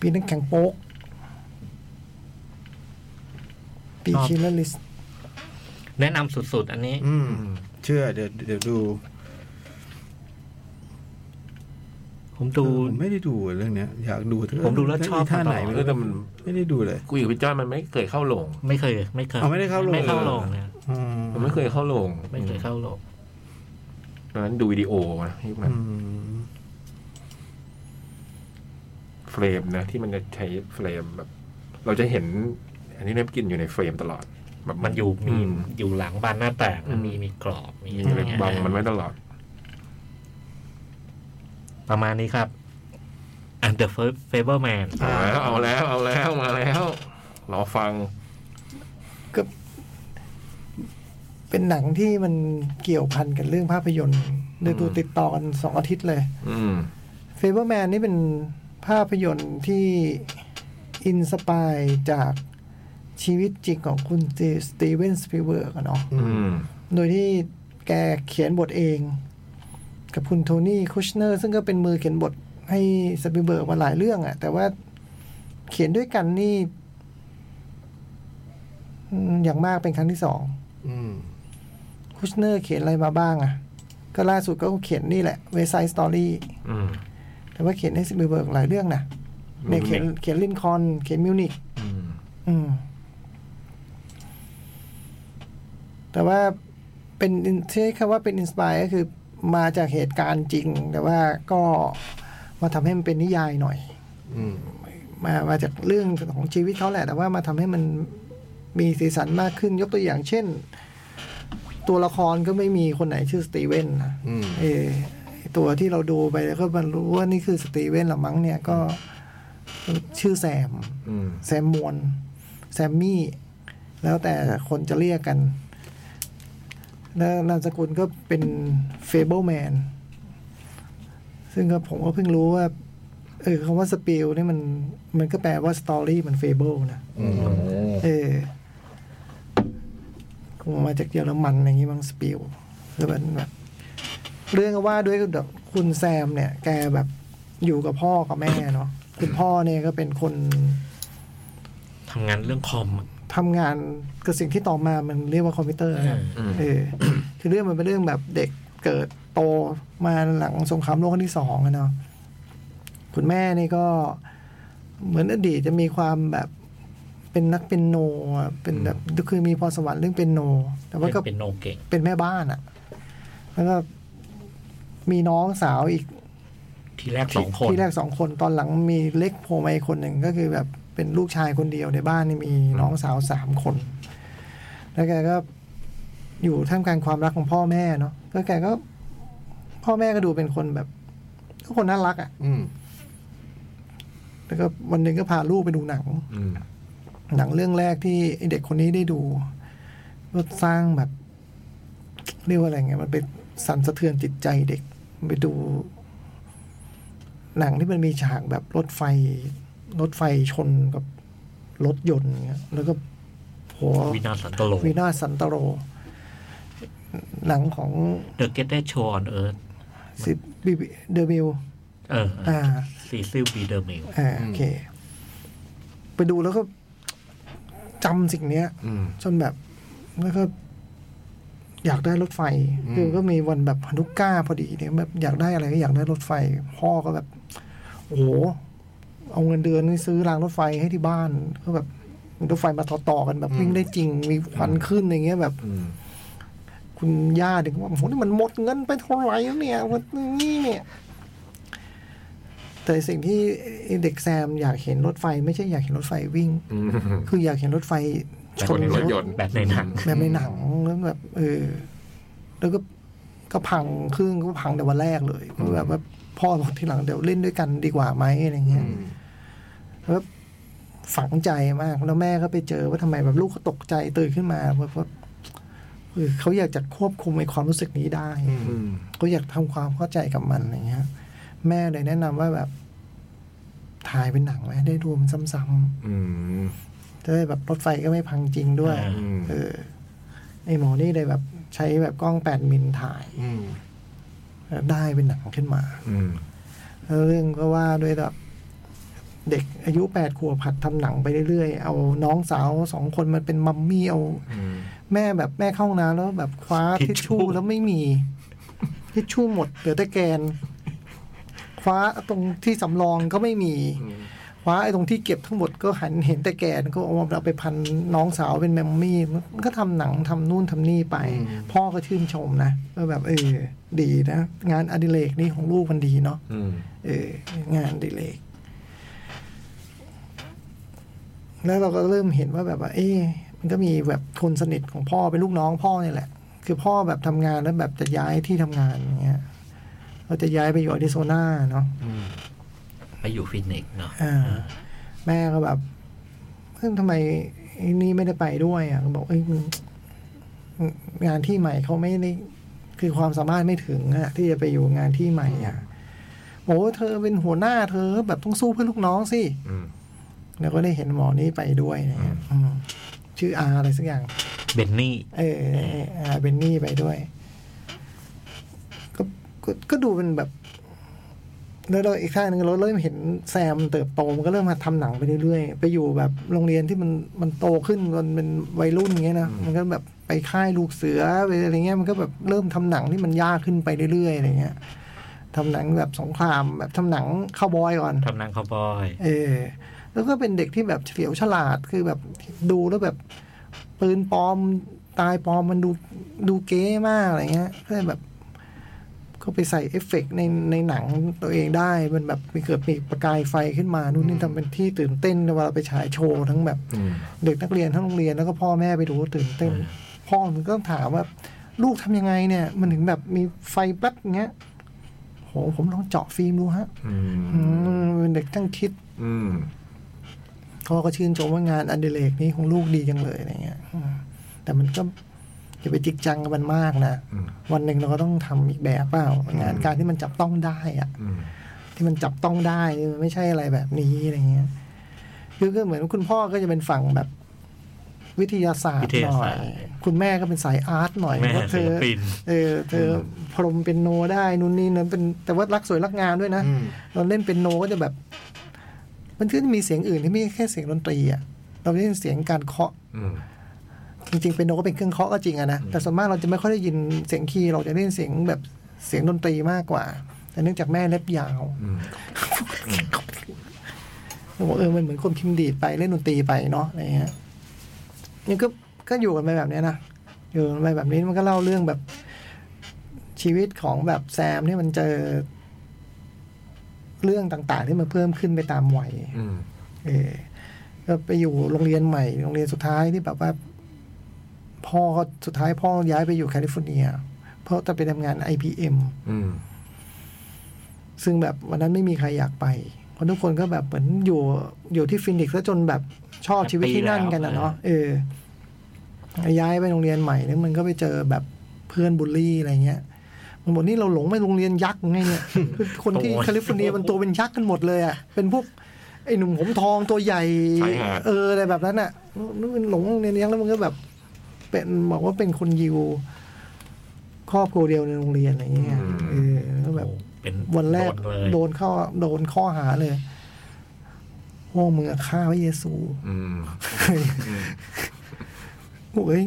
C: ปีนั้นแข่งโป๊ก ปีชิลเลอร์ลิส
E: แนะนำสุดๆ อันนี้
B: อืม เชื่อเดี๋ยวเดี๋ยวดู
E: ผมดู
B: ผมไม่ได้ดูเรื่องเนี้ย อยากดูเถอะ
E: ผมดูแล้วชอบ
B: ท่าไหน
E: มาตลอ
B: ไม่
E: ด
D: เอ
B: รู้
D: อแต่มัน
B: ไม่ได้ดูเลย
D: กูอยู่กับพี่จ้อยมันไม่เคยเข้าโรง
E: ไม่เคย ไม่เคย
B: อ๋อไม่ได้เข้าโรง
E: ไม่เข้าโรงนะ
B: อืม
D: มันไม่เคยเข้าโรง
E: ไม่เคยเข้าโรง
D: ตอนนั้นดูวิดีโอนะยุคนั้น
B: อืม
D: เฟรมนะที่มันจะใช้เฟรมแบบ เราจะเห็น อันนี้เนปกินอยู่ในเฟรมตลอดแบบ
E: มันอยู่มี
D: ม
E: อยู่หลังบานหน้าต่าง
D: อืม
E: มีมีกรอบมี
D: มี
E: อะ
D: อะไร ไร
E: เงี้ย
D: บังมันไว้ตลอด
E: ประมาณนี้ครับอันเดอร์เฟเบอร์แมน
D: เอาแล้ว เอาแล้ว เอาแล้ว มาแล้ว รอฟัง
C: ก็เป็นหนังที่มันเกี่ยวพันกันเรื่องภาพยนตร์ได้ดูติดต่อกันสองอาทิตย์เลย
D: อืม
C: เฟเบอร์แมนนี่เป็นภาพยนตร์ที่อินสปายจากชีวิตจริงของคุณสตีเวนสปีเวิร์กเนาะ
D: อืม
C: โดยที่แกเขียนบทเอง กับคุณโทนี่คุชเนอร์ ซึ่งก็เป็นมือเขียนบทให้สปีลเบิร์กมาหลายเรื่องอะ่ะ แต่ว่า เขียนด้วยกันนี่อืมอย่างมากเป็นครั้งที่สอง
B: อืม
C: คุชเนอร์เขียนอะไรมาบ้างอะก็ล่าสุดก็เขียนนี่แหละเวสไซส์สตอรี่
D: อืม
C: แต่ว่าเขียนให้ซิลเบิร์กหลายเรื่องนะเนี่ยเขียน
D: Munich
C: เขียนลินคอนเขียนมิวนิก
D: อืม
C: อืม แต่ว่าเป็นใช้คำว่าเป็นอินสปายก็คือมาจากเหตุการณ์จริง แต่ว่าก็มาทำให้มันเป็นนิยายหน่อย
B: อืม
C: มามาจากเรื่องของชีวิตเขาแหละ แต่ว่ามาทำให้มันมีสีสันมากขึ้นยกตัวอย่างเช่น ตัวละครก็ไม่มีคนไหนชื่อสตีเวนนะ
B: อืม
C: เออไอ้ตัวที่เราดูไปแล้วก็มันรู้ว่านี่คือสตีเวนเหรือมั้งเนี่ยก็ชื่อแซม
D: อืม
C: แซมมวนแซมมี่ แล้วแต่คนจะเรียกกัน แล้วนามสกุลก็เป็นเฟเบิลแมน ซึ่งก็ผมก็เพิ่งรู้ว่า เออคำว่าสปิลนี่มัน มันก็แปลว่าสตอรี่มันเฟเบิลนะ
B: อืม
D: โอ้
C: เออคงมาจากเยอรมันอะไรอย่างงี้มั้งสปิลหรือมันแบบ เรื่องก็ว่าด้วยแบบคุณแซมเนี่ย แกแบบอยู่กับพ่อกับแม่เนาะคุณพ่อเนี่ยก็เป็นคน
E: ทำงานเรื่องคอมอะ
C: ทำงานกับสิ่งที่ต่อมามันเรียกว่าคอมพิวเตอร์นะ
D: อืม
C: เออ คือเรื่องมันเป็นเรื่องแบบเด็กเกิดโตมาหลังสงครามโลกครั้งที่สองอะเนาะคุณแม่นี่ก็เหมือนอดีตจะมีความแบบเป็นนักเป็นโนอะเป็นแบบคือมีพรสวรรค์เรื่องเป็นโน แต่ว่าก็
E: เป็นโนเก่ง
C: เป็นแม่บ้านอะแล้วก็มีน้องสาวอีก
E: ทีแรกสองคน
C: ที่แรกสองคนตอนหลังมีเล็กโผล่มาอีกคนหนึ่งก็คือแบบเป็นลูกชายคนเดียวในบ้านนี่มีน้องสาวสามคน แล้วแกก็อยู่ท่ามกลางความรักของพ่อแม่เนาะก็แกก็ พ่อแม่ก็ดูเป็นคนแบบก็คนน่ารักอะ่ะ
B: อืม
C: แล้วก็วันหนึ่งก็พาลูกไปดูหนัง
D: อืม
C: หนังเรื่องแรกที่ไอ้เด็กคนนี้ได้ดูก็สร้างแบบ เรียกว่าอะไรเงี้ยมันเป็นสั่นสะเทือนจิตใจเด็กมันไปดู หนังที่มันมีฉากแบบรถไฟ รถไฟชนกับรถยนต์เงี้ยแล้วก็โห
E: วินาศสันตโล
C: วินาศสันตโร หนังของ
E: เดอะเกตได้โชว์ออนเอิร์ธ
C: ซิบิเดอร์บิล
E: เออ
C: อ่า
E: ซีซิลบีเดอร์เมล
C: อ่าโอเค ไปดูแล้วก็จำสิ่งเนี้ย
D: อืม
C: จนแบบแล้วก็อยากได้รถไฟ คือก็มีวันแบบพันธุกก้าพอดีเนี่ยแบบอยากได้อะไรก็อยากได้รถไฟ พ่อก็แบบ โอ้โหเอาเงินเดือนนี่ซื้อรางรถไฟให้ที่บ้าน ก็แบบรถไฟมาต่อๆกันแบบวิ่งได้จริง มีควันขึ้นอย่างเงี้ยแบบ
D: อืม
C: คุณย่าเด็กว่าโอ้โหนี่มันหมดเงินไปเท่าไหร่แล้วเนี่ยวันนี้เนี่ย แต่สิ่งที่เด็กแซมอยากเห็นรถไฟ ไม่ใช่อยากเห็นรถไฟวิ่ง
D: อืม
C: คืออยากเห็นรถไฟช
D: คน นรถยนต์
E: แบบในหนัง
C: แบบในหนังแล้วแบบ เออ แล้วก็ก็พังครึ่งก็พังแต่วันแรกเลยก็แบบว่าพ่อบอกทีหลังเดี๋ยวเล่นด้วยกันดีกว่าไหมอะไรเงี้ยแล้วฝังใจมากแล้วแม่ก็ไปเจอว่าทำไมแบบลูกเขาตกใจตื่นขึ้นมาแบบว่าเออเขาอยากจะควบคุมไอ้ความรู้สึกนี้ได้
D: อืม
C: ก็อยากทำความเข้าใจกับมันอะไรเงี้ย แม่เลยแนะนำว่าแบบถ่ายเป็นหนังไหมได้ดูมันซ้ำ
D: อืม
C: ๆจะได้แบบรถไฟก็ไม่พังจริงด้วย
D: อืม
C: เออไอหมอนี่เลยแบบใช้แบบกล้องแปดมิลถ่าย
B: อืม
C: แล้วได้เป็นหนังขึ้นมา
D: อืม
C: แล้วเรื่องก็ว่าด้วยแบบเด็กอายุแปดขวบผัดทำหนังไปเรื่อยๆ เอาน้องสาวสองคนมันเป็นมัมมี่เอา
D: อืม
C: แม่แบบแม่เข้าห้องน้ำแล้วแบบคว้าทิชชู่แล้วไม่มีทิชชู่หมดเหลือแต่แกน คว้าตรงที่สำรองก็ไม่มี คว้าไอ้ตรงที่เก็บทั้งหมดก็หันเห็นแต่แกนก็เอามาไปพันน้องสาวเป็นแมมมี่มันก็ทำหนังทำนู่นทำนี่ไป พ่อก็ชื่นชมนะก็แบบเออ ดีนะ งานอดิเรกนี่ของลูกมันดีเนาะ
D: อืม
C: เอองานอดิเรก แล้วเราก็เริ่มเห็นว่าแบบว่า เอ๊ะมันก็มีแบบคนสนิทของพ่อเป็นลูกน้องพ่อเนี่ยแหละ คือพ่อแบบทำงานแล้วแบบจะย้ายที่ทำงานอย่างเงี้ยเราจะย้ายไปอยู่อาริโซนาเนาะ
E: ไปอยู่ฟินิกซ์เนาะ
C: อ่าแม่ก็แบบเอ้ยทำไมไอ้นี่ไม่ได้ไปด้วยอ่ะก็บอกเอ้ยมึงงานที่ใหม่เขาไม่ได้คือความสามารถไม่ถึงอ่ะ ที่จะไปอยู่งานที่ใหม่อ่ะโอ้เธอเป็นหัวหน้าเธอแบบต้องสู้เพื่อลูกน้องสิ
D: อืม
C: แล้วก็ได้เห็นหมอนี่ไปด้วยนะฮะอืมชื่ออาอะไรสักอย่าง
E: เบนนี่
C: เออเออเออเบนนี่ไปด้วย ก็ก็ก็ดูเป็นแบบ แล้วเราอีกข้างหนึ่งเราเริ่มเห็นแซมเติบโตมันก็เริ่มมาทำหนังไปเรื่อยๆ ไปอยู่แบบโรงเรียนที่มันมันโตขึ้นมันเป็นวัยรุ่นอย่างเงี้ยนะมันก็แบบไปค่ายลูกเสือไปอะไรเงี้ยมันก็แบบเริ่มทำหนังที่มันยากขึ้นไปเรื่อยๆอะไรเงี้ยทำหนังแบบสงครามแบบทำหนังข้าวบอยก่อน
E: ทำหนางคาวบอย
C: เออแล้วก็เป็นเด็กที่แบบเฉลียวฉลาดคือแบบดูแล้วแบบปืนปลอมตายปลอมมันดูดูเก๋มากอะไรเงี้ยก็เลยแบบก็ไปใส่เอฟเฟกต์ในในหนังตัวเองได้ มันแบบมีเกิดมีประกายไฟขึ้นมานู่นนี่ทำเป็นที่ตื่นเต้นเวลาไปฉายโชว์ทั้งแบบ
D: อืม
C: เด็กนักเรียนทั้งโรงเรียนแล้วก็พ่อแม่ไปดูตื่นเต้น พ่อมันก็ต้องถามว่า ลูกทำยังไงเนี่ย มันถึงแบบมีไฟแป๊บอย่างเงี้ยโหผมลองเจาะฟิล์มดูฮะ
D: อืม
C: อืมเป็นเด็กตั้งคิด
D: อืม
C: พ่อก็ชื่นชมว่างานอันดิเรกนี้ของลูกดีจังเลยอะไรเงี้ยอืมแต่มันก็อย่าไปจริกจังกับมันมากนะ วันหนึ่งเราก็ต้องทำอีกแบบเปล่างานการที่มันจับต้องได้อะ
D: อืม
C: ที่มันจับต้องได้มันไม่ใช่อะไรแบบนี้อะไรเงี้ยคือก็เหมือนคุณพ่อก็จะเป็นฝั่งแบบวิทยาศาสต
E: วิ
C: ร์ห
E: ทยา
C: น่อ
E: ศาย สตร์
C: คุณแม่ก็เป็นสายอาร์ตหน่อย
E: แม่
C: เพราะเธ
E: ศิ
C: อ
E: ลปิน
C: เออเธอพรมเป็นโนได้นู่นนี่นั่นเป็นแต่ว่ารักสวยรักงามด้วยนะ
B: อืม
C: ตอนเล่นเป็นโนก็จะแบบ มันก็จะมีเสียงอื่นที่ไม่ใช่แค่เสียงดนตรีอ่ะ เราได้ยินเสียงการเคาะ
D: อืม
C: จริงๆเป็นโนก็เป็นเครื่องเคาะก็จริงอะนะ แต่ส่วนมากเราจะไม่ค่อยได้ยินเสียงคีย์เราจะได้ยินเสียงแบบเสียงดนตรีมากกว่า แต่เนื่องจากแม่เล็บยาว
D: อืม
C: เราบอกเออมันเหมือนคนพิมพ์ดีดไปเล่นดนตรีไปเนาะอะไรเงี้ยนี่ก็ก็อยู่กันไปแบบเนี้ยนะอยู่กันไปแบบนี้มันก็เล่าเรื่องแบบชีวิตของแบบแซมที่มันเจอเรื่องต่าง ๆ ที่มันเพิ่มขึ้นไปตามวัย
D: อืม
C: เออก็ไปอยู่โรงเรียนใหม่ โรงเรียนสุดท้ายที่แบบว่า พ่อก็สุดท้ายพ่อย้ายไปอยู่แคลิฟอร์เนีย เพราะจะไปทำงาน IBM
D: อืม
C: ซึ่งแบบวันนั้นไม่มีใครอยากไป เพราะทุกคนก็แบบเหมือนอยู่อยู่ที่ฟินิกซ์แล้วจนแบบชอบชีวิตที่นั่นกันนะเนาะเออย้ายไปโรงเรียนใหม่แล้วมันก็ไปเจอแบบเพื่อนบูลลี่อะไรเงี้ย มันบอกนี่เราหลงไปโรงเรียนยักษ์ไงเนี่ย คือคนที่
E: โอ้ย
C: แคลิฟอร์เนียมันตัวเป็นยักษ์กันหมดเลยอ่ะเป็นพวกไอ้หนุ่มผมทองตัวใหญ่
D: ใช่ฮะ
C: เอออะไรแบบนั้นอ่ะนึกว่าหลงโรงเรียนยักษ์แล้วมันก็แบบ เป็นบอกว่าเป็นคนยิวครอบครัวเดียวในโรงเรียนอะไรเงี้ยเออแล้วแบบ
E: โอ้เป็น
C: วันแรก
E: โดเลย
C: โดนข้อโดนข้อหาเลยพวกมึงอะฆ่าพระเยซู
D: อืม
C: โอ้ย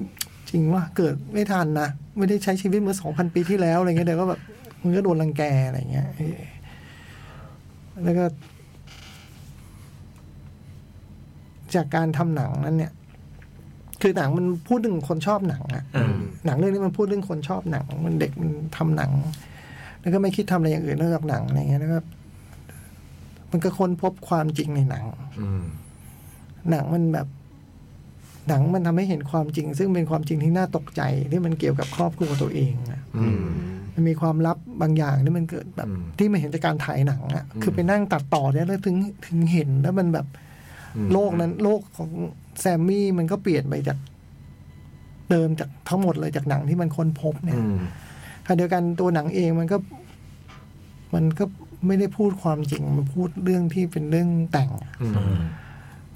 C: จริงว่าเกิดไม่ทันนะ ไม่ได้ใช้ชีวิตเมื่อสองพันปีที่แล้วอะไรเงี้ยแต่ก็แบบมึงก็โดนรังแกอะไรเงี้ยเออแล้วก็ จากการทำหนังนั้นเนี่ย คือหนังมันพูดถึงคนชอบหนังอะ
D: อืม
C: หนังเรื่องนี้มันพูดเรื่องคนชอบหนัง มันเด็กมันทำหนัง แล้วก็ไม่คิดทำอะไรอย่างอื่นนอกจากหนังอะไรเงี้ยนะครับ มันก็ค้นพบความจริงในหนัง
D: อืม
C: หนังมันแบบ หนังมันทำให้เห็นความจริง ซึ่งเป็นความจริงที่น่าตกใจที่มันเกี่ยวกับครอบครัวตัวเองอะ
D: อืม
C: มันมีความลับบางอย่างที่มันเกิดแบบ
D: อืม
C: ที่มันเห็นจากการถ่ายหนังอะ
D: อืม
C: คือไปนั่งตัดต่อเนี่ยแล้วถึงถึงเห็นแล้วมันแบบ โลกนั้นโลกของแซมมี่มันก็เปลี่ยนไปจาก เดิมจากทั้งหมดเลยจากหนังที่มันค้นพบเนี่ย
D: อืม
C: ขณะเดียวกันตัวหนังเองมันก็ มันก็ไม่ได้พูดความจริง มันพูดเรื่องที่เป็นเรื่องแต่ง
D: อืม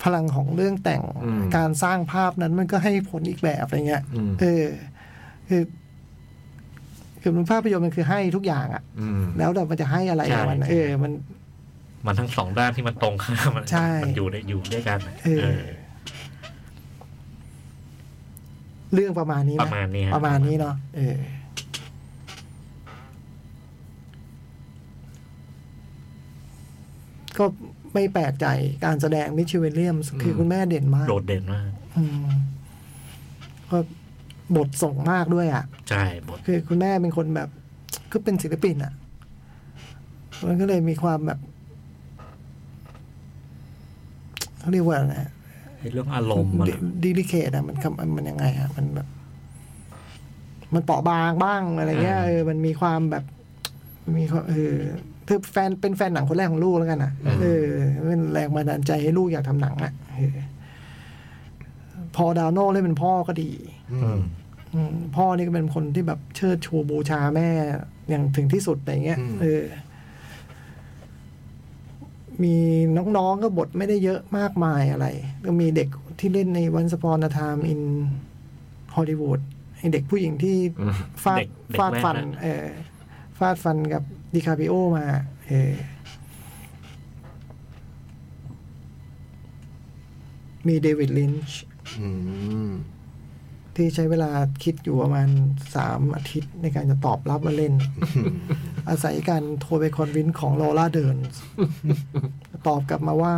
C: พลังของเรื่องแต่ง
D: อืม
C: การสร้างภาพนั้นมันก็ให้ผลอีกแบบอะไรเงี้ย
D: อืม
C: เออ คือคือมันภาพยนตร์มันคือให้ทุกอย่างอะ
D: อืม
C: แล้วแต่มันจะให้อะไรกับมัน
E: ใช่
C: เออ มัน
E: มันทั้งสองด้านที่มันตรงข้ามมัน
C: ใช่
E: มันอยู่ได้อยู่ด้วยกันนะ
C: เออ
E: เออ
C: เรื่องประมาณนี้ไห
E: ประมาณนี้ฮะ
C: ประมาณนี้เนาะเออ ก็ไม่แปลกใจการแสดงมิชเวลเลียมส์คือคุณแม่เด่นมาก
E: โดดเด่นมาก
C: อืมก็บทส่งมากด้วยอ่ะ
E: ใช่บท
C: คือคุณแม่เป็นคนแบบ ก็เป็นศิลปินอ่ะ มันก็เลยมีความแบบเขาเรียกว่าอะไรนะ
E: เรื่องอารมณ์มันอะ
C: ดีลิเคทอะมันคำมันยังไงอะมันแบบ มันเปราะบางบ้างอะไรเงี้ยเออมันมีความแบบ มีความเออเธอแฟนเป็นแฟนหนังคนแรกของลูกแล้วกันอะเออเป็นแรงบันดาลใจให้ลูกอยากทำหนังอะเออพอดาวโน่เล่นเป็นพ่อก็ดี
D: อืม
C: อืมพ่อนี่ก็เป็นคนที่แบบเชิดชูบูชาแม่อย่างถึงที่สุดอะไรเงี้ย
D: อืม
C: เออ มีน้องๆก็บทไม่ได้เยอะมากมายอะไร ก็มีเด็กที่เล่นในวันสปอนทามอินฮอลลีวูดไอเด็กผู้หญิงที่
D: อืม
C: ฟาด
E: เด็กเด็ก
C: ฟาด
E: แว่
C: ฟัน
E: อะ
C: เออฟาดฟันกับดิคาปิโอมา เออ มีเดวิดลินช์
B: อืม
C: ที่ใช้เวลาคิดอยู่ประมาณสามอาทิตย์ในการจะตอบรับมาเล่น อาศัยการโทรไปคอนวินของโลล่าเดิน ตอบกลับมาว่า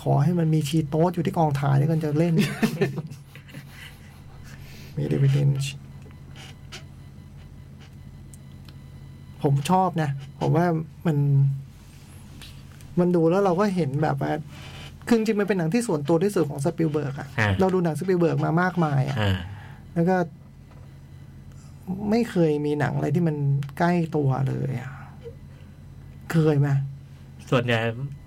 C: ขอให้มันมีชีโต๊ดอยู่ที่กองถ่ายแล้วกันจะเล่น มีเดวิดลินช์ผมชอบนะ ผมว่ามัน มันดูแล้วเราก็เห็นแบบว่าคือจริงๆมันเป็นหนังที่ส่วนตัวที่สุดของสปิลเบิร์กอะ
E: อ่า
C: เราดูหนังสปิลเบิร์กมามากมายอะ
E: อ่า
C: แล้วก็ไม่เคยมีหนังอะไรที่มันใกล้ตัวเลยอะเคยไหม
E: ส่วนใหญ่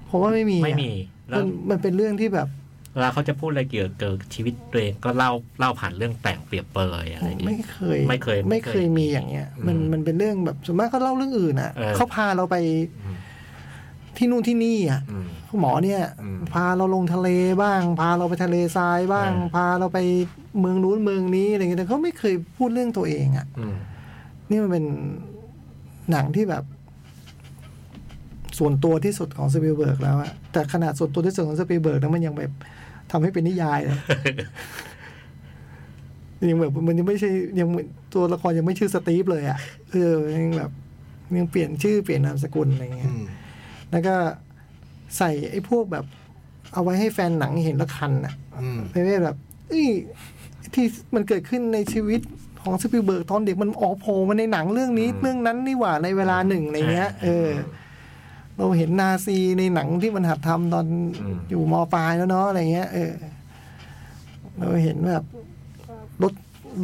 C: ผมว่าไม่มีอะ
E: ไม่มีแล้ว
C: มันมันเป็นเรื่องที่แบบ
E: เวลาเขาจะพูดอะไรเกี่ยวกับชีวิตตัวเองก็เล่าเล่าผ่านเรื่องแต่งเปรียบเปรยอะไรอย่าง
C: ไม่
E: เงี้ย
C: เคย
E: ไม่เคย
C: ไม่เคยมีอย่างเงี้ย
E: อืม
C: มันมันเป็นเรื่องแบบส่วนมากก็เล่าเรื่องอื่นอ่ะ
E: เออ
C: เขาพาเราไปที่นู่นที่นี่อ่ะ
D: อืม
C: หมอเนี่ย
D: อืม
C: พาเราลงทะเลบ้าง พาเราไปทะเลทรายบ้าง พาเราไปเมืองนู้นเมืองนี้อะไรเงี้ยแต่เขาไม่เคยพูดเรื่องตัวเองอ่ะ
D: อืม
C: นี่มันเป็นหนังที่แบบ ส่วนตัวที่สุดของสปีลเบิร์กแล้วอะแต่ขนาดส่วนตัวที่สุดของสปีลเบิร์กนั้นมันยังแบบทำให้เป็นนิยายเลย ยังแบบมันยังไม่ใช่ยังตัวละครยังไม่ชื่อสตีฟเลยอะเออยังแบบยังเปลี่ยนชื่อเปลี่ยนนามสกุลอะไรเงี้
B: อื
C: ย
B: ม
C: แล้วก็ใส่ไอ้พวกแบบ เอาไว้ให้แฟนหนังเห็นและคันอะ
B: อืม
C: ไม่ได้แบบเอ้ยที่มันเกิดขึ้นในชีวิตของสปิลเบิร์กตอนเด็กมันออกโผล่มาในหนังเรื่องนี้
D: อืม
C: เรื่องนั้นนี่หว่าในเวลาหนึ่งอะไรเงี้ย เออ เราเห็นนาซีในหนังที่มันหัดทำตอนอยู่มปลายแล้วเนาะอะไรเงี้ยเออ เราเห็นแบบรถ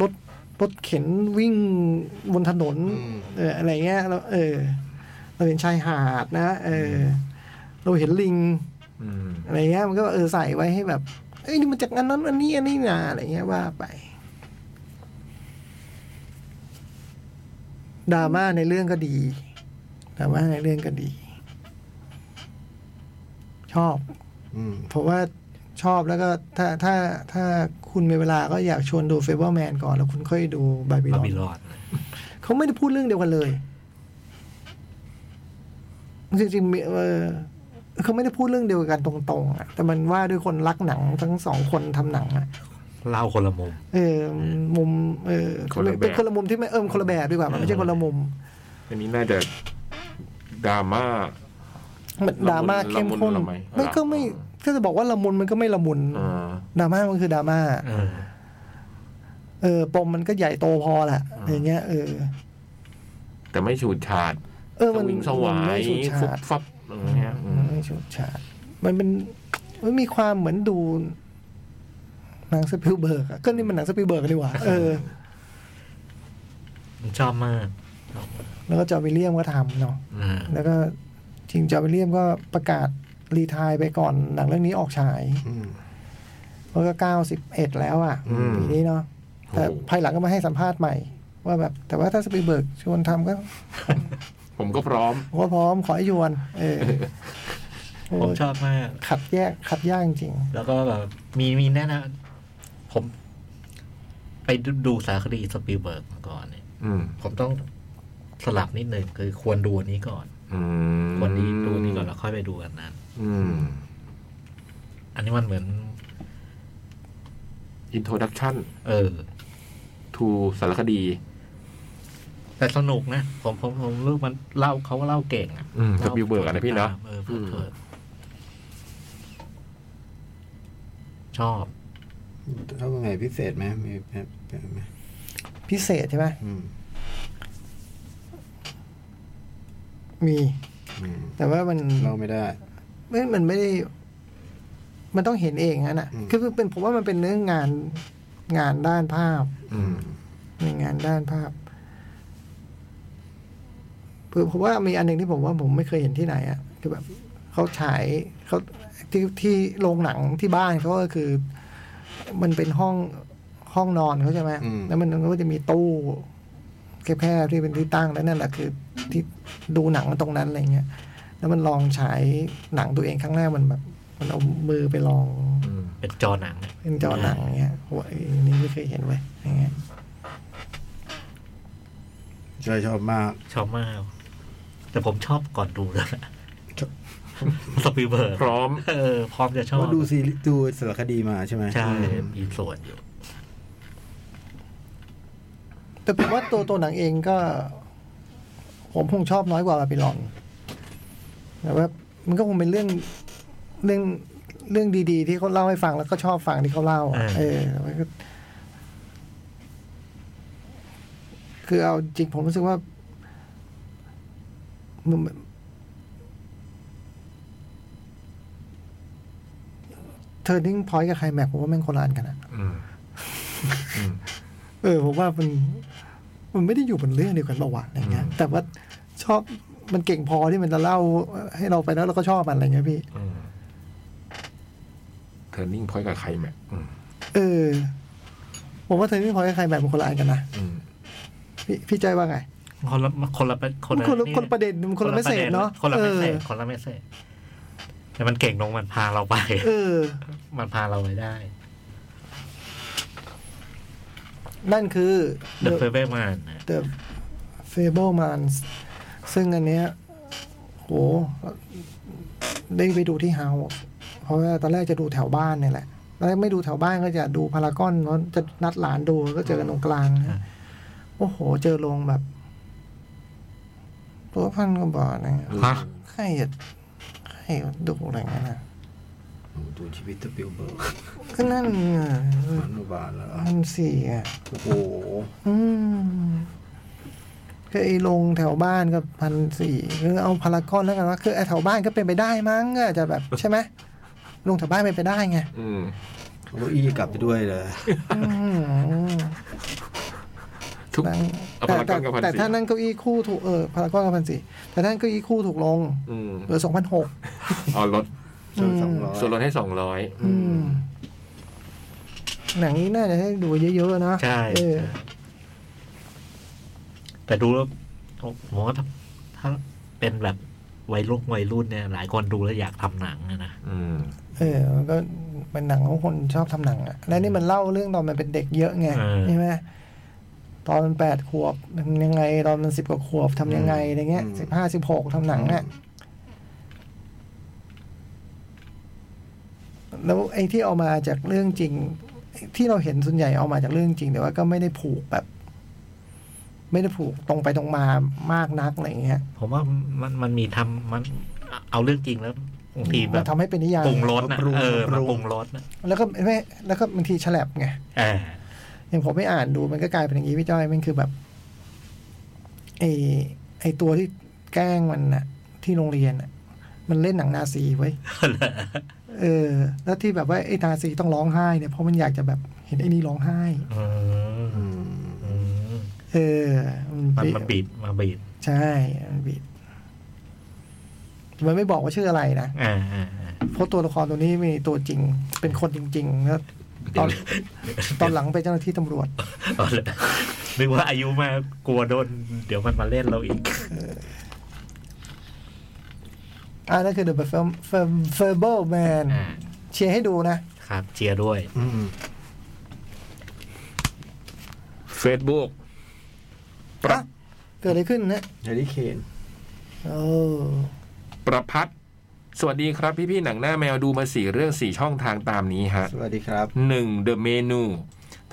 C: รถรถเข็นวิ่งบนถนน
B: อืม
C: เออ อะไรเงี้ยเราเออ เราเห็นชายหาดนะเออ เราเห็นลิง
D: อืม
C: อะไรเงี้ยมันก็เออใส่ไว้ให้แบบ เอ้ยนี่มันจากอันนั้นอันนี้อันนี้นาอะไรเงี้ยว่าไปดราม่าในเรื่องก็ดีดราม่าในเรื่องก็ดี ชอบ
B: อืม
C: เพราะว่าชอบแล้วก็ถ้าถ้าถ้าคุณมีเวลาก็อยากชวนดูเฟเบอร์แมนก่อนแล้วคุณค่อยดูบาบิล
E: บา
C: อน
E: บิลอน
C: เขาไม่ได้พูดเรื่องเดียวกันเลยจริงๆมีเออเขาไม่ได้พูดเรื่องเดียวกันตรงๆอะแต่มันว่าด้วยคนรักหนังทั้งสองคนทำหนังอะ
E: เล่าคนละมุม
C: เออมุมเออ
D: คนละแบบ
C: เป็นคนละมุมที่ไม่เอิมคนละแบบดีกว่ามันไม่ใช่คนละมุม
D: อันนี้น่าจะดราม่า
C: มันดราม่าเข้มข้น
D: ละมุนละไม
C: ไม่ก็ไม่
D: อ่
C: ก็จะบอกว่าละมุนมันก็ไม่ละมุน
D: อ่า
C: ดราม่ามันคือดราม่า
E: เออ
C: เออปมมันก็ใหญ่โตพอแหละอย่างเงี้ยเออ
D: แต่ไม่ฉูดฉาด
C: เออมัน
D: สวิงสวา
C: มัน
D: ย
C: ไม่ฉูด
D: ฟุ
C: ฉา
D: บ
C: ด
D: ฟับอะไรเงี้ยอืม
C: ไม่ฉูดฉาดมันเป็นมันมีความเหมือนดูหนังสปิลเบิร์กอะก็นี่มันหนังสปิลเบิร์กดีกว่าเออ
E: ผมชอบมาก
C: แล้วก็จอร์นวิลเลียมก็ทำเนาะ
E: อ่า
C: แล้วก็จริงจอร์นวิลเลียมก็ประกาศรีไทายไปก่อนหนังเรื่องนี้ออกฉาย
B: อืม
C: เพราะก็เก้าสิบเอ็ดแล้วอ่ะปีนี้เนาะแต่ภายหลังก็มาให้สัมภาษณ์ใหม่ ว่าแบบ แต่ว่าถ้าสปีลเบิร์กชวนทำก็
D: ผมก็พร้อม
C: ผมก็พร้อมขอให้ชวน เออโอ้
E: ผมชอบมาก
C: ขัดแยกขัดยากจริง
E: แล้วก็แบบมีมีแน่นะผม ไปดูดูสารคดีสปีลเบิร์กมาก่อนเนี่ย
D: อืม
E: ผมต้องสลับนิดหนึ่งคือควรดูอันนี้ก่อน
D: อืม
E: ควรดีดูอันนี้ก่อนแล้วค่อยไปดูอันนั้น
D: อืม
E: อันนี้มันเหมือน
D: อินโทรดักชั่น
E: เออ
D: ทูสารคดี
E: แต่สนุกนะ ผมผมผมรู้มันเล่าเขาเล่าเก่งอ่ะ
D: อืมสปีลเบิร์กอะนะพี่เนอะ
E: เออเพลิดเพลิน
D: อื
E: ชอบ
B: เท่าไงพิเศษไหมมีแบบแบบไหม
C: ๆ พิเศษใช่ไหม
B: อืม
C: มี
B: อืม
C: แต่ว่ามัน
B: เล่าไม่ได้
C: ไม่มันไม่ได้ มันต้องเห็นเองอะน่ะ
B: อืม
C: คือเป็นผมว่ามันเป็นเรื่องงานงานด้านภาพ
D: อืม
C: ในงานด้านภาพคือผมว่ามีอันหนึ่งที่ผมว่าผมไม่เคยเห็นที่ไหนอะคือแบบเขาฉายเขาที่ที่โรงหนังที่บ้านเขาก็คือ มันเป็นห้องห้องนอนเขาใช่ไหม
B: อืม
C: แล้วมันก็จะมีตู้แคบๆที่เป็นที่ตั้งแล้วนั่นแหละคือ ที่ดูหนังตรงนั้นอะไรเงี้ยแล้วมันลองฉายหนังตัวเองข้างแรกมันแบบ มันเอามือไปลอง
D: อืม
E: เป็นจอหนังอะ
C: เป็นจอหนังเงี้ยโหไอ้นี่ไม่เคยเห็นเว้ยอย่างเงี้ย
B: ชอบชอบมาก
E: ชอบมาก แต่ผมชอบก่อนดูแล้วยนะ สปีลเบิร์ก
D: พร้อม
E: เออพร้อมจะชอบ
B: ก็ดูซีรีส์ดูสารคดีมาใช่ไหม
E: ใช่มีส่วนอยู่
C: แต่ผมว่าตัวตัวหนังเองก็ ผมคงชอบน้อยกว่าบาบิลอนแต่ว่ามันก็คงเป็นเรื่องเรื่องเรื่องดีๆ ที่เขาเล่าให้ฟังแล้วก็ชอบฟังที่เขาเล่าอะ
E: อ่า
C: เออมันก็คือเอาจริงผมรู้สึกว่ามันเทอร์นิ่งพอยต์กับไคลแม็กซ์ผมว่าแม่งโคนละอันกันอะ
D: อืมอืม
C: เออผมว่ามันมันไม่ได้อยู่บนเรื่องเดียวกันประวัติอะไรเงี้ย
D: อืม
C: แต่ว่าชอบมันเก่งพอที่มันจะเล่าให้เราไปแล้วเราก็ชอบมันอะไรเงี้ยพี่
D: อืม turning point กับใครแม็กอืม
C: เออ ผมว่าเธอไม่พอให้ใครแบบมันคนละอันกันนะ
D: อืม
C: พี่พี่ใจอยว่าไง
E: คนละคนละคนละ
C: มันคนละคนละประเด็นมันคนละ message เนอะ
E: คนละ
C: เอ
E: เม
C: อ
E: สเซจคนละเมสเซจแต่มันเก่งลงมันพาเราไป
C: เออ
E: มันพาเราไปได้
C: นั่นคือ
E: The f a v o r Man
C: The Fableman ซึ่งอันเนี้ยโหได้ไปดูที่เฮาส์เพราะว่าตอนแรกจะดูแถวบ้านเนี่ยแหละตอนแรกไม่ดูแถวบ้านก็จะดูพารากอนเพราะจะนัดหลานดูก็เจอกันตรงกลาง
E: อ่ะ
C: นะโอ้โห เจอลงแบบ ตัวพันกว่าบาทนะ
E: ฮะ
C: ใครจะใครจะดูอะไรเงี้ยนะ
B: ดูชีวิตสปิลเบิร์ก
C: ก็นั่นน่ะ
B: มันอุบาทแล้ว
C: พันสี่อ่ะ
B: โอ้โห
C: อืมก็ไอ้ลงแถวบ้านก็พันสี่คือเอาพารากอนแล้วกันว่าคือไอ้แถวบ้านก็เป็นไปได้มั้งก็อาจจะแบบ ใช่ไหมลงแถวบ้านเป็นไปได้ไง
D: อืม
B: โอ้อี้กลับไปด้วยเลย
C: อืม
D: ทุก
C: นั่ง
D: เอา
C: แต่
D: พาราก
C: แต่
D: อนกับพันสี่
C: แต่ถ้านั่งเก้าอี้คู่ถูกเออพารากอนกับพันสี่แต่ถ้านั่งเก้าอี้คู่ถูกลง
D: อืม
C: เหลือสองพันหก
D: เอาลด
B: ส่วนสองร้อย
D: ส่วนลดให้สองร้อย
C: อืม หนังนี้น่าจะให้ดูเยอะๆนะ
E: ใช่
C: เออ
E: ใช่แต่ดูแล้วผมว่าถ้าถ้าเป็นแบบวัยรุ่นวัยรุ่นเนี่ย หลายคนดูแล้วอยากทำหนังอะนะ
D: อืม
C: เออมันก็เป็นหนังของคนชอบทำหนังอะและนี่มันเล่าเรื่องตอนมันเป็นเด็กเยอะไง
E: เออ
C: ใช่ไหมตอนมันแปดขวบทำยังไง ตอนมันสิบกว่าขวบทำยังไงอะไรเงี้ยสิบห้าสิบหกทำหนังอะแล้วไอ้ที่เอามาจากเรื่องจริง ที่เราเห็นส่วนใหญ่เอามาจากเรื่องจริง แต่ว่าก็ไม่ได้ผูกแบบ ไม่ได้ผูกตรงไปตรงมามากนักอะไรเงี้ย
E: ผมว่ามันมันมีทำมันเอาเรื่องจริงแล้วบางทีแบ
C: มัน
E: บ
C: ทำให้เป็นนิยาย
E: ปรุงรสนะเออมาปรุงรสนะ
C: แล้วก็ไม่แล้วก็บางทีฉลับไง
E: เออ
C: อย่างผมไม่อ่านดูมันก็กลายเป็นอย่างนี้พี่จ้อยมันคือแบบไอไอตัวที่แกล้งมันน่ะ ที่โรงเรียนน่ะ มันเล่นหนังนาซีไว้ยเออ แล้วที่แบบว่าไอ้นาซีต้องร้องไห้เนี่ยเพราะมันอยากจะแบบเห็นไอ้นี่ร้องไห้
E: อืม
B: อืม
E: อืม
C: เออ
E: มันมาบีบมาบีบ
C: ใช่มันบีบมันไม่บอกว่าชื่ออะไรนะ
E: อ่าอ่าอ่า
C: เพราะตัวละครตัวนี้มีตัวจริง เป็นคนจริงๆแล้วตอน ตอนหลังเป็นเจ้าหน้าที่ตำรวจ
E: เอาเลย นึกว่าอายุมากกลัวโดน เดี๋ยวมันมาเล่นเราอีก
C: อ่านั่นคือ The Fable Man
E: อ่า
C: เชียร์ให้ดูนะ
E: ครับเชียร์ด้วย
B: อืม
D: Facebook ปรั
C: อ่ะ
D: บ
C: เกิดอะไรขึ้นนะ
B: แฮร์รี่เคน
C: โอ้
D: ประพัด สวัสดีครับพี่พี่ๆหนังหน้าแมวดูมาสี่เรื่องสี่ช่องทางตามนี้ฮะ
B: สวัสดีครับ
D: หนึ่ง The Menu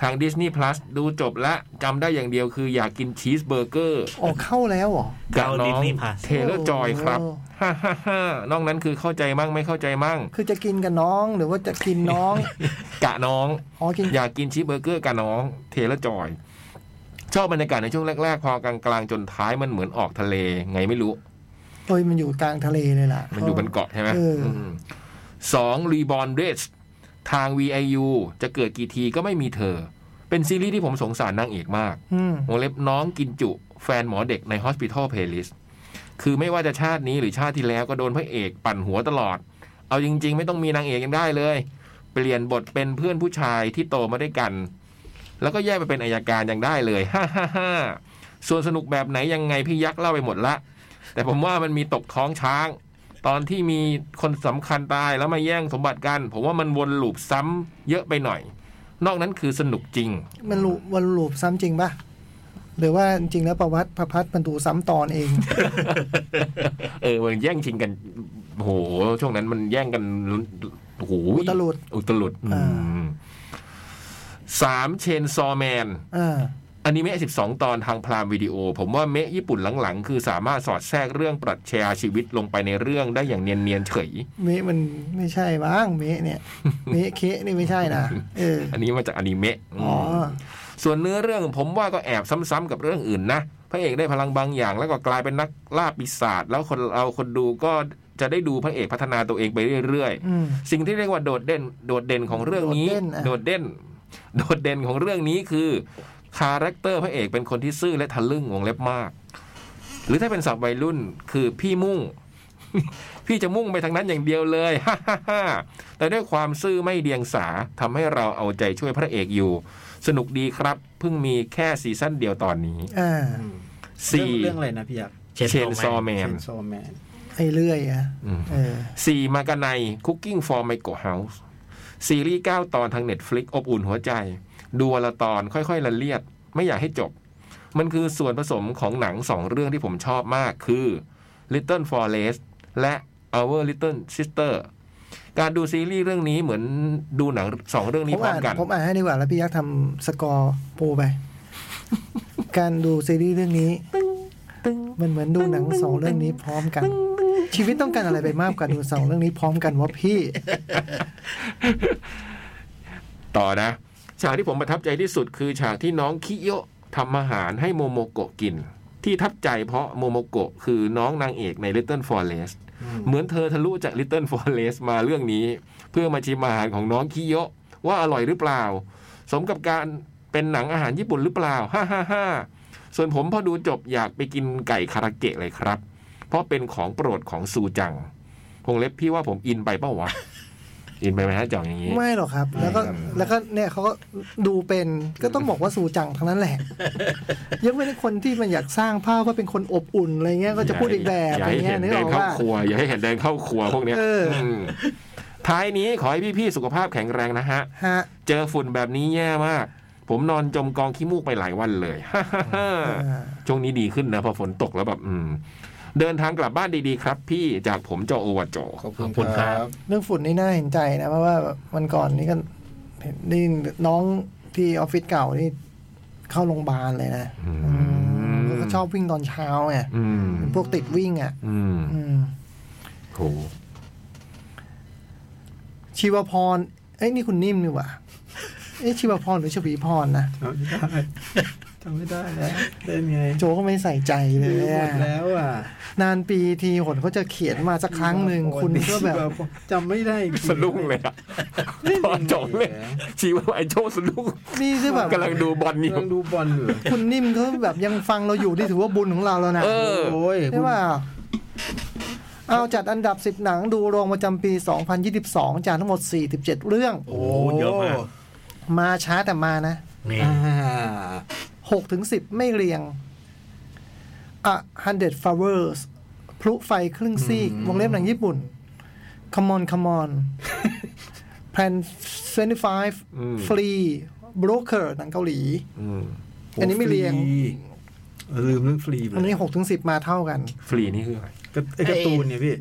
D: ทาง Disney Plus ดูจบละจำได้อย่างเดียวคืออยากกินชีสเบอร์เกอร์
C: ออกเข้าแล้วเหรอ
D: กับ
E: เข้า
D: น้อง
E: Disney Plus
D: เทเลอร์จอยครับ ฮ่าฮ่าฮ่านอกนั้นคือเข้าใจมั่งไม่เข้าใจมั่ง
C: คือจะกินกับน้องหรือว่าจะกินน้อง
D: กะน้อง
C: อ๋อกิน
D: อยากกินชีสเบอร์เกอร์กะน้อง เทเลอร์จอย ชอบบรรยากาศในช่วงแรก ๆ พอกลางๆ จนท้ายมันเหมือนออกทะเล ไงไม่รู้
C: โอ้ยมันอยู่กลางทะเลเลยล่ะ
D: มันอยู่บนเกาะใช่ไหม
C: เอออื
D: มสองรีบอ r เดสทาง VIU จะเกิดกี่ทีก็ไม่มีเธอ เป็นซีรีส์ที่ผมสงสารนางเอกมาก
C: อืม
D: วงเล็บน้องกินจุแฟนหมอเด็กใน Hospital Playlist คือไม่ว่าจะชาตินี้หรือชาติที่แล้วก็โดนพระเอกปั่นหัวตลอด เอาจริง ๆ ไม่ต้องมีนางเอกยังได้เลย เปลี่ยนบทเป็นเพื่อนผู้ชายที่โตมาด้วยกัน แล้วก็แยกไปเป็นอายการยังได้เลย ฮ่าฮ่าฮ่าส่วนสนุกแบบไหนยังไงพี่ยักษ์เล่าไปหมดละ แต่ผมว่ามันมีตกท้องช้าง ตอนที่มีคนสำคัญตายแล้วมาแย่งสมบัติกัน ผมว่ามันวนลูปซ้ำเยอะไปหน่อย นอกนั้นคือสนุกจริง
C: มันลูวันลูปซ้ำจริงปะหรือว่าจริงๆแล้วประวัติประพัดมันดูซ้ำตอนเอง
D: เออมันแย่งชิงกัน โอ้โห ช่วงนั้นมันแย่งกันลุ้นโอ้โห
C: อุตลุด
D: อุตลุด
C: อ่า
D: อืมสามเชนซอแมน
C: อ่า
D: อนิเมะ 12 ตอนทางพรามวิดีโอ ผมว่าเมะญี่ปุ่นหลัง ๆ คือสามารถสอดแทรกเรื่องปรัชญาชีวิตลงไปในเรื่องได้อย่างเนียน ๆ เฉย
C: เมะมันไม่ใช่บ้างเมะเนี่ย เมะเคะนี่ไม่ใช่นะเออ
D: อันนี้มาจากอนิเมะม
C: อ๋อ
D: ส่วนเนื้อเรื่องผมว่าก็แอบซ้ำๆกับเรื่องอื่นนะ พระเอกได้พลังบางอย่างแล้วก็กลายเป็นนักล่าปีศาจแล้วคนเราคนดูก็จะได้ดูพระเอกพัฒนาตัวเองไปเรื่อย ๆ
C: อืม
D: สิ่งที่เรียกว่าโดดเด่น โดดเด่นของเรื่องนี้
C: โดดเด่นอะ
D: โดดเด่น โดดเด่นของเรื่องนี้คือคาแรคเตอร์พระเอกเป็นคนที่ซื่อและทะลึ่งวงเล็บมาก หรือถ้าเป็นสับวัยรุ่นคือพี่มุ่ง พี่จะมุ่งไปทางนั้นอย่างเดียวเลย ฮ่าฮ่าฮ่าแต่ด้วยความซื่อไม่เดียงสาทำให้เราเอาใจช่วยพระเอกอยู่ สนุกดีครับเพิ่งมีแค่ซีซั่นเดียวตอนนี้
C: อ่า
D: สี่
B: เรื่องเรื่องอะไรนะพี่ยักษ์
E: เชน
D: เชนซอ
E: โซ
D: แม
B: เช
D: น
B: นโซแมน
C: ไอ้เลื่อยอ่ะ
D: อืม
C: เออ
D: สี่มากาไนคุกกิ้งฟอร์ไมโกเฮาส์ซีรีส์เก้าตอนทางเน็ตฟลิกอบอุ่นหัวใจ ดูวันละตอนค่อยๆ ละเลียด ไม่อยากให้จบ มันคือส่วนผสมของหนังสองเรื่องที่ผมชอบมากคือ Little Forest และ Our Little Sister การดูซีรีส์เรื่องนี้เหมือนดูหนังสองเรื่อง
C: ผ
D: นี้
C: ม
D: พร้อ
C: อ่าม น
D: กัน
C: ผมอ่านให้ดีกว่าแล้วพี่ยักษ์ทำสกอร์ปู ไป การดูซีรีส์เรื่องนี้ มันเหมือนดูหนังสองเรื่องนี้พร้อมกัน ชีวิตต้องการอะไรไปมากกว่าดูสองเรื่องนี้พร้อมกันวะพี่
D: ต่อนะ ฉากที่ผมประทับใจที่สุดคือฉากที่น้องคิโยะทำอาหารให้โมโมโกะกิน ที่ทับใจเพราะโมโมโกะคือน้องนางเอกใน Little Forest เหมือนเธอทะลุจาก Little Forest มาเรื่องนี้ เพื่อมาชิมอาหารของน้องคิโยะว่าอร่อยหรือเปล่า สมกับการเป็นหนังอาหารญี่ปุ่นหรือเปล่าฮ่าฮ่าฮ่าส่วนผมพอดูจบอยากไปกินไก่คาราเกะเลยครับ เพราะเป็นของโปรดของซูจังวงเล็บพี่ว่าผมอินไปเป้าวะอินไปไหมฮะจ่องอย่างนี้
C: ไม่หรอกครับ แล้วก็แล้วก็เนี่ยเขาก็ดูเป็นก็ต้องบอกว่าสูจังทั้งนั้นแหละยกเว้นคนที่มันอยากสร้างภาพว่าเป็นคนอบอุ่นอะไรเงี้ยก็จะพูดอีกแบบอย่
D: อาให้
C: ย่างเงี้
D: เห็น
C: ยนึก
D: เดิ
C: อน อก
D: เข้า
C: ว่า
D: ครัว อย่าให้เห็นเดินเข้าครัวพวกเนี้ย
C: เออ
D: มท้ายนี้ขอให้พี่ๆสุขภาพแข็งแรงนะฮะ
C: ฮะ
D: เจอฝุ่นแบบนี้แย่มาก ผมนอนจมกองขี้มูกไปหลายวันเลย
C: อ่า
D: ช่วงนี้ดีขึ้นนะพอฝนตกแล้วแบบอืม เดินทางกลับบ้านดีๆครับ พี่จากผมเจ้าโอวัจโจ
B: ขอบคุณครับ
C: เรื่องฝุ่นนี่น่าเห็นใจนะ เพราะว่าวันก่อนนี่ก็เห็นได้ยินน้องที่ออฟฟิศเก่านี่เข้าโรงพยาบาลเลยนะ
D: อืม
C: แล้วก็ชอบวิ่งตอนเช้าไง
D: อืม
C: เป็นพวกติดวิ่งอ่ะ
D: อืม
C: อืม
D: โห
C: ชีวพรเอ้ยนี่คุณนิ่มนี่หว่าเอ้ยชีวพรหรือชวีพร
B: จ
C: นะ
B: ำไม่ได้จำไม่ได้แล้วเป็นไง
C: โจก็ไม่ใส่ใจเลย
B: หม
C: อะ
B: ดแล้วอ่ะ
C: นานปีทีหนเขาจะเขียนมาสักครั้งหนึ่งคุณก็แบบ
B: จำไม่ได้จริงๆ
D: สะดุ้งเลยอะตอน จบเลยชีว่าไอโจสะดุ้ง
C: นี่คือแบบ
D: กำลังดูบอลอยู่
B: กำลังดูบอลอยู่
C: คุณนิ่มเขาแบบยังฟังเราอยู่นี่ถือว่าบุญของเราแล้วนะ
D: เออ
B: โอ้ย
C: ใช่ป่ะเอาจัดอันดับ 10 หนังดูโรงประจำปี 2022 จากทั้งหมด 47 เรื่อง
E: โอ้โหเยอะมาก
C: มาช้าแต่มานะ
E: นี่
B: อ่า
C: 6ถึง10 ไม่เรียงอะฮันเดดฟาเวอร์สพลุไฟครึ่งซีก วงเล็บหนังญี่ปุ่น Come on Come on Plan
D: อืม
C: 25 Free Broker หนังเกาหลี
D: อืม
C: อันนี้ไม่เรียง
B: ฟลืมเรื่องฟรีไป
C: อัน
B: เลย
C: นี้6ถึง10 มาเท่ากัน
D: ฟรีนี่คืออะไร
B: ก็ไอ้การ์ตูนเนี่ยพี่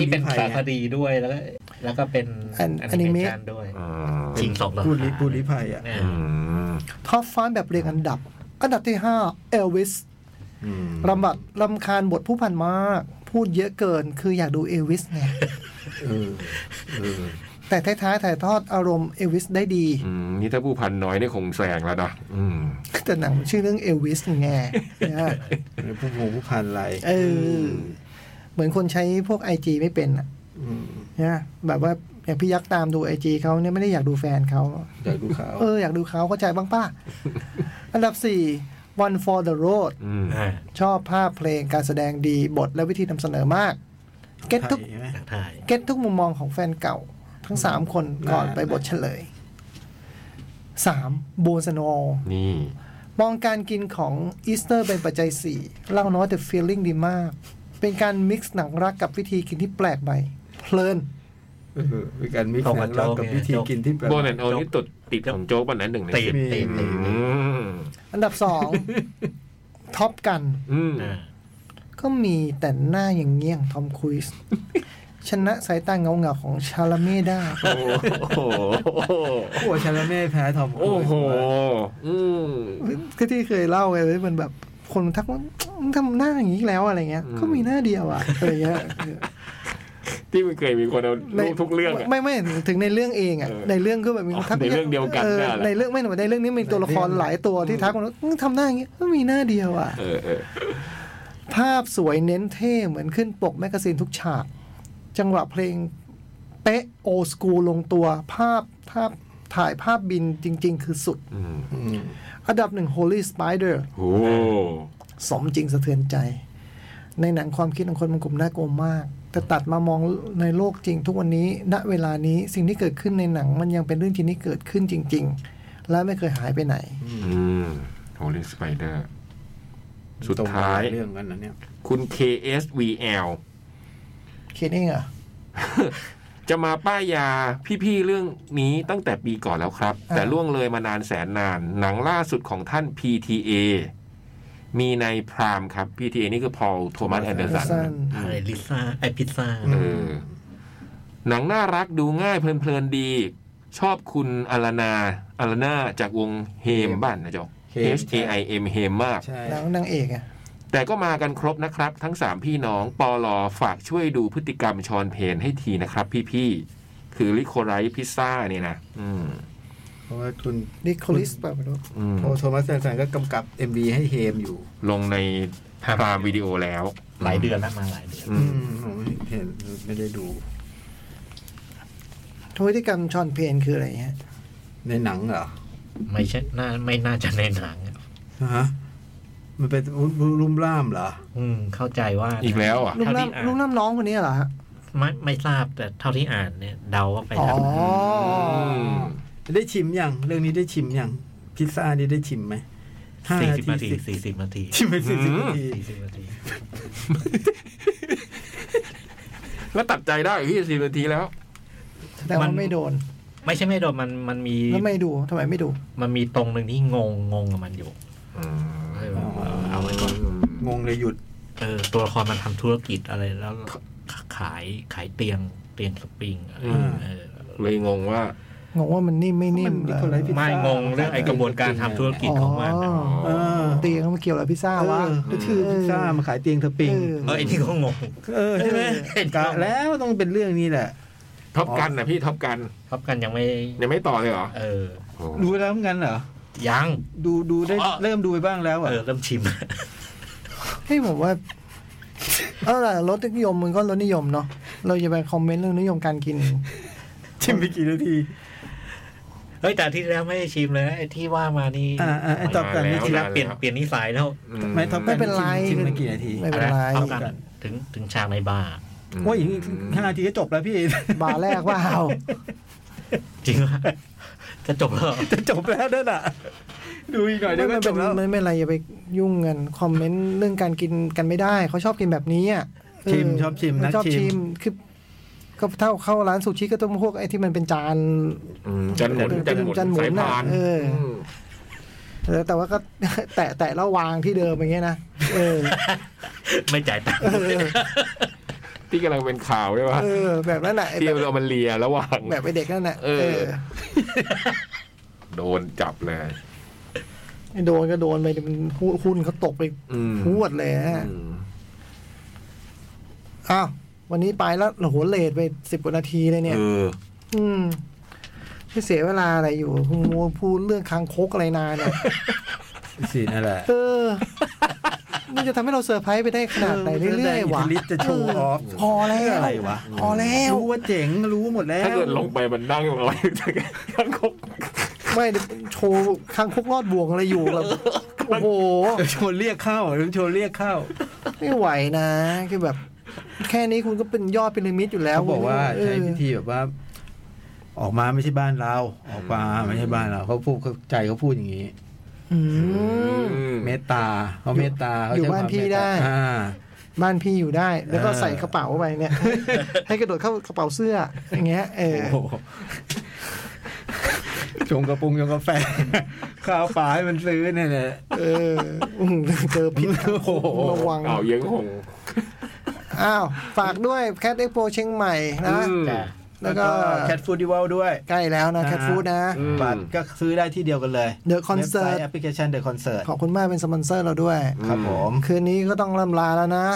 E: ที่เป็น
B: ภัย
E: สารคดีด้วยแล้วก็แล้วก็เป็น
C: อัน
E: แอนิเมชันด้วย
D: อ่า
E: ชิงสองดาว
B: พูดลิพูดลิภัยอ่ะ
E: เนี่ย
D: อืม
C: ท็อปฟ้าแบบเรียงอันดับ อันดับที่ 5 Elvis
B: อืม
C: รำบัดรำคาญบทผู้พันมาก พูดเยอะเกินคืออยากดูเอลวิสไง
B: เออเออ
C: แต่ท้ายๆถ่ายทอดอารมณ์เอลวิสได้ดี
D: อืมนี่ถ้าผู้พันน้อยเนี่ยคงแซงแล้วนะอืม
C: แต่หนังมันชื่อเรื่องเอลวิสไง นะ
B: ไม่ผู้หงผู้พันอะไร
C: เออเหมือนคนใช้พวกไอจีไม่เป็นอ่ะ
B: ม
C: นะแบบว่าอย่างพี่ยักษ์ตามดูไอจีเขาเนี่ยไม่ได้อยากดูแฟนเขา
B: อยากดูข่าว
C: เอออยากดูเขาเข้าใจบ้าง ป้า อันดับสี่ One for the road
D: อืม
E: อ่า
C: ชอบภาพเพลงการแสดงดีบทและวิธีนำเสนอมาก เก็ตทุก
B: ไทยใช่ไหม
E: ทางไทย
C: เก็ตทุกมุมมองของแฟนเก่า ทั้งสามคนก่อนไปบทเฉลยสามโบสโน
D: นี่
C: มองการกินของอีสเตอร์เป็นปัจจัย 4 เล่าน้อยแต่ feeling ดีมาก เป็นการมิกซ์หนังรักกับวิธีกินที่แปลกใหม่เพลิน
B: เออมีการมิกซ์
E: ตรง
B: ห
E: กั
B: นั
E: บ
B: งเรา
E: โจ๊ก
B: กับ
E: ไง
B: วิธีกินที่แบบ
D: โบนันโอนี่ตุดติดของโจ๊กวันนั้นหนึ่งใน
E: ติด
D: สิบ
B: มี
E: ติดติด
D: อืม
C: อันดับ 2 ท็อปกัน
D: อืม
E: อ่า
C: ก็มีแต่หน้าอย่างเงี้ยงทอมครูซ ชนะสายตาเงาเงาๆของชาลาเม่ได้
D: โอ้โห
B: โอ้โหชาลาเม่แพ้ทอมครูซ
D: โอ้โห อืม
C: ก็ที่เคยเล่าไงเลยมันแบบคนทักว่ามึงทำหน้าอย่างนี้อีกแล้วอะไรเงี้ย
D: อืม
C: ก็มีหน้าเดียวอะอะไรเงี้ย
D: ที่มันเคยมีคนเอารูปทุกเรื่องอะ
C: ไม่ไม่ถึงในเรื่องเองอะ
D: เออ
C: ในเรื่องก็แบบมี
D: อ๋อ
C: ทัก
D: ในเรื่องเดียวกัน
C: อ
D: เนี่
C: อย
D: แหละ
C: ในเรื่องไม่หนูในเรื่องนี้มีตัวละครหลายตัวที่ทักมันว่ามึงทำหน้าอย่างนี้ก็มีหน้าเดียวอะ
D: เออเออ
C: ภาพสวยเน้นเท่เหมือนขึ้นปกแมกกาซีนทุกฉาก จังหวะเพลงเป๊ะโอสกูลงตัวภาพภาพถ่ายภาพบินจริง ๆ คือสุด
D: อืม
B: อืม
C: อันดับหนึ่ง Holy Spider
D: โอ้โห
C: สมจริงสะเทือนใจ ในหนังความคิดของคนมันกลุ่มน่ากลัวมาก แต่ตัดมามองในโลกจริงทุกวันนี้ ณเวลานี้สิ่งที่เกิดขึ้นในหนังมันยังเป็นเรื่องจริงที่เกิดขึ้นจริง ๆ และไม่เคยหายไปไหน
D: อืมโฮลิสไปเดอร์ สุด
B: ตรงกับ
D: ท้าย
B: เรื่องกันนะเนี่ย
D: คุณ KSVL
C: คิดเองเหรอะ
D: จะมาป้ายยาพี่ๆเรื่องนี้ตั้งแต่ปีก่อนแล้วครับ แต่ล่วงเลยมานานแสนนาน หนังล่าสุดของท่าน PTA มีในพรามครับ PTA นี่คือพอลโทมัสแอนเดอร์สัน
C: สั้น
E: อะไรลิซ่าไอพิซซ่า
D: เออหนังน่ารักดูง่ายเพลินๆดี ชอบคุณอารานาอารานาจากวงเฮมบ้านนะจ๊ะ
B: Haim
D: H A I M เฮมมาก
B: ใช่
C: หนังนางเอกอะ
D: แต่ก็มากันครบนะครับ ทั้ง 3 พี่น้องปอลอฝากช่วยดูพฤติกรรมชอนเพนให้ทีนะครับพี่ๆ คือลิโคไรพิซซ่าเนี่ยนะ อืม
B: เพราะว่าคุณ
C: นิโคลิสเปล่าไม่รู้
D: อืม
B: โอโทมัสแอนสันก็กำกับ MV ให้เฮมอยู่
D: ลงในพ
E: ครับ
D: รามวิดีโอแล้ว
E: หลายเดือนแล้วมาหลายเดือน
D: อื
B: อื
D: ม
B: มผมเห็นไม่ได้ดู
C: พฤติกรรมชอนเพนคืออะไรฮะ
B: ในหนังเหรอ
E: ไม่ใช่น่าไม่น่าจะในหนังอะ
B: ฮะ มันเป็นรุ่มล่ามเหรอ
E: อืม เข้าใจว่า
D: อีกแล้วอ่ะ
C: ลูก
E: เท่าที่อ่า
C: น้ำลูก
E: น
C: น้ำน้องคนนี้เหรอฮะ
E: ไม่ไม่ทราบแต่เท่าที่อ่านเนี่ย เดาว่าไป
C: อ๋อ
E: ทาง
D: ม
B: ได้ชิมยังเรื่องนี้ได้ชิมยังพิซซ่านี่ได้ชิมไหมห้
E: สี่สิบนาที
B: สิบ
E: สี่สิบนาที
B: ชิมไปสี่สิบนาที
E: สี่สิบนาที
D: แล้วตัดใจได้พี่สี่นาทีแล้ว
C: แสดงว่าไม่โดน
E: ไม่ใช่ไม่โดนมันมันมี
C: แล้วไม่ดูทำไมไม่ดู
E: มันมีตรงหนึ่งที่งงงงกับมันอยู่
D: อืม
E: เออแบบเอาเอาไว้ก่อน
B: งงเลยหยุด
E: เออตัวละครมันทำธุรกิจอะไรแล้วขายขายเตียงเตียงสปริงอะไร
B: อืม
E: เออ
D: เลยงงว่า
C: งงว่ามันนิ่มไม่นิ่ม
B: มัน
C: เหรอ
B: Nikolai Pitts
E: ไม่งงเรื่องไอ้กระบวนการทำธุรกิจของมันอะ
C: อ๋อ
D: อ๋อ
B: เออ
C: เตียงแล้วมันเกี่ยวอะไรพิซซ่า
B: เอ
C: วะ
B: อก็ชื่อพิซซ่ามาขายเตียงเธอปิง
C: เออ
E: เออไอ้นี่ก็งง
B: เออใช่ไหม
E: เห็น
B: กะแล้วต้องเป็นเรื่องนี้แหละ
D: ท็อปกันนะพี่ท็อปกัน
E: ท็อปกันยังไม่
D: ยังไม่ต่อเลยเหรอ
E: เออ
B: ดูแล้วเหมือนกันเหรอ
E: ยัง
B: ดูดูได้
E: อ๋อ
B: เริ่มดูไปบ้างแล้วอ่ะ
E: เออเริ่มชิม
C: ให้ยผมว่าเอาล่ะรสนิยมมันก็รสนิยมเนาะ เราอย่าไปคอมเมนต์เรื่องนิยมการกิน
B: ชิมไปกี่นาที
E: เฮ้ยแต่อาที่แล้วไม่ได้ชิมเลยนะไอ้ที่ว่ามานี่
B: อ่าอ่าไอ้ตอบกันนี่
E: อา
B: ชิ
E: ที่
B: ม
E: แล้วเปลี่ยนเปลี่ยนนิสัยแล้ว
D: อื
B: ไม่ท็อปกั
C: ไม่
B: น
C: เป็นไร
B: ชิมชิมไปกี่นาที
C: ไม่เป็นไร
E: เอากันถึงถึงฉากในบาร์
B: โอ้ยอีกห้านาทีก็จบแล้วพี่
C: บาร์แรกว่าเอา
E: จริงว่าจะ จบแล้วเหรอ
B: จะจบแล้วนั่นอ่ะ ดูอีกหน่อยเดี๋ยวก็
C: มัน
B: จ
C: เป็น
B: บแล้ว
C: มันไม่เป็นไรอย่าไปยุ่งกันคอมเมนต์เรื่องการกินกันไม่ได้ เขาชอบกินแบบนี้อ่ะ
B: ชิม
C: เ
B: ชอบชิมนัก
C: ชอบ
B: ชิ
C: ชิ
B: ม
C: มคือก็เท่าเข้าร้านซูชิก็ต้องพวกไอ้ที่มันเป็นจาน
D: อืมจันหมุนจันหมุน
C: จันหมุน
D: สายพาน
C: น่ะเอออื
D: ม
C: เออแต่ว่าก็ แตะแตะแล้ววางที่เดิมอย่างเงี้ยนะเออ
E: ไม่จ่ายตังค์
C: เออ
D: ที่กำลังเป็นข่าวใช่ปะ
C: เออ แบบนั้นแหละไอ้
D: ที่
C: แบบ
D: เอามันเลียระหว่าง
C: แบบไอเด็กนั่นแหละ
D: เออ โดนจับเลย
C: ไอโดนก็โดนไปดิมันหุ้นเขาตกไป
D: อืม
C: พรวดเลย
D: อื
C: ฮะ
D: ม
C: อ้าววันนี้ไปแล้วโอ้โหเลทไปสิบกว่านาทีเลยเนี่ย
D: เออ
C: อืมไม่เสียเวลาอะไรอยู่คุณมัวพูดเรื่องคางคกอะไรนาน เนี่ย
B: สินั่นแหละ
C: เออ มันจะทำให้เราเซอร์ไพรส์ไปได้ขนาดไหนเรื่อยๆวะ
B: ลิสจะโชว์ออฟ
C: พอแล้ว
B: อะไรวะ
C: พอแล้ว
B: รู้ว่าเจ๋งรู้หมดแล้ว
D: ถ้าเกิดลงไปมันนั่งลอย ทั้งคก
C: ไม่เดี๋ยวโชว์คางคกรอดบ่วงอะไรอยู่ แบบโอ้โห
B: โชว์เรียกเข้าโชว์เรียกเข้า
C: ไม่ไหวนะ คือแบบ แค่นี้คุณก็เป็นยอดพีระมิดอยู่แล้ว
B: เขาบอกว่า
C: เออ
B: ใช้พิธีแบบว่า ออกมาไม่ใช่บ้านเรา ออกมาไม่ใช่บ้านเราเขาพูดเขาใจเขาพูดอย่างนี้
C: อืม
B: เมตตาเขาเมตตาเขา
C: อยู่
B: ใช้
C: บ้าน
B: ควม
C: พี่
B: เมตต
C: ได้
B: อ่า
C: บ้านพี่อยู่ได้ แล้วก็
B: เออ
C: ใส่กระเป๋าไปเนี่ย ให้กระโดดเข้ากระเป๋าเสื้อ อย่างเงี้ย เออ
B: โอ้โหชงกระปุงชงกาแฟ ข้าวปลาให้มันซื้อเนี่ย เนี่ย
C: เอออื้อหือเจอพิษคางคกระวัง
D: เอาเยังหง
C: อ้าวฝากด้วยแคดเอ็กโปเชียงใหม่นะ
D: อืม
B: จ้ะ
C: แล้
B: แล้ว
C: วก็
B: ก็แคทฟูดิวัลด้วย
C: ใกล้แล้วนะแคทฟูดนะ
D: อืม
B: บัตรก็ซื้อได้ที่เดียวกันเลย
C: The Concert
B: แอปพลิเคชันเดอะคอนเสิร์ต
C: ขอบคุณมากเป็นสปอนเซอร์เราด้วย
B: ครับผม
C: คืนนี้ก็ต้องล่ำลาแล้วนะ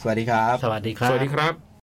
B: สวัสดีครับ
E: สวัสดีครับ
D: สวัสดีครับ